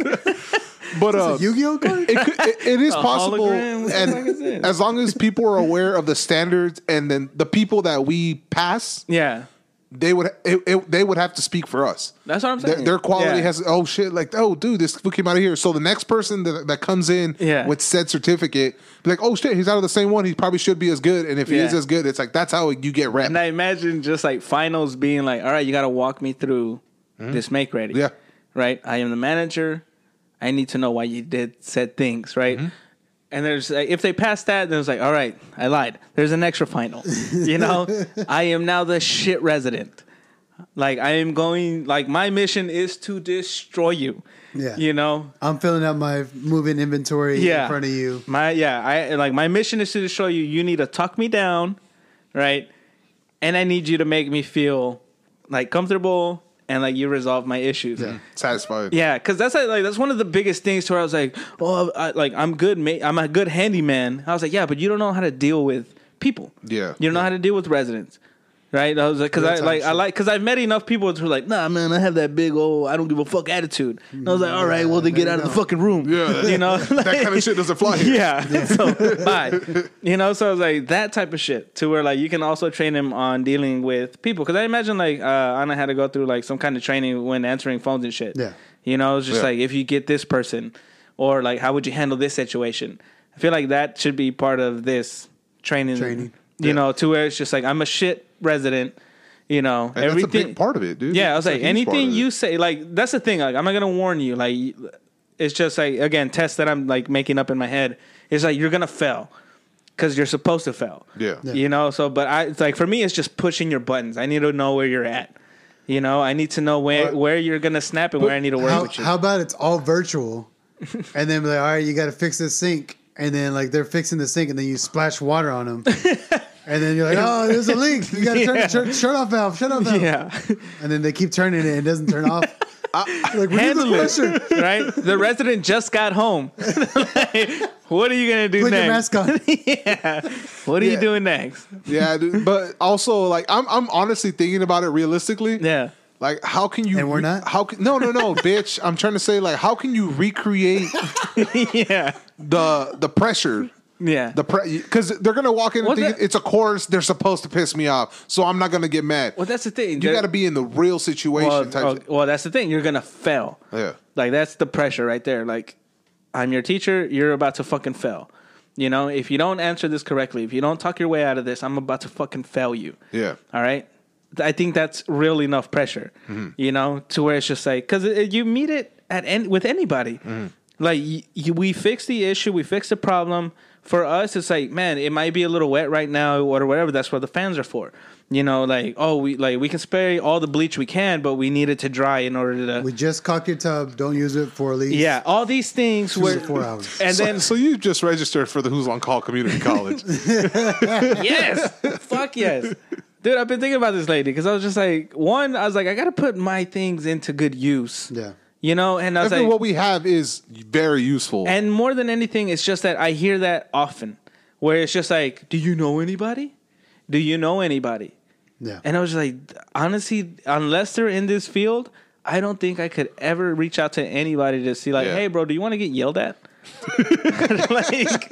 Speaker 1: but uh,
Speaker 3: Yu-Gi-Oh card.
Speaker 1: it, could, it, it is possible,
Speaker 4: hologram? What the fuck is
Speaker 1: and
Speaker 4: this?
Speaker 1: as long as people are aware of the standards, and then the people that we pass,
Speaker 4: Yeah.
Speaker 1: they would it, it, they would have to speak for us.
Speaker 4: That's what I'm
Speaker 1: their,
Speaker 4: saying.
Speaker 1: their quality
Speaker 4: Yeah.
Speaker 1: has oh shit like oh dude this food came out of here so the next person that, that comes in
Speaker 4: Yeah.
Speaker 1: with said certificate be like oh shit he's out of the same one he probably should be as good and if he
Speaker 4: Yeah.
Speaker 1: is as good it's like that's how you get rep
Speaker 4: And I imagine just like finals being like, all right, you got to walk me through this make ready.
Speaker 1: Yeah.
Speaker 4: Right? I am the manager. I need to know why you did said things, right? And there's like, if they pass that, then it's like, all right, I lied. There's an extra final. You know, I am now the shit resident. Like I am going. Like my mission is to destroy you.
Speaker 3: Yeah.
Speaker 4: You know,
Speaker 3: I'm filling out my moving inventory
Speaker 4: yeah.
Speaker 3: in front of you.
Speaker 4: My yeah, I like my mission is to destroy you. You need to tuck me down, right? And I need you to make me feel like comfortable and like you resolve my issues. Yeah.
Speaker 1: satisfied
Speaker 4: Yeah, because that's like, like that's one of the biggest things to where I was like, oh, I, like I'm good, ma- I'm a good handyman. I was like, yeah, but you don't know how to deal with people.
Speaker 1: Yeah.
Speaker 4: you don't know how to deal with residents, right? I was like, because I
Speaker 3: Real-time
Speaker 4: like I
Speaker 3: shit.
Speaker 4: like because I've met enough people who are like, nah, man, I have that big old I don't give a fuck attitude. And I was like, all right, well, then
Speaker 3: Mm-hmm. there
Speaker 4: get
Speaker 3: you
Speaker 4: out of the
Speaker 3: go.
Speaker 4: fucking room.
Speaker 1: Yeah,
Speaker 4: you know,
Speaker 1: that kind of shit doesn't fly here
Speaker 4: yeah. So bye. You know, so it's like that type of shit to where like you can also train him on dealing with people. Cause I imagine like uh Anna had to go through like some kind of training when answering phones and shit.
Speaker 3: Yeah.
Speaker 4: You know, it's just
Speaker 1: Yeah.
Speaker 4: like if you get this person or like how would you handle this situation? I feel like that should be part of this training.
Speaker 3: Training.
Speaker 4: You
Speaker 1: Yeah.
Speaker 4: know, to where it's just like I'm a shit resident, you know.
Speaker 1: and that's a big part of it dude
Speaker 4: Yeah, I was
Speaker 1: That's a
Speaker 4: like,
Speaker 1: huge part
Speaker 4: anything
Speaker 1: of it.
Speaker 4: you say, like that's the thing. Like, I'm not gonna warn you. Like, it's just like again, tests that I'm like making up in my head. It's like you're gonna fail because you're supposed to fail.
Speaker 1: Yeah. Yeah.
Speaker 4: you know. So, but I it's like for me, it's just pushing your buttons. I need to know where you're at. You know, I need to know where
Speaker 3: Or-
Speaker 4: where you're gonna snap and where I need to work
Speaker 3: How,
Speaker 4: with you.
Speaker 3: how about it's all virtual, and then be like, all right, you got to fix this sink, and then like they're fixing the sink, and then you splash water on them, and then you're like, oh, there's a leak. You got to turn the shut, shut off valve. Shut off valve.
Speaker 4: yeah,
Speaker 3: And then they keep turning it, and it doesn't turn off. like we need the
Speaker 4: handle it.
Speaker 3: pressure.
Speaker 4: Right, the resident just got home. Like, what are you gonna do
Speaker 3: Put your
Speaker 4: next?
Speaker 3: mask on.
Speaker 4: What are you
Speaker 1: Yeah.
Speaker 4: doing next?
Speaker 1: yeah dude. but also like I'm I'm honestly thinking about it realistically
Speaker 4: Yeah,
Speaker 1: Like how can you?
Speaker 3: And we're not?
Speaker 1: How can no no no bitch? I'm trying to say like how can you recreate
Speaker 4: yeah.
Speaker 1: the the pressure
Speaker 4: Yeah.
Speaker 1: The because they're gonna walk in and
Speaker 4: Well,
Speaker 1: think
Speaker 4: that-
Speaker 1: it's a chorus. They're supposed to piss me off, so I'm not gonna get mad.
Speaker 4: well, that's the thing.
Speaker 1: you
Speaker 4: They're-
Speaker 1: got to be in the real situation.
Speaker 4: well,
Speaker 1: type
Speaker 4: oh, well, that's the thing. You're gonna fail.
Speaker 1: Yeah.
Speaker 4: Like that's the pressure right there. Like I'm your teacher. You're about to fucking fail. You know, if you don't answer this correctly, if you don't talk your way out of this, I'm about to fucking fail you.
Speaker 1: Yeah.
Speaker 4: All right. I think that's real enough pressure, you know, to where it's just like because you meet it at any, with anybody. Like y you, we fix the issue, we fix the problem. For us, it's like man, it might be a little wet right now or whatever. That's what the fans are for. You know, like oh, we like we can spray all the bleach we can, but we need it to dry in order to.
Speaker 3: We just caulked your tub. Don't use it for at least
Speaker 4: yeah, all these things
Speaker 3: two
Speaker 4: were,
Speaker 3: to four hours.
Speaker 4: and
Speaker 1: so,
Speaker 4: then
Speaker 1: so you just registered for the Who's on Call Community College.
Speaker 4: yes, fuck yes, dude. I've been thinking about this lady because I was just like, one, I was like, I gotta put my things into good use.
Speaker 3: Yeah.
Speaker 4: You know, and I was
Speaker 1: Every,
Speaker 4: like,
Speaker 1: what we have is very useful.
Speaker 4: and more than anything, it's just that I hear that often, where it's just like, "Do you know anybody? Do you know anybody?"
Speaker 3: Yeah.
Speaker 4: And I was like, honestly, unless they're in this field, I don't think I could ever reach out to anybody to see, like,
Speaker 1: Yeah.
Speaker 4: "Hey, bro, do you want to get yelled at?" like,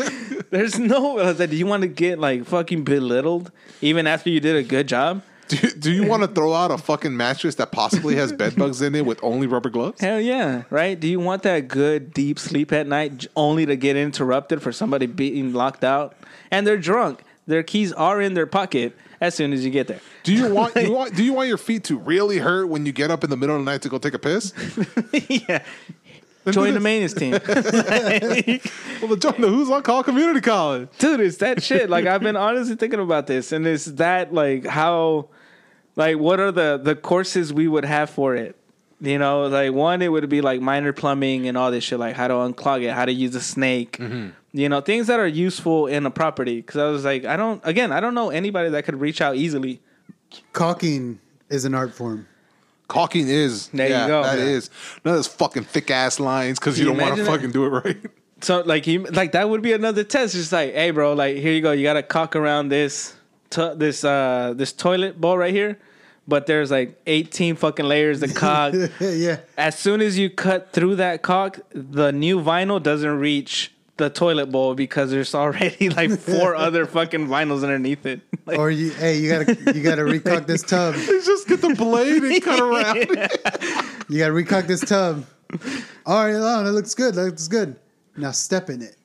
Speaker 4: there's no. I was like, "Do you want to get like fucking belittled, even after you did a good job?"
Speaker 1: do, you- do you want to throw out a fucking mattress that possibly has bed bugs in it with only rubber gloves?
Speaker 4: Hell yeah, right? Do you want that good deep sleep at night j- only to get interrupted for somebody being locked out? And they're drunk. Their keys are in their pocket as soon as you get there.
Speaker 1: Do you want you want do you want your feet to really hurt when you get up in the middle of the night to go take a piss?
Speaker 4: yeah. Join the maintenance team.
Speaker 1: Well, then join the Who's on Call Community College.
Speaker 4: Dude, it's that shit. Like I've been honestly thinking about this and it's that like how like what are the the courses we would have for it? You know, like one it would be like minor plumbing and all this shit like how to unclog it, how to use a snake. You know, things that are useful in a property cuz I was like I don't again, I don't know anybody that could reach out easily.
Speaker 3: Caulking is an art form.
Speaker 1: Caulking is
Speaker 4: There you go.
Speaker 1: That
Speaker 4: Yeah.
Speaker 1: is none of those fucking thick ass lines because you
Speaker 4: Can
Speaker 1: don't
Speaker 4: you
Speaker 1: want to
Speaker 4: imagine that?
Speaker 1: fucking do it right.
Speaker 4: So like you like that would be another test. Just like, hey, bro, like here you go. You gotta cock around this to this uh this toilet bowl right here. But there's like 18 fucking layers to cock.
Speaker 3: yeah.
Speaker 4: as soon as you cut through that cock, the new vinyl doesn't reach the toilet bowl because there's already like four other fucking vinyls underneath it. Like,
Speaker 3: Or you, hey, you gotta you gotta recock this tub.
Speaker 1: Just get the blade and cut around.
Speaker 3: You gotta recock this tub. All right, alone. It looks good. That looks good. Now step in it.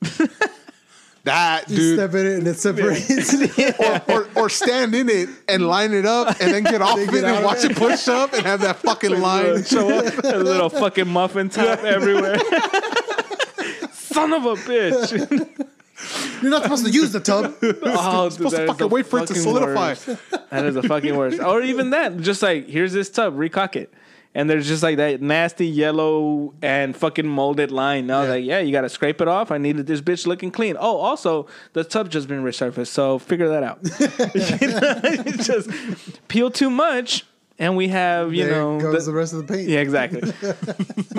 Speaker 1: That
Speaker 3: You
Speaker 1: dude,
Speaker 3: Step in it and it separates.
Speaker 1: or, or, or stand in it and line it up and then get off
Speaker 3: get
Speaker 1: it
Speaker 3: out of
Speaker 1: and watch it push up and have that fucking line show up.
Speaker 4: a little fucking muffin top everywhere. Son of a bitch!
Speaker 3: You're not supposed to use the tub.
Speaker 4: Oh,
Speaker 1: Supposed to fucking wait for it to solidify.
Speaker 4: That is the fucking worst. Or even that, just like here's this tub, recock it, and there's just like that nasty yellow and fucking molded line. Now,
Speaker 3: Yeah.
Speaker 4: like, yeah, you got to scrape it off. I needed this bitch looking clean. Oh, also the tub just been resurfaced, so figure that out. You know, it's just peel too much, and we have you
Speaker 3: there
Speaker 4: know
Speaker 3: goes
Speaker 4: the-
Speaker 3: the, rest of the paint.
Speaker 4: yeah, exactly.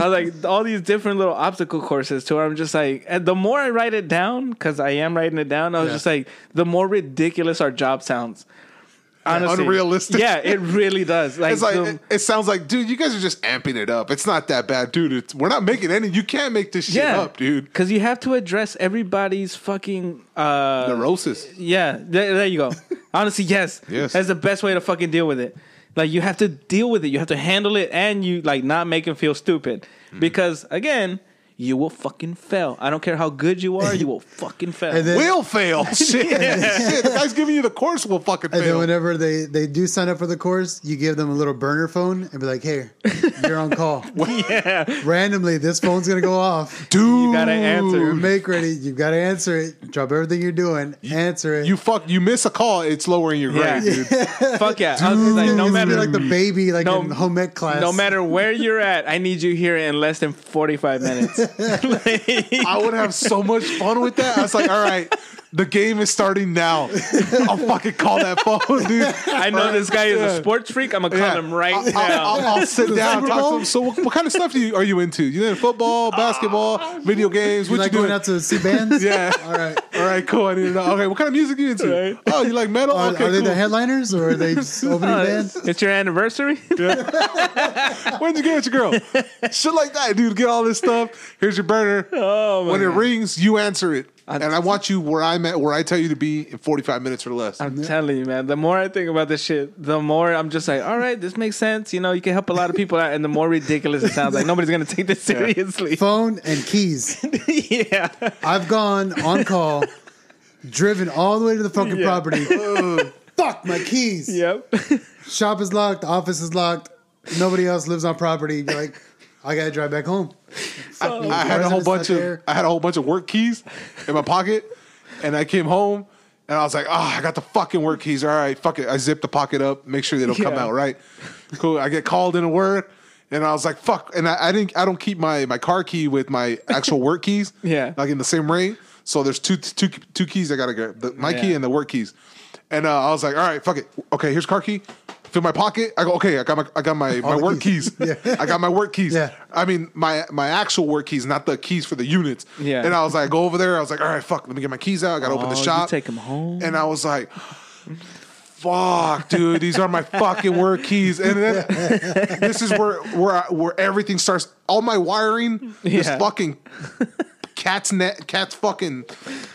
Speaker 4: I was like all these different little obstacle courses to where I'm just like, and the more I write it down, because I am writing it down, I was
Speaker 3: Yeah.
Speaker 4: just like, the more ridiculous our job sounds. Honestly,
Speaker 1: unrealistic.
Speaker 4: Yeah, it really does. Like,
Speaker 1: It's like eh,
Speaker 4: the-
Speaker 1: it, it sounds like, dude, you guys are just amping it up. It's not that bad, dude. It's, we're not making any. You can't make this shit
Speaker 4: yeah,
Speaker 1: up, dude.
Speaker 4: Because you have to address everybody's fucking. uh
Speaker 1: Neurosis.
Speaker 4: Yeah, there, there you go. Honestly, yes,
Speaker 1: Yes.
Speaker 4: that's the best way to fucking deal with it. Like you have to deal with it, you have to handle it, and you like not make him feel stupid
Speaker 1: Mm-hmm.
Speaker 4: because again, you will fucking fail. I don't care how good you are, you will fucking fail.
Speaker 3: And then,
Speaker 1: will fail. shit. shit. The guy's giving you the course will fucking
Speaker 3: and then
Speaker 1: fail.
Speaker 3: whenever they they do sign up for the course, you give them a little burner phone and be like, "Here, you're on call."
Speaker 4: yeah,
Speaker 3: Randomly, this phone's gonna go off.
Speaker 1: Dude,
Speaker 4: you gotta
Speaker 3: You're
Speaker 4: answer.
Speaker 3: make ready. You gotta answer it. Drop everything you're doing. answer it.
Speaker 1: you fuck. You miss a call, it's lowering your
Speaker 4: Yeah.
Speaker 1: grade, dude.
Speaker 4: Fuck yeah! I was just like,
Speaker 3: It's gonna
Speaker 4: no
Speaker 3: be
Speaker 4: matter
Speaker 3: like the baby, like
Speaker 4: no-
Speaker 3: in home ec class.
Speaker 4: no matter where you're at, I need you here in less than forty five minutes. Like-
Speaker 1: I would have so much fun with that. I was like, all right, the game is starting now. I'll fucking call that phone, dude.
Speaker 4: I know this guy is
Speaker 1: Yeah.
Speaker 4: a sports freak. I'm gonna call him right
Speaker 1: I'll,
Speaker 4: now.
Speaker 1: I'll, I'll, I'll sit down,
Speaker 3: Super
Speaker 1: talk to
Speaker 3: Bowl?
Speaker 1: him. So, what, what kind of stuff do you, are you into? You into football,
Speaker 4: Oh,
Speaker 1: basketball, video games?
Speaker 3: you
Speaker 1: What you
Speaker 3: like going
Speaker 1: doing?
Speaker 3: out to see bands.
Speaker 1: yeah.
Speaker 3: All right.
Speaker 1: All right, cool. I need to know. Okay, what kind of music you into?
Speaker 4: Right.
Speaker 1: Oh, you like metal?
Speaker 3: Are,
Speaker 1: okay,
Speaker 3: are they
Speaker 1: cool.
Speaker 3: the headliners or are they just opening band?
Speaker 4: it's your anniversary.
Speaker 1: When'd you get with your girl? Shit like that, dude. Get all this stuff. Here's your burner.
Speaker 4: Oh my
Speaker 1: when it
Speaker 4: God.
Speaker 1: rings, you answer it. and I want you where I'm at, where I tell you to be in 45 minutes or less.
Speaker 4: I'm telling you, man. The more I think about this shit, the more I'm just like, all right, this makes sense. You know, you can help a lot of people out, and the more ridiculous it sounds, like nobody's gonna take this seriously.
Speaker 3: Phone and keys.
Speaker 4: yeah,
Speaker 3: I've gone on call, driven all the way to the fucking
Speaker 4: Yeah.
Speaker 3: property. Fuck my keys.
Speaker 4: yep.
Speaker 3: Shop is locked. Office is locked. Nobody else lives on property. You're like, I gotta drive back home.
Speaker 1: I had a whole
Speaker 3: President's
Speaker 1: bunch
Speaker 3: not
Speaker 1: of
Speaker 3: there.
Speaker 1: I had a whole bunch of work keys in my pocket, and I came home and I was like, "Ah, I got the fucking work keys. All right, fuck it. I zip the pocket up, make sure they don't come
Speaker 4: Yeah.
Speaker 1: out. Right, cool. I get called into work, and I was like, fuck. And I, I didn't. I don't keep my my car key with my actual work keys.
Speaker 4: Yeah.
Speaker 1: like in the same rate. So there's two two two keys I gotta get the, my key
Speaker 4: Yeah.
Speaker 1: and the work keys. And uh, I was like, all right, fuck it. Okay, here's car key. Fill my pocket. I go, okay, I got my I got my, my
Speaker 3: the
Speaker 1: work
Speaker 3: keys.
Speaker 1: keys. I got my work keys.
Speaker 3: Yeah.
Speaker 1: I mean, my my actual work keys, not the keys for the units.
Speaker 4: Yeah.
Speaker 1: And I was like, go over there. I was like, all right, fuck, let me get my keys out. I got to open
Speaker 4: Oh,
Speaker 1: the
Speaker 4: you
Speaker 1: shop.
Speaker 4: take 'em home.
Speaker 1: And I was like, fuck, dude, these are my fucking work keys. And then this is where where I, where everything starts. All my wiring, this
Speaker 4: Yeah.
Speaker 1: fucking cat's net, cat's fucking,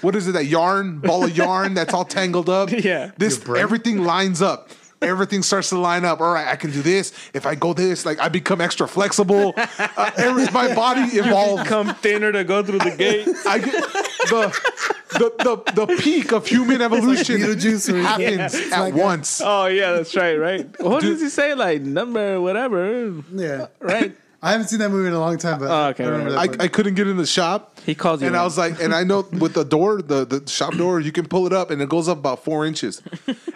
Speaker 1: what is it? That yarn ball of yarn that's all tangled up.
Speaker 4: Yeah.
Speaker 1: This
Speaker 3: Your brain?
Speaker 1: everything lines up. Everything starts to line up. All right, I can do this. If I go this, like I become extra flexible. Uh, every, my body evolves.
Speaker 4: Come thinner to go through the gate.
Speaker 1: I get the, the the the peak of human evolution
Speaker 3: Beetlejuice or-
Speaker 1: happens at
Speaker 3: like a-
Speaker 1: once.
Speaker 4: Oh yeah, that's right, right. What does he say? Like number whatever,
Speaker 3: Yeah.
Speaker 4: right?
Speaker 3: I haven't seen that movie in a long time, but
Speaker 4: Oh, okay,
Speaker 3: I remember
Speaker 4: right,
Speaker 1: I,
Speaker 3: that.
Speaker 1: I couldn't get in the shop.
Speaker 4: He calls you
Speaker 1: and I
Speaker 4: out.
Speaker 1: was like, and I know with the door, the, the shop door, you can pull it up, and it goes up about four inches.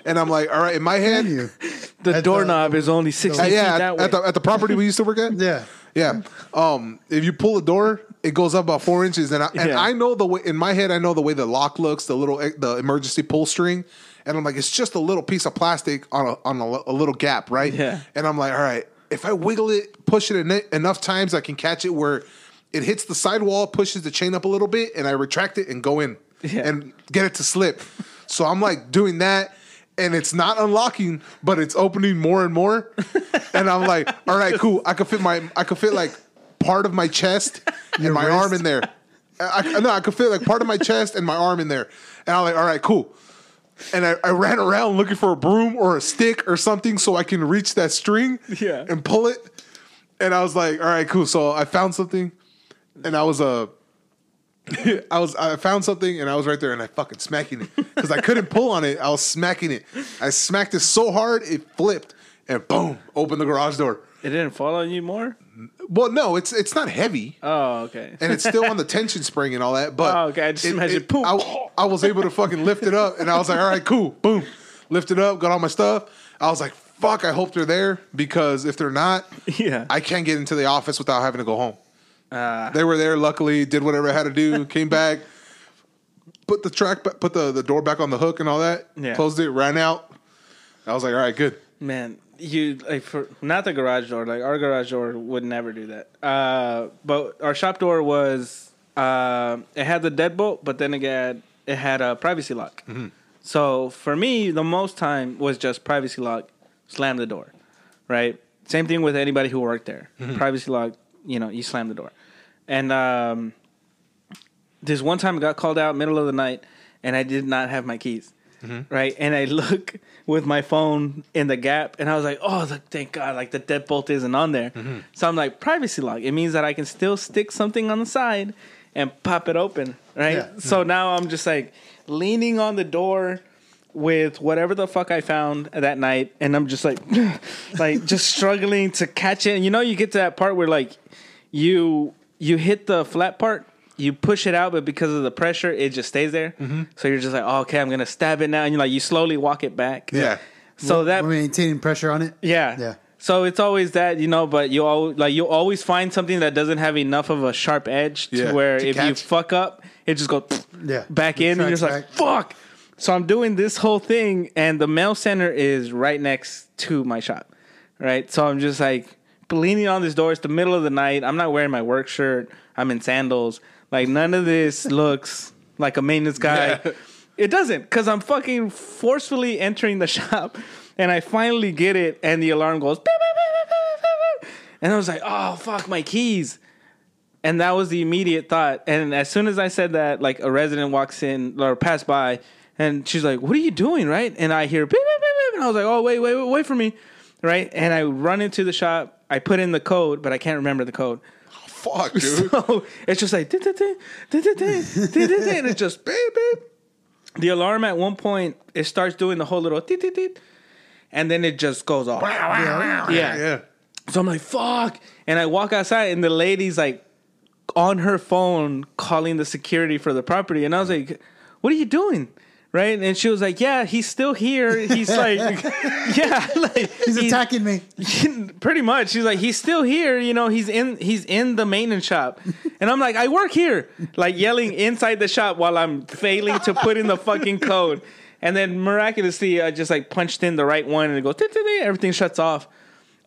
Speaker 1: And I'm like, all right, in my head,
Speaker 3: I, you. At
Speaker 4: The
Speaker 3: the-
Speaker 4: doorknob is only
Speaker 1: Uh,
Speaker 4: sixty
Speaker 1: yeah,
Speaker 4: feet
Speaker 1: at,
Speaker 4: that way.
Speaker 1: at the at the property we used to work at,
Speaker 3: Yeah.
Speaker 1: yeah. Um, if you pull the door, it goes up about four inches, and I, and
Speaker 4: Yeah.
Speaker 1: I know the way in my head, I know the way the lock looks, the little eh, the emergency pull string, and I'm like, it's just a little piece of plastic on a on a, li- a little gap, right?
Speaker 4: Yeah.
Speaker 1: And I'm like, all right, if I wiggle it, push it en- enough times, I can catch it where it hits the sidewall, pushes the chain up a little bit, and I retract it and go in
Speaker 4: Yeah.
Speaker 1: and get it to slip. So I'm like doing that. And it's not unlocking, but it's opening more and more. And I'm like, all right, cool. I could fit my, I could fit like part of my chest and my arm in there. I, I, no, I could fit like part of my chest and my arm in there. And I'm like, all right, cool and I, I ran around looking for a broom or a stick or something so I can reach that string
Speaker 4: Yeah.
Speaker 1: and pull it. And I was like, all right, cool. So I found something and I was uh I was I found something and I was right there and I fucking smacking it. Because I couldn't pull on it. I was smacking it. I smacked it so hard it flipped and boom, opened the garage door.
Speaker 4: it didn't fall on you more.
Speaker 1: Well, no, it's it's not heavy.
Speaker 4: Oh okay.
Speaker 1: and it's still on the tension spring and all that. But
Speaker 4: Oh, okay. I just
Speaker 1: it-
Speaker 4: imagine
Speaker 1: it-
Speaker 4: poop.
Speaker 1: I, I was able to fucking lift it up, and I was like, all right, cool, boom, lift it up, got all my stuff. I was like, fuck, I hope they're there because if they're not,
Speaker 4: Yeah.
Speaker 1: I can't get into the office without having to go home.
Speaker 4: Ah.
Speaker 1: they were there, luckily, did whatever I had to do, came back, put the track, ba- put the the door back on the hook and all that,
Speaker 4: Yeah.
Speaker 1: closed it, ran out. I was like, all right, good.
Speaker 4: Man, you like for not the garage door. Like our garage door would never do that. Uh, but our shop door was uh, it had the deadbolt, but then again, it had a privacy lock. So for me, the most time was just privacy lock, slam the door, right? Same thing with anybody who worked there. Privacy lock, you know, you slam the door, and um, this one time I got called out middle of the night and I did not have my keys. Right. And I look with my phone in the gap and I was like, oh, look, thank God, like the deadbolt isn't on there. So I'm like, privacy lock. It means that I can still stick something on the side and pop it open. Right.
Speaker 3: Yeah.
Speaker 4: So now I'm just like leaning on the door with whatever the fuck I found that night, and I'm just like, like just struggling to catch it. And you know, you get to that part where like you you hit the flat part, you push it out, but because of the pressure, it just stays there.
Speaker 1: Mm-hmm.
Speaker 4: So you're just like, oh, okay, I'm gonna stab it now, and you like you slowly walk it back.
Speaker 1: Yeah.
Speaker 4: So that
Speaker 3: We're maintaining pressure on it.
Speaker 4: yeah.
Speaker 3: Yeah.
Speaker 4: So it's always that, you know, but you al like you always find something that doesn't have enough of a sharp edge to
Speaker 1: Yeah,
Speaker 4: where
Speaker 1: to
Speaker 4: if you
Speaker 1: catch.
Speaker 4: fuck up, it just goes
Speaker 3: Yeah.
Speaker 4: back in and you're just like,
Speaker 3: Retracts
Speaker 4: fuck. So I'm doing this whole thing and the mail center is right next to my shop. Right? So I'm just like leaning on this door. It's the middle of the night. I'm not wearing my work shirt. I'm in sandals. Like none of this looks like a maintenance guy.
Speaker 1: Yeah.
Speaker 4: It doesn't because I'm fucking forcefully entering the shop and I finally get it and the alarm goes. "Beep, beep, beep, beep, beep, beep, beep." And I was like, oh, fuck, my keys. And that was the immediate thought. And as soon as I said that, like a resident walks in or passed by, and she's like, "What are you doing?" Right? And I hear, beep, beep, beep, beep, and I was like, "Oh, wait, wait, wait, wait for me!" Right? And I run into the shop. I put in the code, but I can't remember the code.
Speaker 1: Fuck, dude.
Speaker 4: So it's just like, "Ding, ding, ding, ding, ding, ding, ding, ding," and it's just beep beep. The alarm at one point it starts doing the whole little "teet, teet, teet," and then it just goes off.
Speaker 3: Yeah.
Speaker 4: Yeah.
Speaker 1: yeah.
Speaker 4: So I'm like, fuck. And I walk outside and the lady's like on her phone calling the security for the property. And I was like, what are you doing? Right? And she was like, yeah, he's still here. He's like, yeah, like
Speaker 3: He's attacking me.
Speaker 4: pretty much. She's like, he's still here. You know, he's in he's in the maintenance shop, and I'm like, I work here, like yelling inside the shop while I'm failing to put in the fucking code, and then miraculously, I just like punched in the right one, and it goes, "Tick, tick, tick," everything shuts off,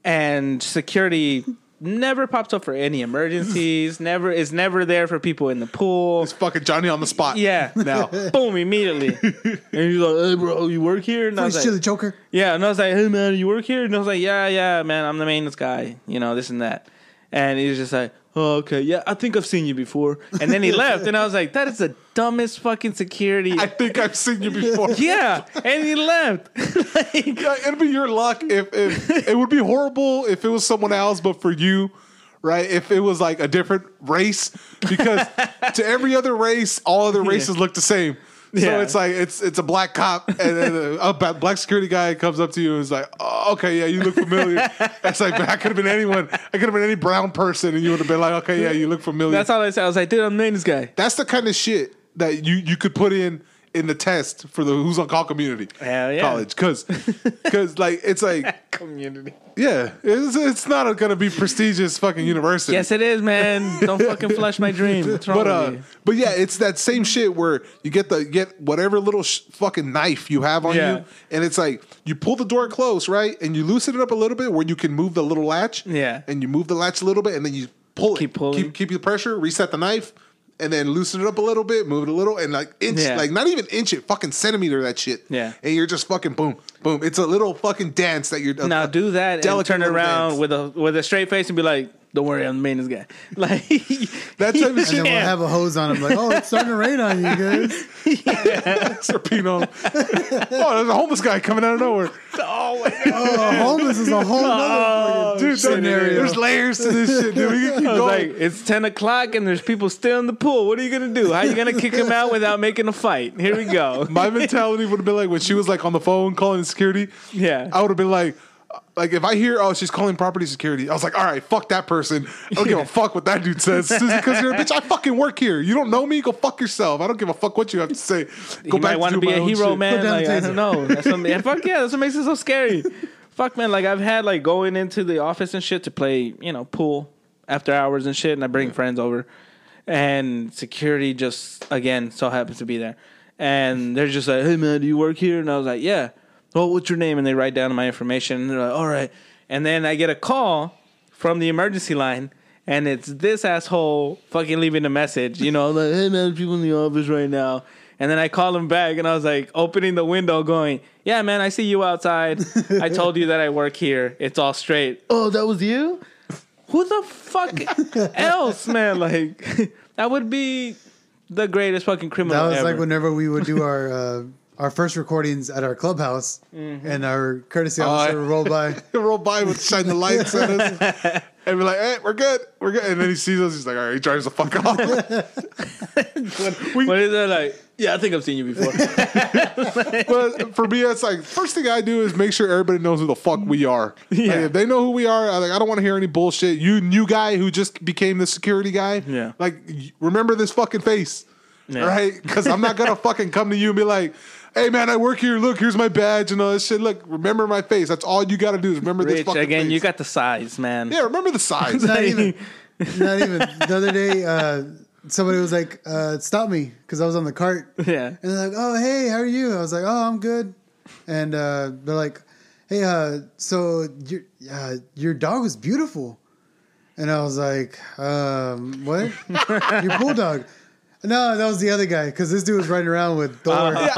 Speaker 4: and security. Never pops up for any emergencies. Never is never there for people in the pool.
Speaker 1: It's fucking Johnny on the spot.
Speaker 4: Yeah,
Speaker 1: Now.
Speaker 4: boom immediately. And he's like, "Hey, bro, you work here?" And I was
Speaker 3: He's
Speaker 4: like,
Speaker 3: chili choker.
Speaker 4: yeah, and I was like, "Hey man, you work here?" And I was like, "Yeah, yeah, man, I'm the maintenance guy, you know, this and that." And he was just like, "Oh, okay, yeah, I think I've seen you before." And then he left, and I was like, "That is the dumbest fucking security."
Speaker 1: I think I've seen you before.
Speaker 4: yeah, and he left. like,
Speaker 1: Yeah, it'd be your luck if, if it would be horrible if it was someone else, but for you, right? If it was like a different race, because to every other race, all other races look the same. So
Speaker 4: Yeah.
Speaker 1: it's like it's it's a black cop and then a, a ba- black security guy comes up to you and is like, oh, okay, yeah, you look familiar. It's like man, I could have been anyone. I could have been any brown person, and you would have been like, okay, yeah, you look familiar.
Speaker 4: that's all I said. I was like, "Dude, I'm the maintenance guy."
Speaker 1: That's the kind of shit that you you could put in in the test for the who's on call community
Speaker 4: Hell yeah.
Speaker 1: college because because like it's like
Speaker 4: Community.
Speaker 1: yeah it's it's not a, gonna be prestigious fucking university
Speaker 4: Yes, it is, man. Don't fucking flush my dream. What's wrong
Speaker 1: but uh
Speaker 4: with you?
Speaker 1: but yeah it's that same shit where you get the get whatever little sh- fucking knife you have on
Speaker 4: Yeah.
Speaker 1: you and it's like you pull the door close right and you loosen it up a little bit where you can move the little latch
Speaker 4: Yeah.
Speaker 1: and you move the latch a little bit and then you pull it
Speaker 4: Keep pulling.
Speaker 1: keep, keep the pressure reset the knife and then loosen it up a little bit move it a little and like inch
Speaker 4: Yeah.
Speaker 1: like not even inch it fucking centimeter that shit
Speaker 4: Yeah.
Speaker 1: and you're just fucking boom boom it's a little fucking dance that you're uh,
Speaker 4: Now do that and
Speaker 1: Delicate
Speaker 4: turn
Speaker 1: little
Speaker 4: around
Speaker 1: dance.
Speaker 4: with a with a straight face and be like, "Don't worry, I'm the maintenance guy." Like that
Speaker 1: type of shit.
Speaker 3: And then we'll
Speaker 4: Yeah.
Speaker 3: have a hose on him. Like, oh, it's starting to rain on you guys.
Speaker 1: Serpino. oh there's a homeless guy coming out of nowhere
Speaker 4: Oh my god.
Speaker 3: Oh, homeless is a whole nother
Speaker 1: dude there-
Speaker 3: scenario.
Speaker 1: there's layers to this shit dude we can keep
Speaker 4: I was
Speaker 1: going
Speaker 4: like, it's 10 o'clock and there's people still in the pool. What are you going to do? How are you going to kick them out without making a fight? Here we go.
Speaker 1: my mentality would have been like when she was like on the phone calling security.
Speaker 4: Yeah.
Speaker 1: I would have been like, like if I hear oh she's calling property security, I was like, all right, fuck that person. I don't give a fuck what that dude says because you're a bitch. I fucking work here. You don't know me. Go fuck yourself. I don't give a fuck what you have to say. Go
Speaker 4: you might want to
Speaker 1: do
Speaker 4: be
Speaker 1: my
Speaker 4: a
Speaker 1: own
Speaker 4: hero,
Speaker 1: shit.
Speaker 4: man.
Speaker 3: Put down
Speaker 4: Like,
Speaker 3: the
Speaker 4: I don't
Speaker 3: taser.
Speaker 4: know. That's what, yeah, fuck yeah. That's what makes it so scary. fuck, man. Like, I've had like going into the office and shit to play, you know, pool after hours and shit. And I bring friends over. And security just, again, so happens to be there. And they're just like, hey, man, do you work here? And I was like, yeah. Well, what's your name? And they write down my information. And they're like, all right. And then I get a call from the emergency line, and it's this asshole fucking leaving a message. You know, like, hey man, people in the office right now. And then I call him back, and I was like, opening the window, going, "Yeah, man, I see you outside. I told you that I work here. It's all straight." Oh, that was you. Who the fuck else, man? Like, that would be the greatest fucking criminal
Speaker 3: That was
Speaker 4: ever.
Speaker 3: like whenever we would do our uh, our first recordings at our clubhouse,
Speaker 4: Mm-hmm.
Speaker 3: and our
Speaker 4: Oh,
Speaker 3: courtesy officer
Speaker 1: I-
Speaker 3: would roll by.
Speaker 1: roll by with shine the lights at us and be like, hey, we're good, we're good. And then he sees us, he's like, all right, he drives the fuck off.
Speaker 4: what is that like? Yeah, I think I've seen you before.
Speaker 1: But for me, it's like first thing I do is make sure everybody knows who the fuck we are. Like,
Speaker 4: Yeah.
Speaker 1: if they know who we are, I, like I don't want to hear any bullshit. You new guy who just became the security guy.
Speaker 4: Yeah.
Speaker 1: Like y- remember this fucking face,
Speaker 4: Yeah.
Speaker 1: right? Because I'm not gonna fucking come to you and be like. Hey man, I work here. Look, here's my badge and all that shit. Look, remember my face. That's all you got to do is remember this
Speaker 4: Rich,
Speaker 1: fucking
Speaker 4: again,
Speaker 1: face.
Speaker 4: you got the size, man.
Speaker 1: yeah, remember the size.
Speaker 3: Not even. Not even. The other day, uh, somebody was like, uh, "Stop me," because I was on the cart.
Speaker 4: Yeah.
Speaker 3: And they're like, "Oh, hey, how are you?" I was like, "Oh, I'm good." And uh, they're like, "Hey, uh, so your uh, your dog was beautiful," and I was like, um, "What? your bulldog?" No, that was the other guy because this dude was running around with Thor.
Speaker 4: Uh-huh.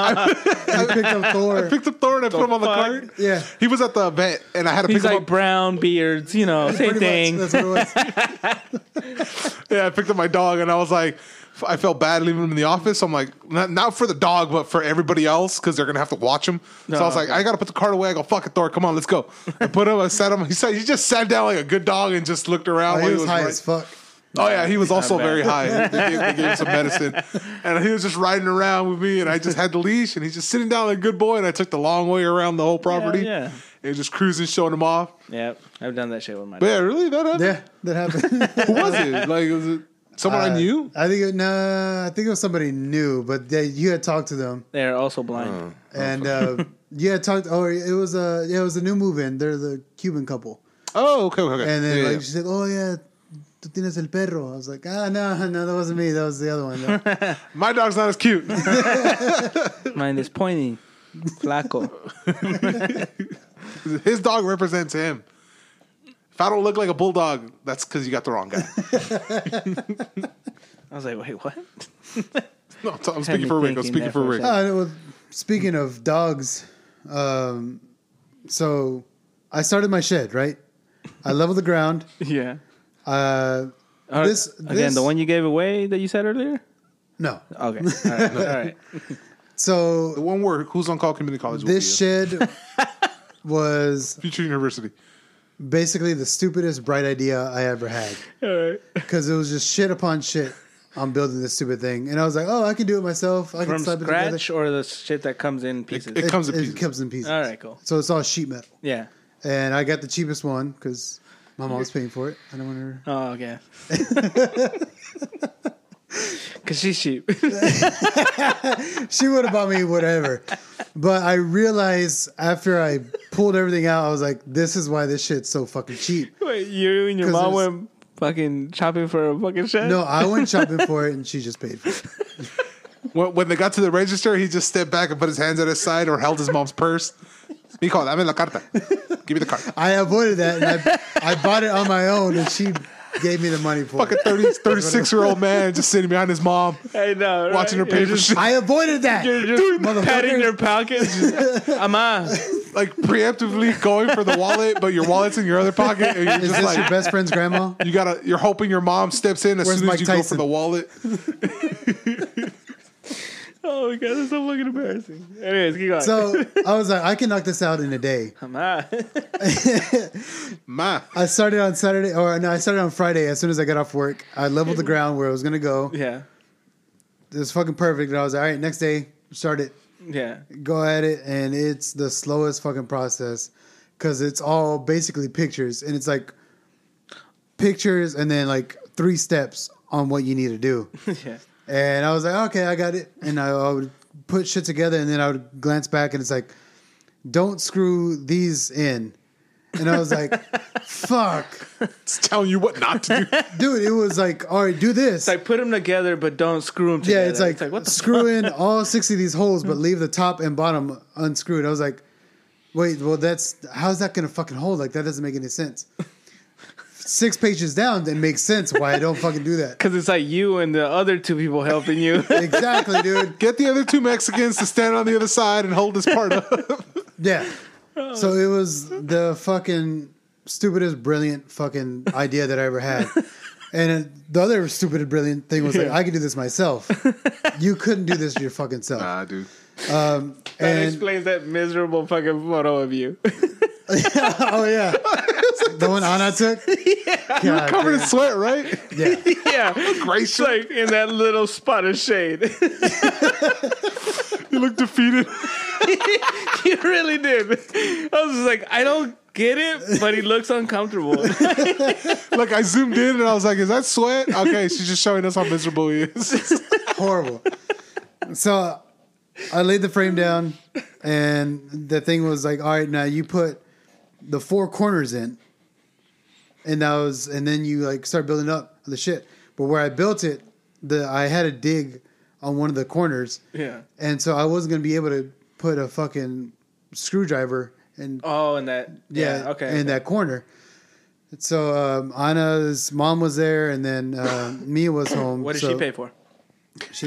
Speaker 3: I picked up Thor.
Speaker 1: I picked up Thor and I put him on the
Speaker 4: fuck?
Speaker 1: cart.
Speaker 3: yeah,
Speaker 1: He was at the event and I had to
Speaker 4: He's
Speaker 1: pick
Speaker 4: like
Speaker 1: him up.
Speaker 4: brown beards, you know, same
Speaker 3: pretty
Speaker 4: thing.
Speaker 3: much. That's what it was.
Speaker 1: Yeah, I picked up my dog and I was like, I felt bad leaving him in the office. So I'm like, not, not for the dog, but for everybody else because they're gonna have to watch him. so I
Speaker 4: Oh,
Speaker 1: was like, I gotta put the cart away. I go, fuck it, Thor, come on, let's go. I put him. I sat him. He said he just sat down like a good dog and just looked around.
Speaker 3: Oh,
Speaker 1: while
Speaker 3: he was high
Speaker 1: riding.
Speaker 3: as fuck.
Speaker 1: Oh yeah, he was also
Speaker 4: bad.
Speaker 1: very high. They gave, they gave him some medicine, and he was just riding around with me, and I just had the leash, and he's just sitting down like a good boy, and I took the long way around the whole property,
Speaker 4: yeah.
Speaker 1: and just cruising, showing him off.
Speaker 4: Yep, I've done that shit with my.
Speaker 1: But yeah, really, that happened.
Speaker 3: Yeah, Uh, that happened.
Speaker 1: Who was it? Like, was it someone I knew?
Speaker 3: I think it, nah, I think it was somebody new, but they, you had talked to them
Speaker 4: They're also blind.
Speaker 1: Oh,
Speaker 3: and uh, you had talked. Or it was a yeah, it was a new move in. They're the Cuban couple,
Speaker 1: Oh, okay, okay, okay.
Speaker 3: and then
Speaker 1: Yeah,
Speaker 3: like,
Speaker 1: yeah.
Speaker 3: she said, "Oh yeah, tú tienes el perro." I was like, "Ah no, no, that wasn't me. That was the other one."
Speaker 1: my dog's not as cute.
Speaker 3: Uh.
Speaker 4: Mine is pointy, flaco.
Speaker 1: His dog represents him. If I don't look like a bulldog, that's because you got the wrong guy.
Speaker 4: I was like, wait, what?
Speaker 1: No, I'm, I'm
Speaker 4: me
Speaker 1: speaking for Rick. I'm
Speaker 4: thinking
Speaker 1: speaking for
Speaker 4: that for a
Speaker 1: Rick.
Speaker 4: second.
Speaker 3: Uh, well, speaking of dogs, um, so I started my shed right. I leveled the ground.
Speaker 4: yeah.
Speaker 3: Uh,
Speaker 4: Uh,
Speaker 3: This-
Speaker 4: again,
Speaker 3: this-
Speaker 4: the one you gave away that you said earlier.
Speaker 3: no,
Speaker 4: Okay, all right, all right.
Speaker 1: The
Speaker 3: so
Speaker 1: one word, who's on call community college? will
Speaker 3: this
Speaker 1: be
Speaker 3: shed was
Speaker 1: Future University.
Speaker 3: basically the stupidest bright idea I ever had. Because it was just shit upon shit on building this stupid thing. And I was like, oh, I can do it myself. I
Speaker 4: From
Speaker 3: can slap it
Speaker 4: scratch
Speaker 3: together.
Speaker 4: or the shit that comes in pieces.
Speaker 1: it- comes in
Speaker 3: it,
Speaker 1: pieces.
Speaker 3: comes in pieces.
Speaker 4: all right, cool.
Speaker 3: So it's all sheet metal.
Speaker 4: Yeah.
Speaker 3: And I got the cheapest one because my mom's paying for it. I don't want her.
Speaker 4: Oh, okay. Cause she's cheap.
Speaker 3: She would have bought me whatever. but I realized after I pulled everything out, I was like, this is why this shit's so fucking cheap.
Speaker 4: Wait, you and your
Speaker 3: 'Cause
Speaker 4: mom
Speaker 3: it's-
Speaker 4: went fucking shopping for a fucking shed.
Speaker 3: No, I went shopping for it and she just paid for it.
Speaker 1: When, when they got to the register, he just stepped back and put his hands at his side or held his mom's purse. He called, I'm in la carta. Give me the card.
Speaker 3: I avoided that and I, I bought it on my own and she gave me the money for
Speaker 1: Fucking
Speaker 3: it.
Speaker 1: 30, 36 year old man just sitting behind his mom,
Speaker 4: I know. right?
Speaker 1: watching her pay
Speaker 4: You're
Speaker 1: for
Speaker 4: just,
Speaker 1: shit.
Speaker 3: I avoided that.
Speaker 4: you're just
Speaker 3: Motherfucker.
Speaker 4: patting their pockets. Ama,
Speaker 1: Like preemptively going for the wallet, but your wallet's in your other pocket. And you're
Speaker 3: Is
Speaker 1: just
Speaker 3: this
Speaker 1: like,
Speaker 3: your best friend's grandma?
Speaker 1: you gotta, you're hoping your mom steps in as
Speaker 3: Where's
Speaker 1: soon as
Speaker 3: Mike
Speaker 1: you go for
Speaker 3: Tyson?
Speaker 1: the wallet.
Speaker 4: Oh my god, that's so fucking embarrassing. Anyways, keep going.
Speaker 3: So I was like, I can knock this out in a day.
Speaker 4: Ama.
Speaker 1: Ma.
Speaker 3: I started on Saturday, or no, I started on Friday. As soon as I got off work, I leveled the ground where I was gonna go.
Speaker 4: Yeah.
Speaker 3: It was fucking perfect, and I was like, all right, next day, start it,
Speaker 4: Yeah.
Speaker 3: go at it, and it's the slowest fucking process because it's all basically pictures, and it's like pictures, and then like three steps on what you need to do.
Speaker 4: Yeah.
Speaker 3: And I was like, okay, I got it. And I, I would put shit together and then I would glance back and it's like, don't screw these in. And I was like, fuck.
Speaker 1: It's telling you what not to do.
Speaker 3: Dude, it was like, all right, do this.
Speaker 4: It's like put them together, but don't screw them together.
Speaker 3: yeah, it's like,
Speaker 4: what the
Speaker 3: screw in all 60 of these holes, but leave the top and bottom unscrewed. I was like, wait, well, that's how's that going to fucking hold? Like, that doesn't make any sense. Six pages down, it makes sense why I don't fucking do that.
Speaker 4: Because it's like you and the other two people helping you.
Speaker 3: Exactly, dude.
Speaker 1: Get the other two Mexicans to stand on the other side and hold this part up.
Speaker 3: Yeah.
Speaker 1: Oh.
Speaker 3: So it was the fucking stupidest, brilliant fucking idea that I ever had. And it, the other stupid, brilliant thing was like, I could do this myself. You couldn't do this your fucking self.
Speaker 1: Nah, dude.
Speaker 4: that
Speaker 3: and
Speaker 4: explains that miserable fucking photo of you.
Speaker 3: oh yeah, the one Anna took. God,
Speaker 1: Covered in sweat, right?
Speaker 3: yeah.
Speaker 4: yeah. It's
Speaker 1: Gracious.
Speaker 4: like in that little spot of shade.
Speaker 1: You look defeated.
Speaker 4: you really did. I was just like, I don't get it, but he looks uncomfortable.
Speaker 1: Like I zoomed in and I was like, "Is that sweat?" Okay, she's just showing us how miserable he is.
Speaker 3: horrible. So I laid the frame down, and the thing was like, all right, now you put the four corners in, and that was, and then you like start building up the shit. But where I built it, the I had a dig on one of the corners,
Speaker 4: yeah.
Speaker 3: and so I wasn't gonna be able to put a fucking screwdriver and
Speaker 4: Oh, and that.
Speaker 3: yeah,
Speaker 4: Yeah. okay.
Speaker 3: in that corner. So um, Anna's mom was there, and then uh, Mia was home.
Speaker 4: what did
Speaker 3: so
Speaker 4: she pay for?
Speaker 3: She,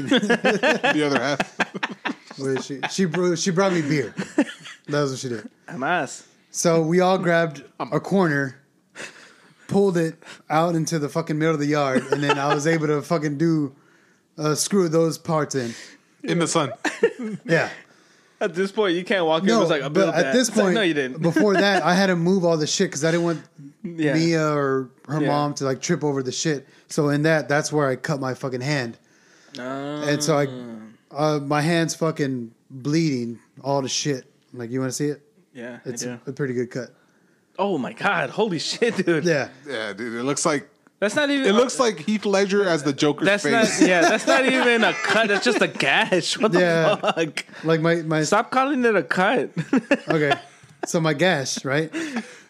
Speaker 1: The other half.
Speaker 3: where she, she, bro- she brought me beer. That was what she did.
Speaker 4: Hamas.
Speaker 3: So we all grabbed a corner, pulled it out into the fucking middle of the yard, and then I was able to fucking do uh, screw those parts in.
Speaker 1: In the sun.
Speaker 3: Yeah.
Speaker 4: At this point, you can't walk in.
Speaker 3: No,
Speaker 4: it's like, I
Speaker 3: but
Speaker 4: built
Speaker 3: at
Speaker 4: that.
Speaker 3: this
Speaker 4: It's like,
Speaker 3: point,
Speaker 4: no, you didn't.
Speaker 3: before that, I had to move all the shit because I didn't want
Speaker 4: yeah.
Speaker 3: Mia or her
Speaker 4: Yeah.
Speaker 3: mom to like trip over the shit. So in that, that's where I cut my fucking hand,
Speaker 4: Ah.
Speaker 3: and so I, uh, my hand's fucking bleeding, all the shit. Like, you want to see it?
Speaker 4: yeah, I
Speaker 3: It's
Speaker 4: do.
Speaker 3: a pretty good cut.
Speaker 4: Oh my god! Holy shit, dude.
Speaker 3: Yeah,
Speaker 1: Yeah, dude. It looks like
Speaker 4: That's not even.
Speaker 1: it looks like Heath Ledger as the Joker's
Speaker 4: That's not.
Speaker 1: face.
Speaker 4: Yeah, that's not even a cut. That's just a gash. What the
Speaker 3: Yeah.
Speaker 4: fuck?
Speaker 3: like my my
Speaker 4: Stop calling it a cut.
Speaker 3: Okay. So my gash, right?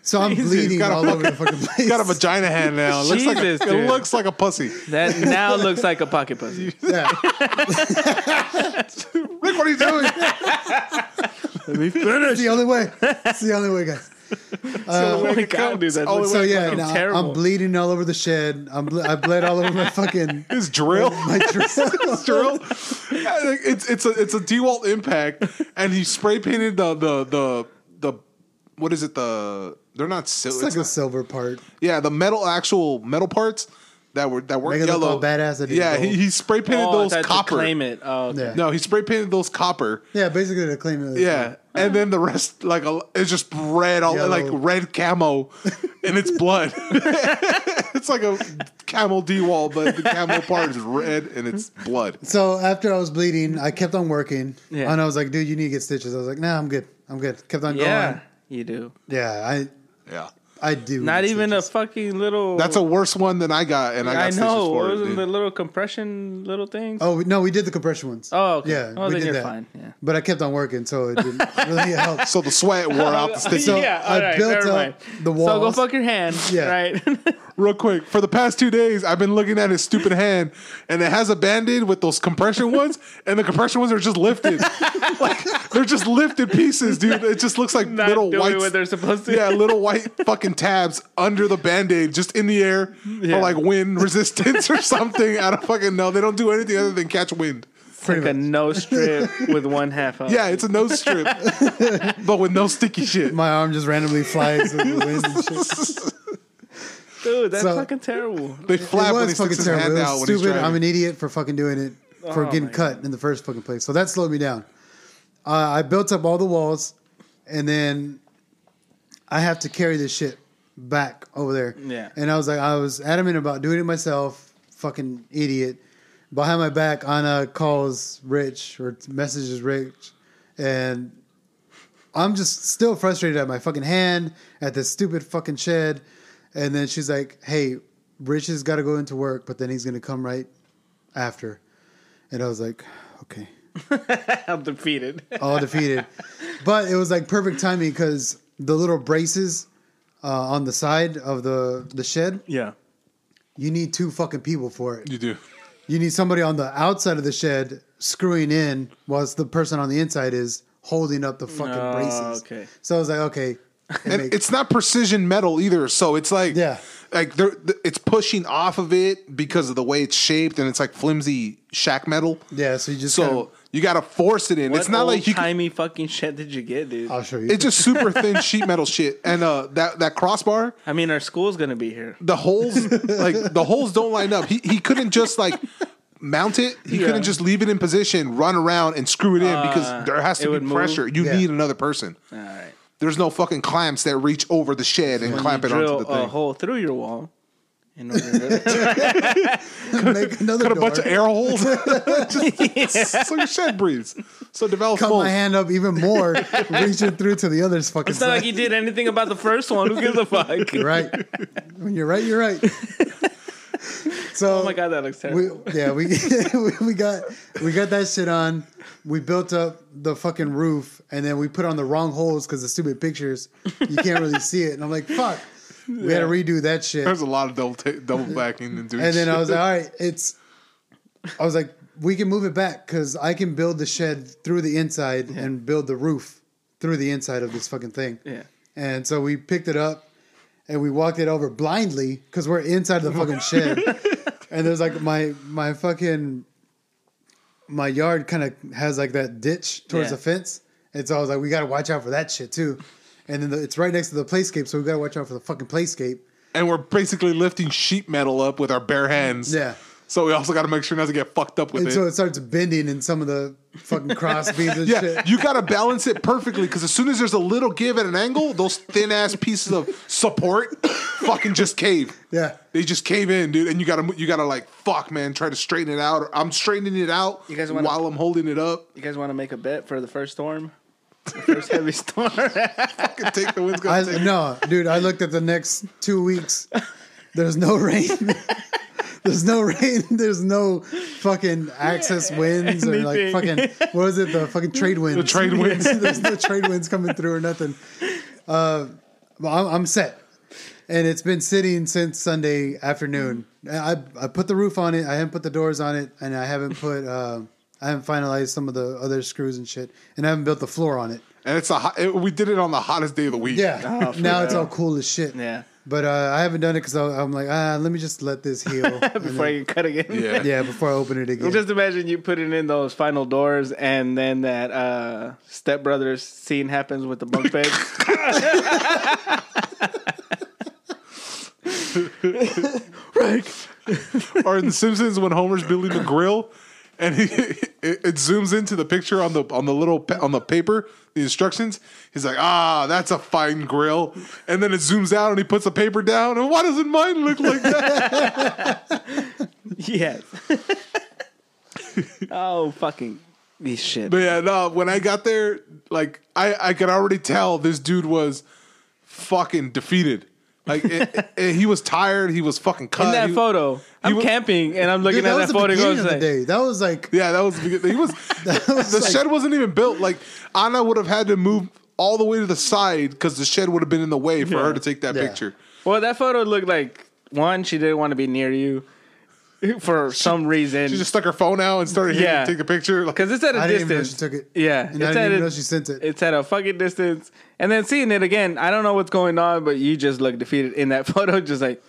Speaker 3: So I'm
Speaker 4: Jesus,
Speaker 3: bleeding
Speaker 1: got a
Speaker 3: all over the fucking place.
Speaker 1: He's got a vagina hand now. It looks like
Speaker 4: Jesus,
Speaker 1: it
Speaker 4: dude.
Speaker 1: looks like a pussy.
Speaker 4: that now looks like a pocket pussy.
Speaker 3: Yeah.
Speaker 1: Rick, what are you doing?
Speaker 3: It's the only way. It's the only way, guys.
Speaker 4: oh my god, dude! That looks
Speaker 3: So yeah,
Speaker 4: fucking
Speaker 3: now
Speaker 4: terrible.
Speaker 3: I'm bleeding all over the shed. I'm ble- I bled all over my fucking
Speaker 1: His drill.
Speaker 3: my dress.
Speaker 1: His drill. I think It's it's a it's a Dewalt impact, and he spray painted the the the the what is it the they're not
Speaker 3: It's
Speaker 1: silver.
Speaker 3: like a silver part.
Speaker 1: yeah, the metal actual metal parts that were that weren't
Speaker 3: Make it look
Speaker 1: yellow.
Speaker 3: all badass that it
Speaker 1: yeah,
Speaker 3: is
Speaker 1: he,
Speaker 3: gold.
Speaker 1: he spray painted
Speaker 4: oh, I
Speaker 1: those
Speaker 4: thought to
Speaker 1: copper.
Speaker 4: claim it. Oh, okay.
Speaker 3: Yeah.
Speaker 1: No, he spray painted those copper.
Speaker 3: Yeah, basically to claim it.
Speaker 1: Yeah. And then the rest, like, a, it's just red, all
Speaker 3: Yellow.
Speaker 1: like red camo, and it's blood. it's like a camel D wall, but the camel part is red and it's blood.
Speaker 3: So after I was bleeding, I kept on working.
Speaker 4: Yeah.
Speaker 3: And I was like, dude, you need to get stitches. I was like, nah, I'm good. I'm good. Kept on
Speaker 4: yeah,
Speaker 3: going.
Speaker 4: you do.
Speaker 3: Yeah,
Speaker 1: Yeah.
Speaker 3: I I do.
Speaker 4: Not
Speaker 3: need
Speaker 4: even a
Speaker 3: stitches.
Speaker 4: fucking little.
Speaker 1: That's a worse one than I got, and I got
Speaker 4: I
Speaker 1: stitches
Speaker 4: know.
Speaker 1: for
Speaker 4: What
Speaker 1: it.
Speaker 4: was
Speaker 1: dude.
Speaker 4: the little compression little things?
Speaker 3: Oh no, we did the compression ones.
Speaker 4: Oh, okay.
Speaker 3: yeah,
Speaker 4: Oh,
Speaker 3: we
Speaker 4: then
Speaker 3: did
Speaker 4: you're
Speaker 3: that.
Speaker 4: fine. Yeah.
Speaker 3: But I kept on working, so it didn't really help.
Speaker 1: So the sweat wore out the stitches.
Speaker 3: So
Speaker 4: yeah,
Speaker 3: I
Speaker 4: all right,
Speaker 3: built
Speaker 4: never
Speaker 3: up
Speaker 4: mind.
Speaker 3: the
Speaker 4: So go
Speaker 3: walls.
Speaker 4: fuck your hand.
Speaker 3: Yeah.
Speaker 4: Right.
Speaker 1: Real quick, for the past two days, I've been looking at his stupid hand, and it has a band-aid with those compression ones, and the compression ones are just lifted. like, they're just lifted pieces, dude. It just looks like
Speaker 4: Not
Speaker 1: little
Speaker 4: doing
Speaker 1: white
Speaker 4: what they're supposed to.
Speaker 1: Yeah, little white fucking tabs under the band aid, just in the air
Speaker 4: Yeah.
Speaker 1: for like wind resistance or something. I don't fucking know. They don't do anything other than catch wind.
Speaker 4: like a no strip with one half up.
Speaker 1: Yeah, it's a nose strip, but with no sticky shit.
Speaker 3: My arm just randomly flies in the wind and shit.
Speaker 4: Dude, that's
Speaker 3: So-
Speaker 4: fucking terrible.
Speaker 1: They
Speaker 3: It
Speaker 1: flap when he
Speaker 3: was
Speaker 1: sticks
Speaker 3: fucking
Speaker 1: his
Speaker 3: terrible.
Speaker 1: hand
Speaker 3: It
Speaker 1: out
Speaker 3: was
Speaker 1: when he's
Speaker 3: stupid. I'm
Speaker 1: driving.
Speaker 3: an idiot for fucking doing it for
Speaker 4: Oh,
Speaker 3: getting
Speaker 4: my
Speaker 3: cut in the first fucking place. So that slowed me down. Uh, I built up all the walls, and then I have to carry this shit back over there.
Speaker 4: Yeah.
Speaker 3: And I was like, I was adamant about doing it myself. Fucking idiot. Behind my back, Anna calls Rich or messages Rich, and I'm just still frustrated at my fucking hand, at this stupid fucking shed. And then she's like, hey, Rich has got to go into work, but then he's going to come right after. And I was like, okay,
Speaker 4: I'm defeated.
Speaker 1: Oh.
Speaker 3: all defeated. But it was like perfect timing because the little braces uh, on the side of the, the shed,
Speaker 4: Yeah.
Speaker 3: you need two fucking people for it.
Speaker 1: You do.
Speaker 3: You need somebody on the outside of the shed screwing in, whilst the person on the inside is holding up the fucking
Speaker 4: Oh,
Speaker 3: braces.
Speaker 4: okay.
Speaker 3: So I was like, okay. it
Speaker 1: And
Speaker 3: makes-
Speaker 1: it's not precision metal either, so it's like
Speaker 3: Yeah.
Speaker 1: like they're, th- it's pushing off of it because of the way it's shaped, and it's like flimsy shack metal.
Speaker 3: Yeah, so you just
Speaker 1: So
Speaker 3: kinda-
Speaker 1: you got to force it in.
Speaker 4: What
Speaker 1: it's not like you can, Oh,
Speaker 4: timey fucking shit did you get, dude?
Speaker 3: I'll show you.
Speaker 1: It's just super thin sheet metal shit, and uh, that that crossbar,
Speaker 4: I mean, our school's gonna be here.
Speaker 1: the holes, like the holes don't line up. He he couldn't just like mount it. He
Speaker 4: Yeah. Uh,
Speaker 1: couldn't just leave it in position, run around, and screw it in because there has
Speaker 4: it
Speaker 1: to
Speaker 4: would
Speaker 1: be
Speaker 4: move?
Speaker 1: pressure. You
Speaker 3: Yeah.
Speaker 1: need another person.
Speaker 4: All right.
Speaker 1: There's no fucking clamps that reach over the shed and clamp
Speaker 4: you
Speaker 1: it onto
Speaker 4: drill
Speaker 1: the
Speaker 4: a
Speaker 1: thing.
Speaker 4: hole through your wall. In order to,
Speaker 3: make another
Speaker 1: Got a
Speaker 3: door.
Speaker 1: bunch of air holes. just, so your shed breathes. So develop
Speaker 3: Cut
Speaker 1: mold.
Speaker 3: my hand up even more, reach it through to the other's fucking
Speaker 4: it's not like
Speaker 3: side.
Speaker 4: you did anything about the first one. Who gives a fuck?
Speaker 3: right. When you're right, you're right. So
Speaker 4: Oh my god, that looks
Speaker 3: we,
Speaker 4: terrible.
Speaker 3: yeah, we we got we got that shit on. We built up the fucking roof, and then we put on the wrong holes because the stupid pictures you can't really see it. And I'm like, fuck, we had to redo that shit.
Speaker 1: There's a lot of double ta- double backing and doing.
Speaker 3: And then I
Speaker 1: shit.
Speaker 3: was like, all right, it's. I was like, we can move it back because I can build the shed through the inside and build the roof through the inside of this fucking thing.
Speaker 4: Yeah.
Speaker 3: And so we picked it up and we walked it over blindly because we're inside the fucking shed. And there's like my my fucking my yard kind of has like that ditch towards
Speaker 4: Yeah.
Speaker 3: the fence, and so I was like, we got to watch out for that shit too. And then the, it's right next to the playscape, so we got to watch out for the fucking playscape.
Speaker 1: And we're basically lifting sheet metal up with our bare hands.
Speaker 3: Yeah.
Speaker 1: So we also got to make sure not to get fucked up with
Speaker 3: And
Speaker 1: it.
Speaker 3: so it starts bending in some of the fucking cross beams and
Speaker 1: yeah,
Speaker 3: shit.
Speaker 1: you got to balance it perfectly because as soon as there's a little give at an angle, those thin ass pieces of support fucking just cave.
Speaker 3: Yeah.
Speaker 1: They just cave in, dude, and you gotta you gotta like fuck, man. Try to straighten it out. I'm straightening it out
Speaker 4: You guys wanna-
Speaker 1: while I'm holding it up.
Speaker 4: You guys want to make a bet for the first storm? The first heavy storm.
Speaker 1: Fucking take the wind's
Speaker 3: I,
Speaker 1: gonna take.
Speaker 3: no, dude, I looked at the next two weeks. There's no rain. There's no rain. There's no fucking access winds or like
Speaker 4: anything.
Speaker 3: fucking what was it? The fucking trade winds. The
Speaker 1: trade winds.
Speaker 3: There's no trade winds coming through or nothing. Uh, well, I'm, I'm set, and it's been sitting since Sunday afternoon. I I put the roof on it. I haven't put the doors on it, and I haven't put. Uh, I haven't finalized some of the other screws and shit, and I haven't built the floor on it.
Speaker 1: And it's a hot, it, we did it on the hottest day of the week.
Speaker 3: Yeah.
Speaker 4: Oh, for
Speaker 3: now it's
Speaker 4: real.
Speaker 3: all cool as shit.
Speaker 4: Yeah.
Speaker 3: But uh, I haven't done it because I'm like, ah, let me just let this heal. And
Speaker 4: Before
Speaker 3: then-
Speaker 4: you cut again.
Speaker 1: yeah,
Speaker 3: yeah, before I open it again.
Speaker 4: Just imagine you putting in those final doors and then that uh Step Brothers scene happens with the bunk beds.
Speaker 1: or in The Simpsons when Homer's building the grill, and he, it, it zooms into the picture on the on the little pa- on the paper, the instructions. He's like, "Ah, that's a fine grill," and then it zooms out, and he puts the paper down. And why doesn't mine look like that?
Speaker 4: yes. oh fucking these shit.
Speaker 1: but yeah, no. When I got there, like I I could already tell this dude was fucking defeated. Like it, it- he was tired. He was fucking cut.
Speaker 3: uh,
Speaker 4: in that
Speaker 1: He-
Speaker 4: photo, I'm
Speaker 1: wa-
Speaker 4: camping and I'm looking
Speaker 3: Dude, that
Speaker 4: at
Speaker 3: was
Speaker 4: that
Speaker 3: the
Speaker 4: photo. and
Speaker 3: beginning
Speaker 4: goes
Speaker 3: of the
Speaker 4: like,
Speaker 3: day. That was like,
Speaker 1: Yeah, that was he was. the shed wasn't even built. Like Anna would have had to move all the way to the side because the shed would have been in the way for her to take that
Speaker 3: Yeah.
Speaker 1: picture.
Speaker 4: Well, that photo looked like one. She didn't want to be near you for some reason.
Speaker 1: She just stuck her phone out and started hitting
Speaker 4: Yeah.
Speaker 1: take a picture. Like,
Speaker 4: Because it's at a
Speaker 3: I didn't even know
Speaker 4: distance.
Speaker 3: she took it.
Speaker 4: Yeah,
Speaker 3: And I
Speaker 4: it's
Speaker 3: didn't
Speaker 4: at
Speaker 3: even
Speaker 4: a-
Speaker 3: know she sent it.
Speaker 4: It's at a fucking distance. And then seeing it again, I don't know what's going on, but you just look defeated in that photo. Just like,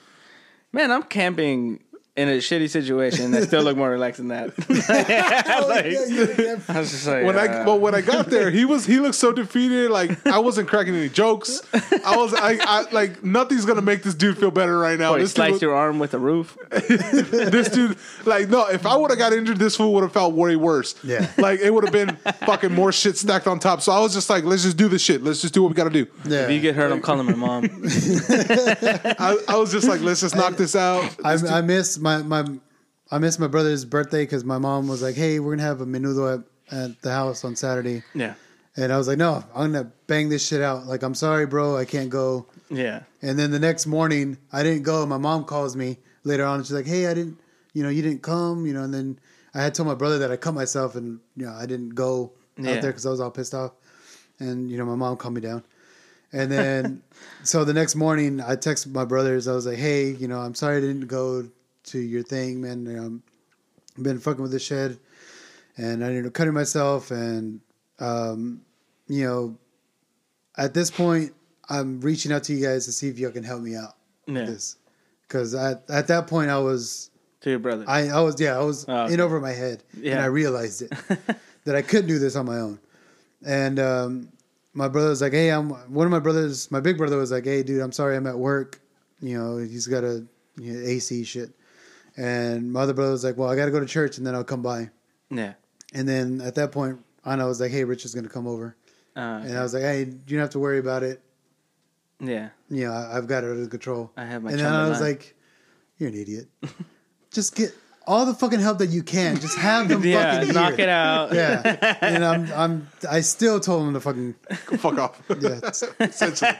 Speaker 4: man, I'm camping in a shitty situation. and I still look more relaxed than that. Like,
Speaker 3: Yeah, yeah, yeah.
Speaker 4: I was just like,
Speaker 1: when I
Speaker 4: uh,
Speaker 1: well when I got there, he was he looked so defeated. Like I wasn't cracking any jokes. I was I, I like nothing's gonna make this dude feel better right now.
Speaker 4: or you
Speaker 1: This dude,
Speaker 4: sliced your arm with a roof.
Speaker 1: this dude like no. If I would have got injured, this fool would have felt way worse.
Speaker 3: Yeah.
Speaker 1: like it would have been fucking more shit stacked on top. So I was just like, let's just do this shit. Let's just do what we gotta do.
Speaker 4: If you get hurt, I'm calling my mom.
Speaker 1: I, I was just like, let's just knock this out.
Speaker 3: I, I miss my, my I miss my brother's birthday because my mom was like, hey, we're going to have a menudo at, at the house on Saturday.
Speaker 4: yeah,
Speaker 3: And I was like, no, I'm going to bang this shit out. Like, I'm sorry, bro. I can't go.
Speaker 4: yeah.
Speaker 3: And then the next morning, I didn't go. My mom calls me later on. And she's like, "Hey, I didn't, you know, you didn't come, you know." And then I had told my brother that I cut myself, and you know, I didn't go
Speaker 4: Yeah.
Speaker 3: out there because I was all pissed off. And you know, my mom calmed me down. And then, so the next morning, I texted my brothers. I was like, "Hey, you know, I'm sorry I didn't go to your thing, man. You know, I've been fucking with the shed, and I ended up cutting myself, and um, you know, at this point, I'm reaching out to you guys to see if y'all can help me out
Speaker 4: Yeah.
Speaker 3: with this. Because at, at that point, I was,
Speaker 4: To your brother.
Speaker 3: I, I was, yeah, I was
Speaker 4: Oh, okay.
Speaker 3: in over my head. And
Speaker 4: Yeah.
Speaker 3: I realized it, that I couldn't do this on my own. And um, my brother was like, hey, I'm, one of my brothers, my big brother was like, hey, dude, I'm sorry I'm at work. You know, he's got a you know, AC shit. And my other brother was like, well, I got to go to church and then I'll come by.
Speaker 4: yeah.
Speaker 3: And then at that point, Anna was like, hey, Rich is going to come over.
Speaker 4: Uh,
Speaker 3: And I was like, hey, you don't have to worry about it.
Speaker 4: yeah.
Speaker 3: You know, I- I've got it under control.
Speaker 4: I have my
Speaker 3: And then I
Speaker 4: chum
Speaker 3: was
Speaker 4: and I.
Speaker 3: like, you're an idiot. just get all the fucking help that you can. Just have them
Speaker 4: Yeah.
Speaker 3: fucking
Speaker 4: Knock
Speaker 3: here.
Speaker 4: it out.
Speaker 3: Yeah. And I'm, I'm, I still told him to fucking,
Speaker 1: fuck off.
Speaker 3: yeah, it's-
Speaker 1: Essentially.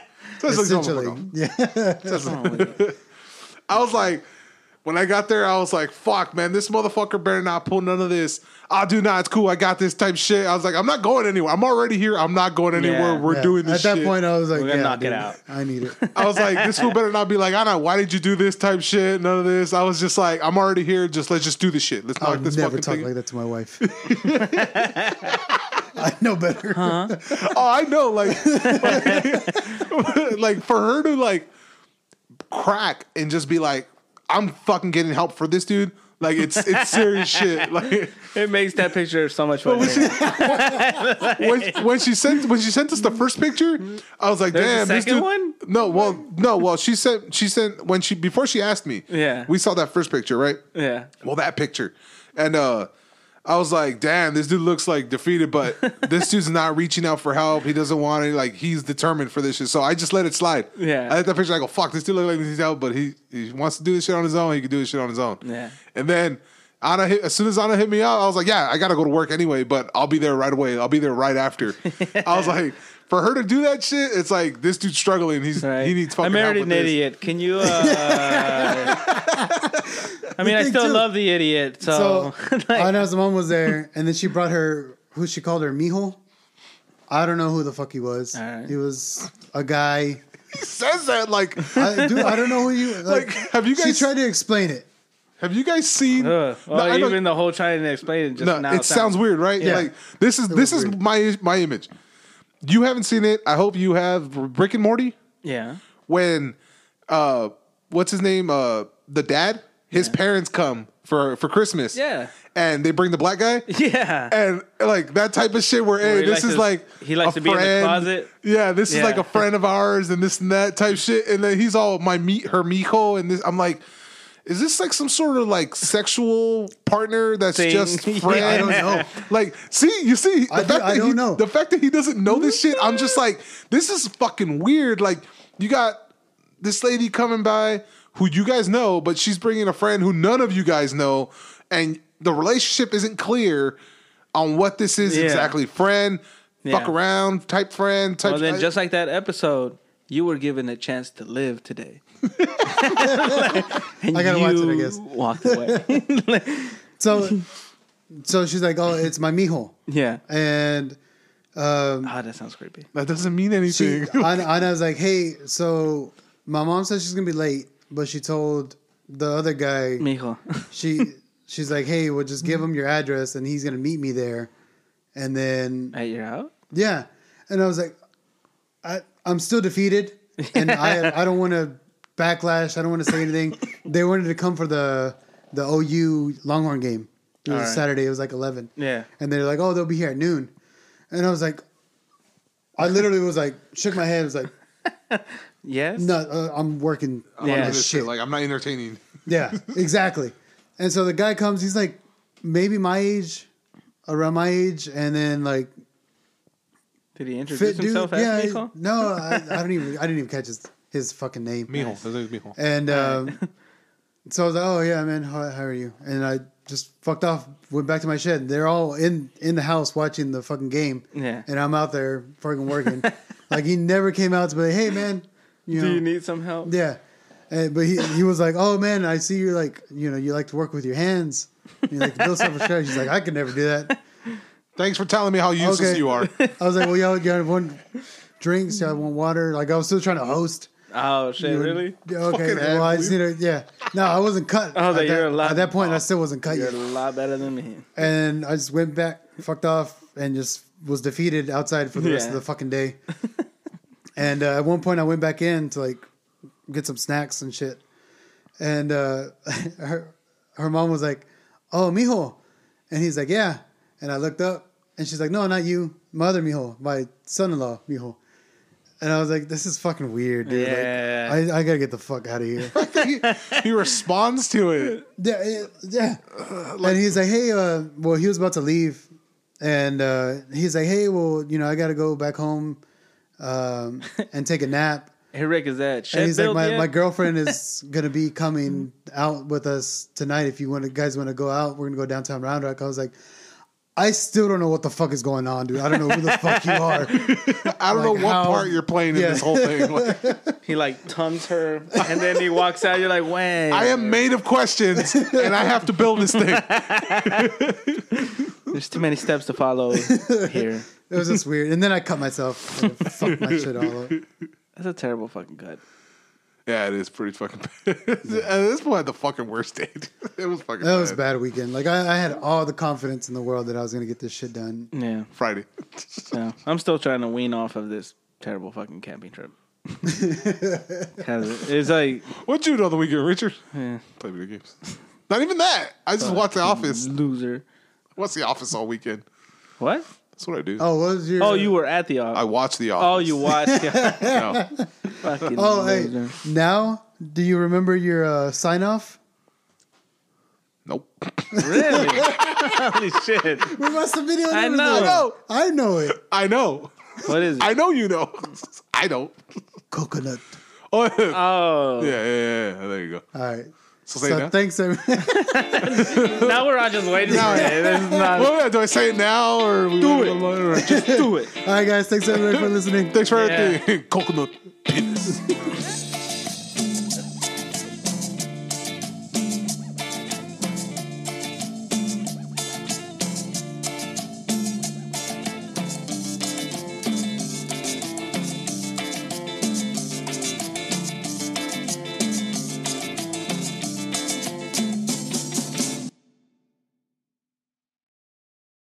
Speaker 1: Essentially, tell him to
Speaker 3: essentially.
Speaker 1: fuck off.
Speaker 3: Yeah.
Speaker 1: I was like, when I got there, I was like, fuck, man, this motherfucker better not pull none of this. I do not. It's cool. I got this type shit. I was like, I'm not going anywhere. I'm already here. I'm not going anywhere.
Speaker 4: Yeah.
Speaker 1: We're
Speaker 3: Yeah.
Speaker 1: doing this
Speaker 3: At that
Speaker 1: shit.
Speaker 3: point, I was like,
Speaker 4: We're gonna
Speaker 3: yeah,
Speaker 4: knock it
Speaker 3: dude,
Speaker 4: out.
Speaker 3: I need it.
Speaker 1: I was like, this fool better not be like, Anna, why did you do this type shit? None of this. I was just like, I'm already here. Just let's just do this shit. Let's knock
Speaker 3: I'll
Speaker 1: this
Speaker 3: never
Speaker 1: fucking
Speaker 3: talk
Speaker 1: thing.
Speaker 3: like that to my wife. I know better.
Speaker 1: oh, I know. Like, like, for her to like crack and just be like, I'm fucking getting help for this dude. Like it's it's serious shit. Like
Speaker 4: It makes that picture so much fun.
Speaker 1: when, when she sent when she sent us the first picture, I was like,
Speaker 4: There's a
Speaker 1: "Damn, this
Speaker 4: second
Speaker 1: dude-
Speaker 4: one?
Speaker 1: No, well, no, well, she sent she sent when she before she asked me.
Speaker 4: Yeah.
Speaker 1: we saw that first picture, right?
Speaker 4: yeah.
Speaker 1: Well, that picture, and uh, I was like, "Damn, this dude looks like defeated, but this dude's not reaching out for help. He doesn't want it. Like he's determined for this shit." So I just let it slide.
Speaker 4: Yeah.
Speaker 1: I let that picture. I go, "Fuck, this dude look like he's out, but he he wants to do this shit on his own. He can do this shit on his own."
Speaker 4: Yeah.
Speaker 1: And then Anna hit, as soon as Anna hit me up, I was like, yeah, I gotta go to work anyway, but I'll be there right away. I'll be there right after. I was like, for her to do that shit, it's like this dude's struggling. He's
Speaker 4: Right.
Speaker 1: he needs fucking
Speaker 4: I married
Speaker 1: help with
Speaker 4: an
Speaker 1: this.
Speaker 4: idiot. Can you? uh, I mean, I
Speaker 3: thing,
Speaker 4: still
Speaker 3: too-
Speaker 4: love the idiot. So,
Speaker 3: So Anna's mom was there, and then she brought her who she called her Mijo. I don't know who the fuck he was.
Speaker 4: All right.
Speaker 3: He was a guy.
Speaker 1: He says that like,
Speaker 3: I, dude, I don't know who you like.
Speaker 1: like have you
Speaker 3: she
Speaker 1: guys
Speaker 3: tried to explain it.
Speaker 1: have you guys seen?
Speaker 4: Ugh.
Speaker 1: No,
Speaker 4: well,
Speaker 1: I know-
Speaker 4: even the whole trying to explain it just
Speaker 1: no,
Speaker 4: now
Speaker 1: it sounds weird, right?
Speaker 3: Yeah.
Speaker 1: Like this is this
Speaker 3: was
Speaker 1: is
Speaker 3: weird.
Speaker 1: my my image. You haven't seen it. I hope you have Rick and Morty.
Speaker 4: Yeah.
Speaker 1: when uh what's his name uh the dad his parents come for for christmas
Speaker 4: Yeah.
Speaker 1: and they bring the black guy
Speaker 4: Yeah.
Speaker 1: and like that type of shit where, hey
Speaker 4: he
Speaker 1: this
Speaker 4: likes
Speaker 1: is
Speaker 4: to-
Speaker 1: like
Speaker 4: he likes
Speaker 1: a
Speaker 4: to be in the closet.
Speaker 1: yeah this is
Speaker 4: Yeah. Mm-hmm.
Speaker 1: like a friend of ours and this and that type shit and then he's all my meat her mijo and this i'm like is this like some sort of like sexual partner that's
Speaker 4: Thing.
Speaker 1: just
Speaker 4: Yeah.
Speaker 1: friend?
Speaker 3: I don't know.
Speaker 1: Like, see, you see, the
Speaker 3: I do-
Speaker 1: fact
Speaker 3: I
Speaker 1: that he,
Speaker 3: don't know.
Speaker 1: the fact that he doesn't know this shit, I'm just like, this is fucking weird. Like, you got this lady coming by who you guys know, but she's bringing a friend who none of you guys know, and the relationship isn't clear on what this is
Speaker 4: Yeah.
Speaker 1: exactly. Friend, fuck
Speaker 4: Yeah.
Speaker 1: around, type friend, type.
Speaker 4: Well, then,
Speaker 1: I-
Speaker 4: just like that episode, you were given a chance to live today. and
Speaker 3: I gotta watch it, I
Speaker 4: you
Speaker 3: guess.
Speaker 4: Walked away.
Speaker 3: So, so she's like, "Oh, it's my Mijo,"
Speaker 4: yeah.
Speaker 3: and um,
Speaker 4: Oh, that sounds creepy.
Speaker 1: that doesn't mean
Speaker 3: she
Speaker 1: anything.
Speaker 3: Anna, Anna was like, "Hey, so my mom says she's gonna be late, but she told the other guy
Speaker 4: Mijo.
Speaker 3: she she's like, "Hey, we'll just give him your address, and he's gonna meet me there." And then
Speaker 4: At your house?
Speaker 3: yeah, and I was like, "I I'm still defeated, and I I don't want to backlash. I don't want to say anything." they wanted to come for the the OU Longhorn game. It was a
Speaker 4: Alright.
Speaker 3: Saturday. It was like eleven,
Speaker 4: Yeah.
Speaker 3: and they're like, "Oh, they'll be here at noon," and I was like, I literally was like, shook my head. Was like,
Speaker 4: Yes.
Speaker 3: "No, uh, I'm working on
Speaker 4: Yeah.
Speaker 1: Like
Speaker 3: this
Speaker 1: this shit,
Speaker 3: shit."
Speaker 1: Like, I'm not entertaining.
Speaker 3: Yeah, exactly. and so the guy comes, he's like maybe my age, around my age, and then like
Speaker 4: Did he introduce
Speaker 3: fit dude.
Speaker 4: himself as
Speaker 3: Yeah,
Speaker 4: Mijo?
Speaker 3: no, I, I don't even I didn't even catch his his fucking name.
Speaker 1: Mijo, his name's Mijo.
Speaker 3: And um, so I was like, oh yeah, man, how, how are you? And I just fucked off, went back to my shed. They're all in in the house watching the fucking game.
Speaker 4: Yeah.
Speaker 3: and I'm out there fucking working. like he never came out to be like, hey man, you
Speaker 4: Do
Speaker 3: know,
Speaker 4: you need some help?
Speaker 3: yeah. And, but he, he was like, oh man, I see you like, you know, you like to work with your hands. You like to build stuff with scratch. He's like, I could never do that.
Speaker 1: Thanks for telling me how useless
Speaker 3: Okay.
Speaker 1: you are.
Speaker 3: I was like, well, y'all got one drinks, y'all want water. Like I was still trying to host.
Speaker 4: Oh shit! Really?
Speaker 3: Yeah, Okay.
Speaker 1: Fucking
Speaker 3: Well, I just need
Speaker 1: ad
Speaker 3: to, yeah. No, I wasn't cut.
Speaker 4: I was like,
Speaker 3: at,
Speaker 4: you're
Speaker 3: that,
Speaker 4: a lot-
Speaker 3: at that point, I still wasn't cut
Speaker 4: You're
Speaker 3: yet.
Speaker 4: a lot better than me.
Speaker 3: And I just went back, fucked off, and just was defeated outside for the rest
Speaker 4: Yeah.
Speaker 3: of the fucking day. and uh, at one point, I went back in to like get some snacks and shit. And uh, her her mom was like, "Oh, mijo," and he's like, "Yeah." And I looked up, and she's like, "No, not you, my other mijo, my son-in-law, mijo." And I was like, "This is fucking weird, dude.
Speaker 4: Yeah.
Speaker 3: Like, I, I gotta get the fuck out of here."
Speaker 1: he responds to it.
Speaker 3: Yeah, yeah, yeah. and he's like, hey, uh, well, he was about to leave, and uh, he's like, hey, well, you know, I got to go back home um, and take a nap.
Speaker 4: Hey Rick, is that
Speaker 3: And
Speaker 4: shed
Speaker 3: he's like,
Speaker 4: built
Speaker 3: my,
Speaker 4: yet?
Speaker 3: my girlfriend is gonna be coming out with us tonight. If you want to, guys, want to go out, we're gonna go downtown Round Rock. I was like, I still don't know what the fuck is going on, dude. I don't know who the fuck you are.
Speaker 1: I don't
Speaker 3: Like
Speaker 1: know what
Speaker 3: how-
Speaker 1: part you're playing in
Speaker 3: Yeah.
Speaker 1: this whole thing. Like,
Speaker 4: He like tongues her, and then he walks out. You're like, wait,
Speaker 1: I am made of questions, and I have to build this thing.
Speaker 4: there's too many steps to follow here.
Speaker 3: It was just weird. And then I cut myself. And it fucked my shit all up.
Speaker 4: That's a terrible fucking cut.
Speaker 1: Yeah, it is pretty fucking. Bad. At this point, the fucking worst date. It was fucking.
Speaker 3: That was a bad weekend. Like I, I had all the confidence in the world that I was gonna get this shit done.
Speaker 4: Yeah,
Speaker 1: Friday.
Speaker 4: so I'm still trying to wean off of this terrible fucking camping trip. 'Cause it's like
Speaker 1: What'd you do on the weekend, Richard? Play video games. Not even that. I just watch The Office.
Speaker 4: Loser.
Speaker 1: Watch The Office all weekend.
Speaker 4: What?
Speaker 1: That's what I do.
Speaker 3: Oh, what was your?
Speaker 4: Oh, you were at the office.
Speaker 1: I watch The
Speaker 4: oh,
Speaker 1: Office.
Speaker 4: you watched. Yeah.
Speaker 1: No.
Speaker 4: Fucking
Speaker 3: Oh, hey.
Speaker 4: loser.
Speaker 3: Now, do you remember your uh, sign off?
Speaker 1: Nope.
Speaker 4: Really? Holy shit.
Speaker 3: We watched the video. and
Speaker 4: I
Speaker 3: everything.
Speaker 4: know. I know.
Speaker 3: "Oh, I know it.
Speaker 1: I know.
Speaker 4: What is it?
Speaker 1: I know you know. I don't.
Speaker 3: Coconut.
Speaker 1: Oh,
Speaker 4: oh.
Speaker 1: yeah, yeah, yeah, yeah. There you go.
Speaker 3: All right.
Speaker 1: So say it
Speaker 3: So
Speaker 1: now.
Speaker 3: thanks, everyone.
Speaker 4: Now we're all just waiting for it. This is not-
Speaker 1: Well, Oh, yeah, do I say it now or we
Speaker 4: Do it. Just do it.
Speaker 3: All right, guys. Thanks everyone for listening.
Speaker 1: Thanks for
Speaker 4: Yeah.
Speaker 1: everything. Coconut penis.
Speaker 7: Let's go.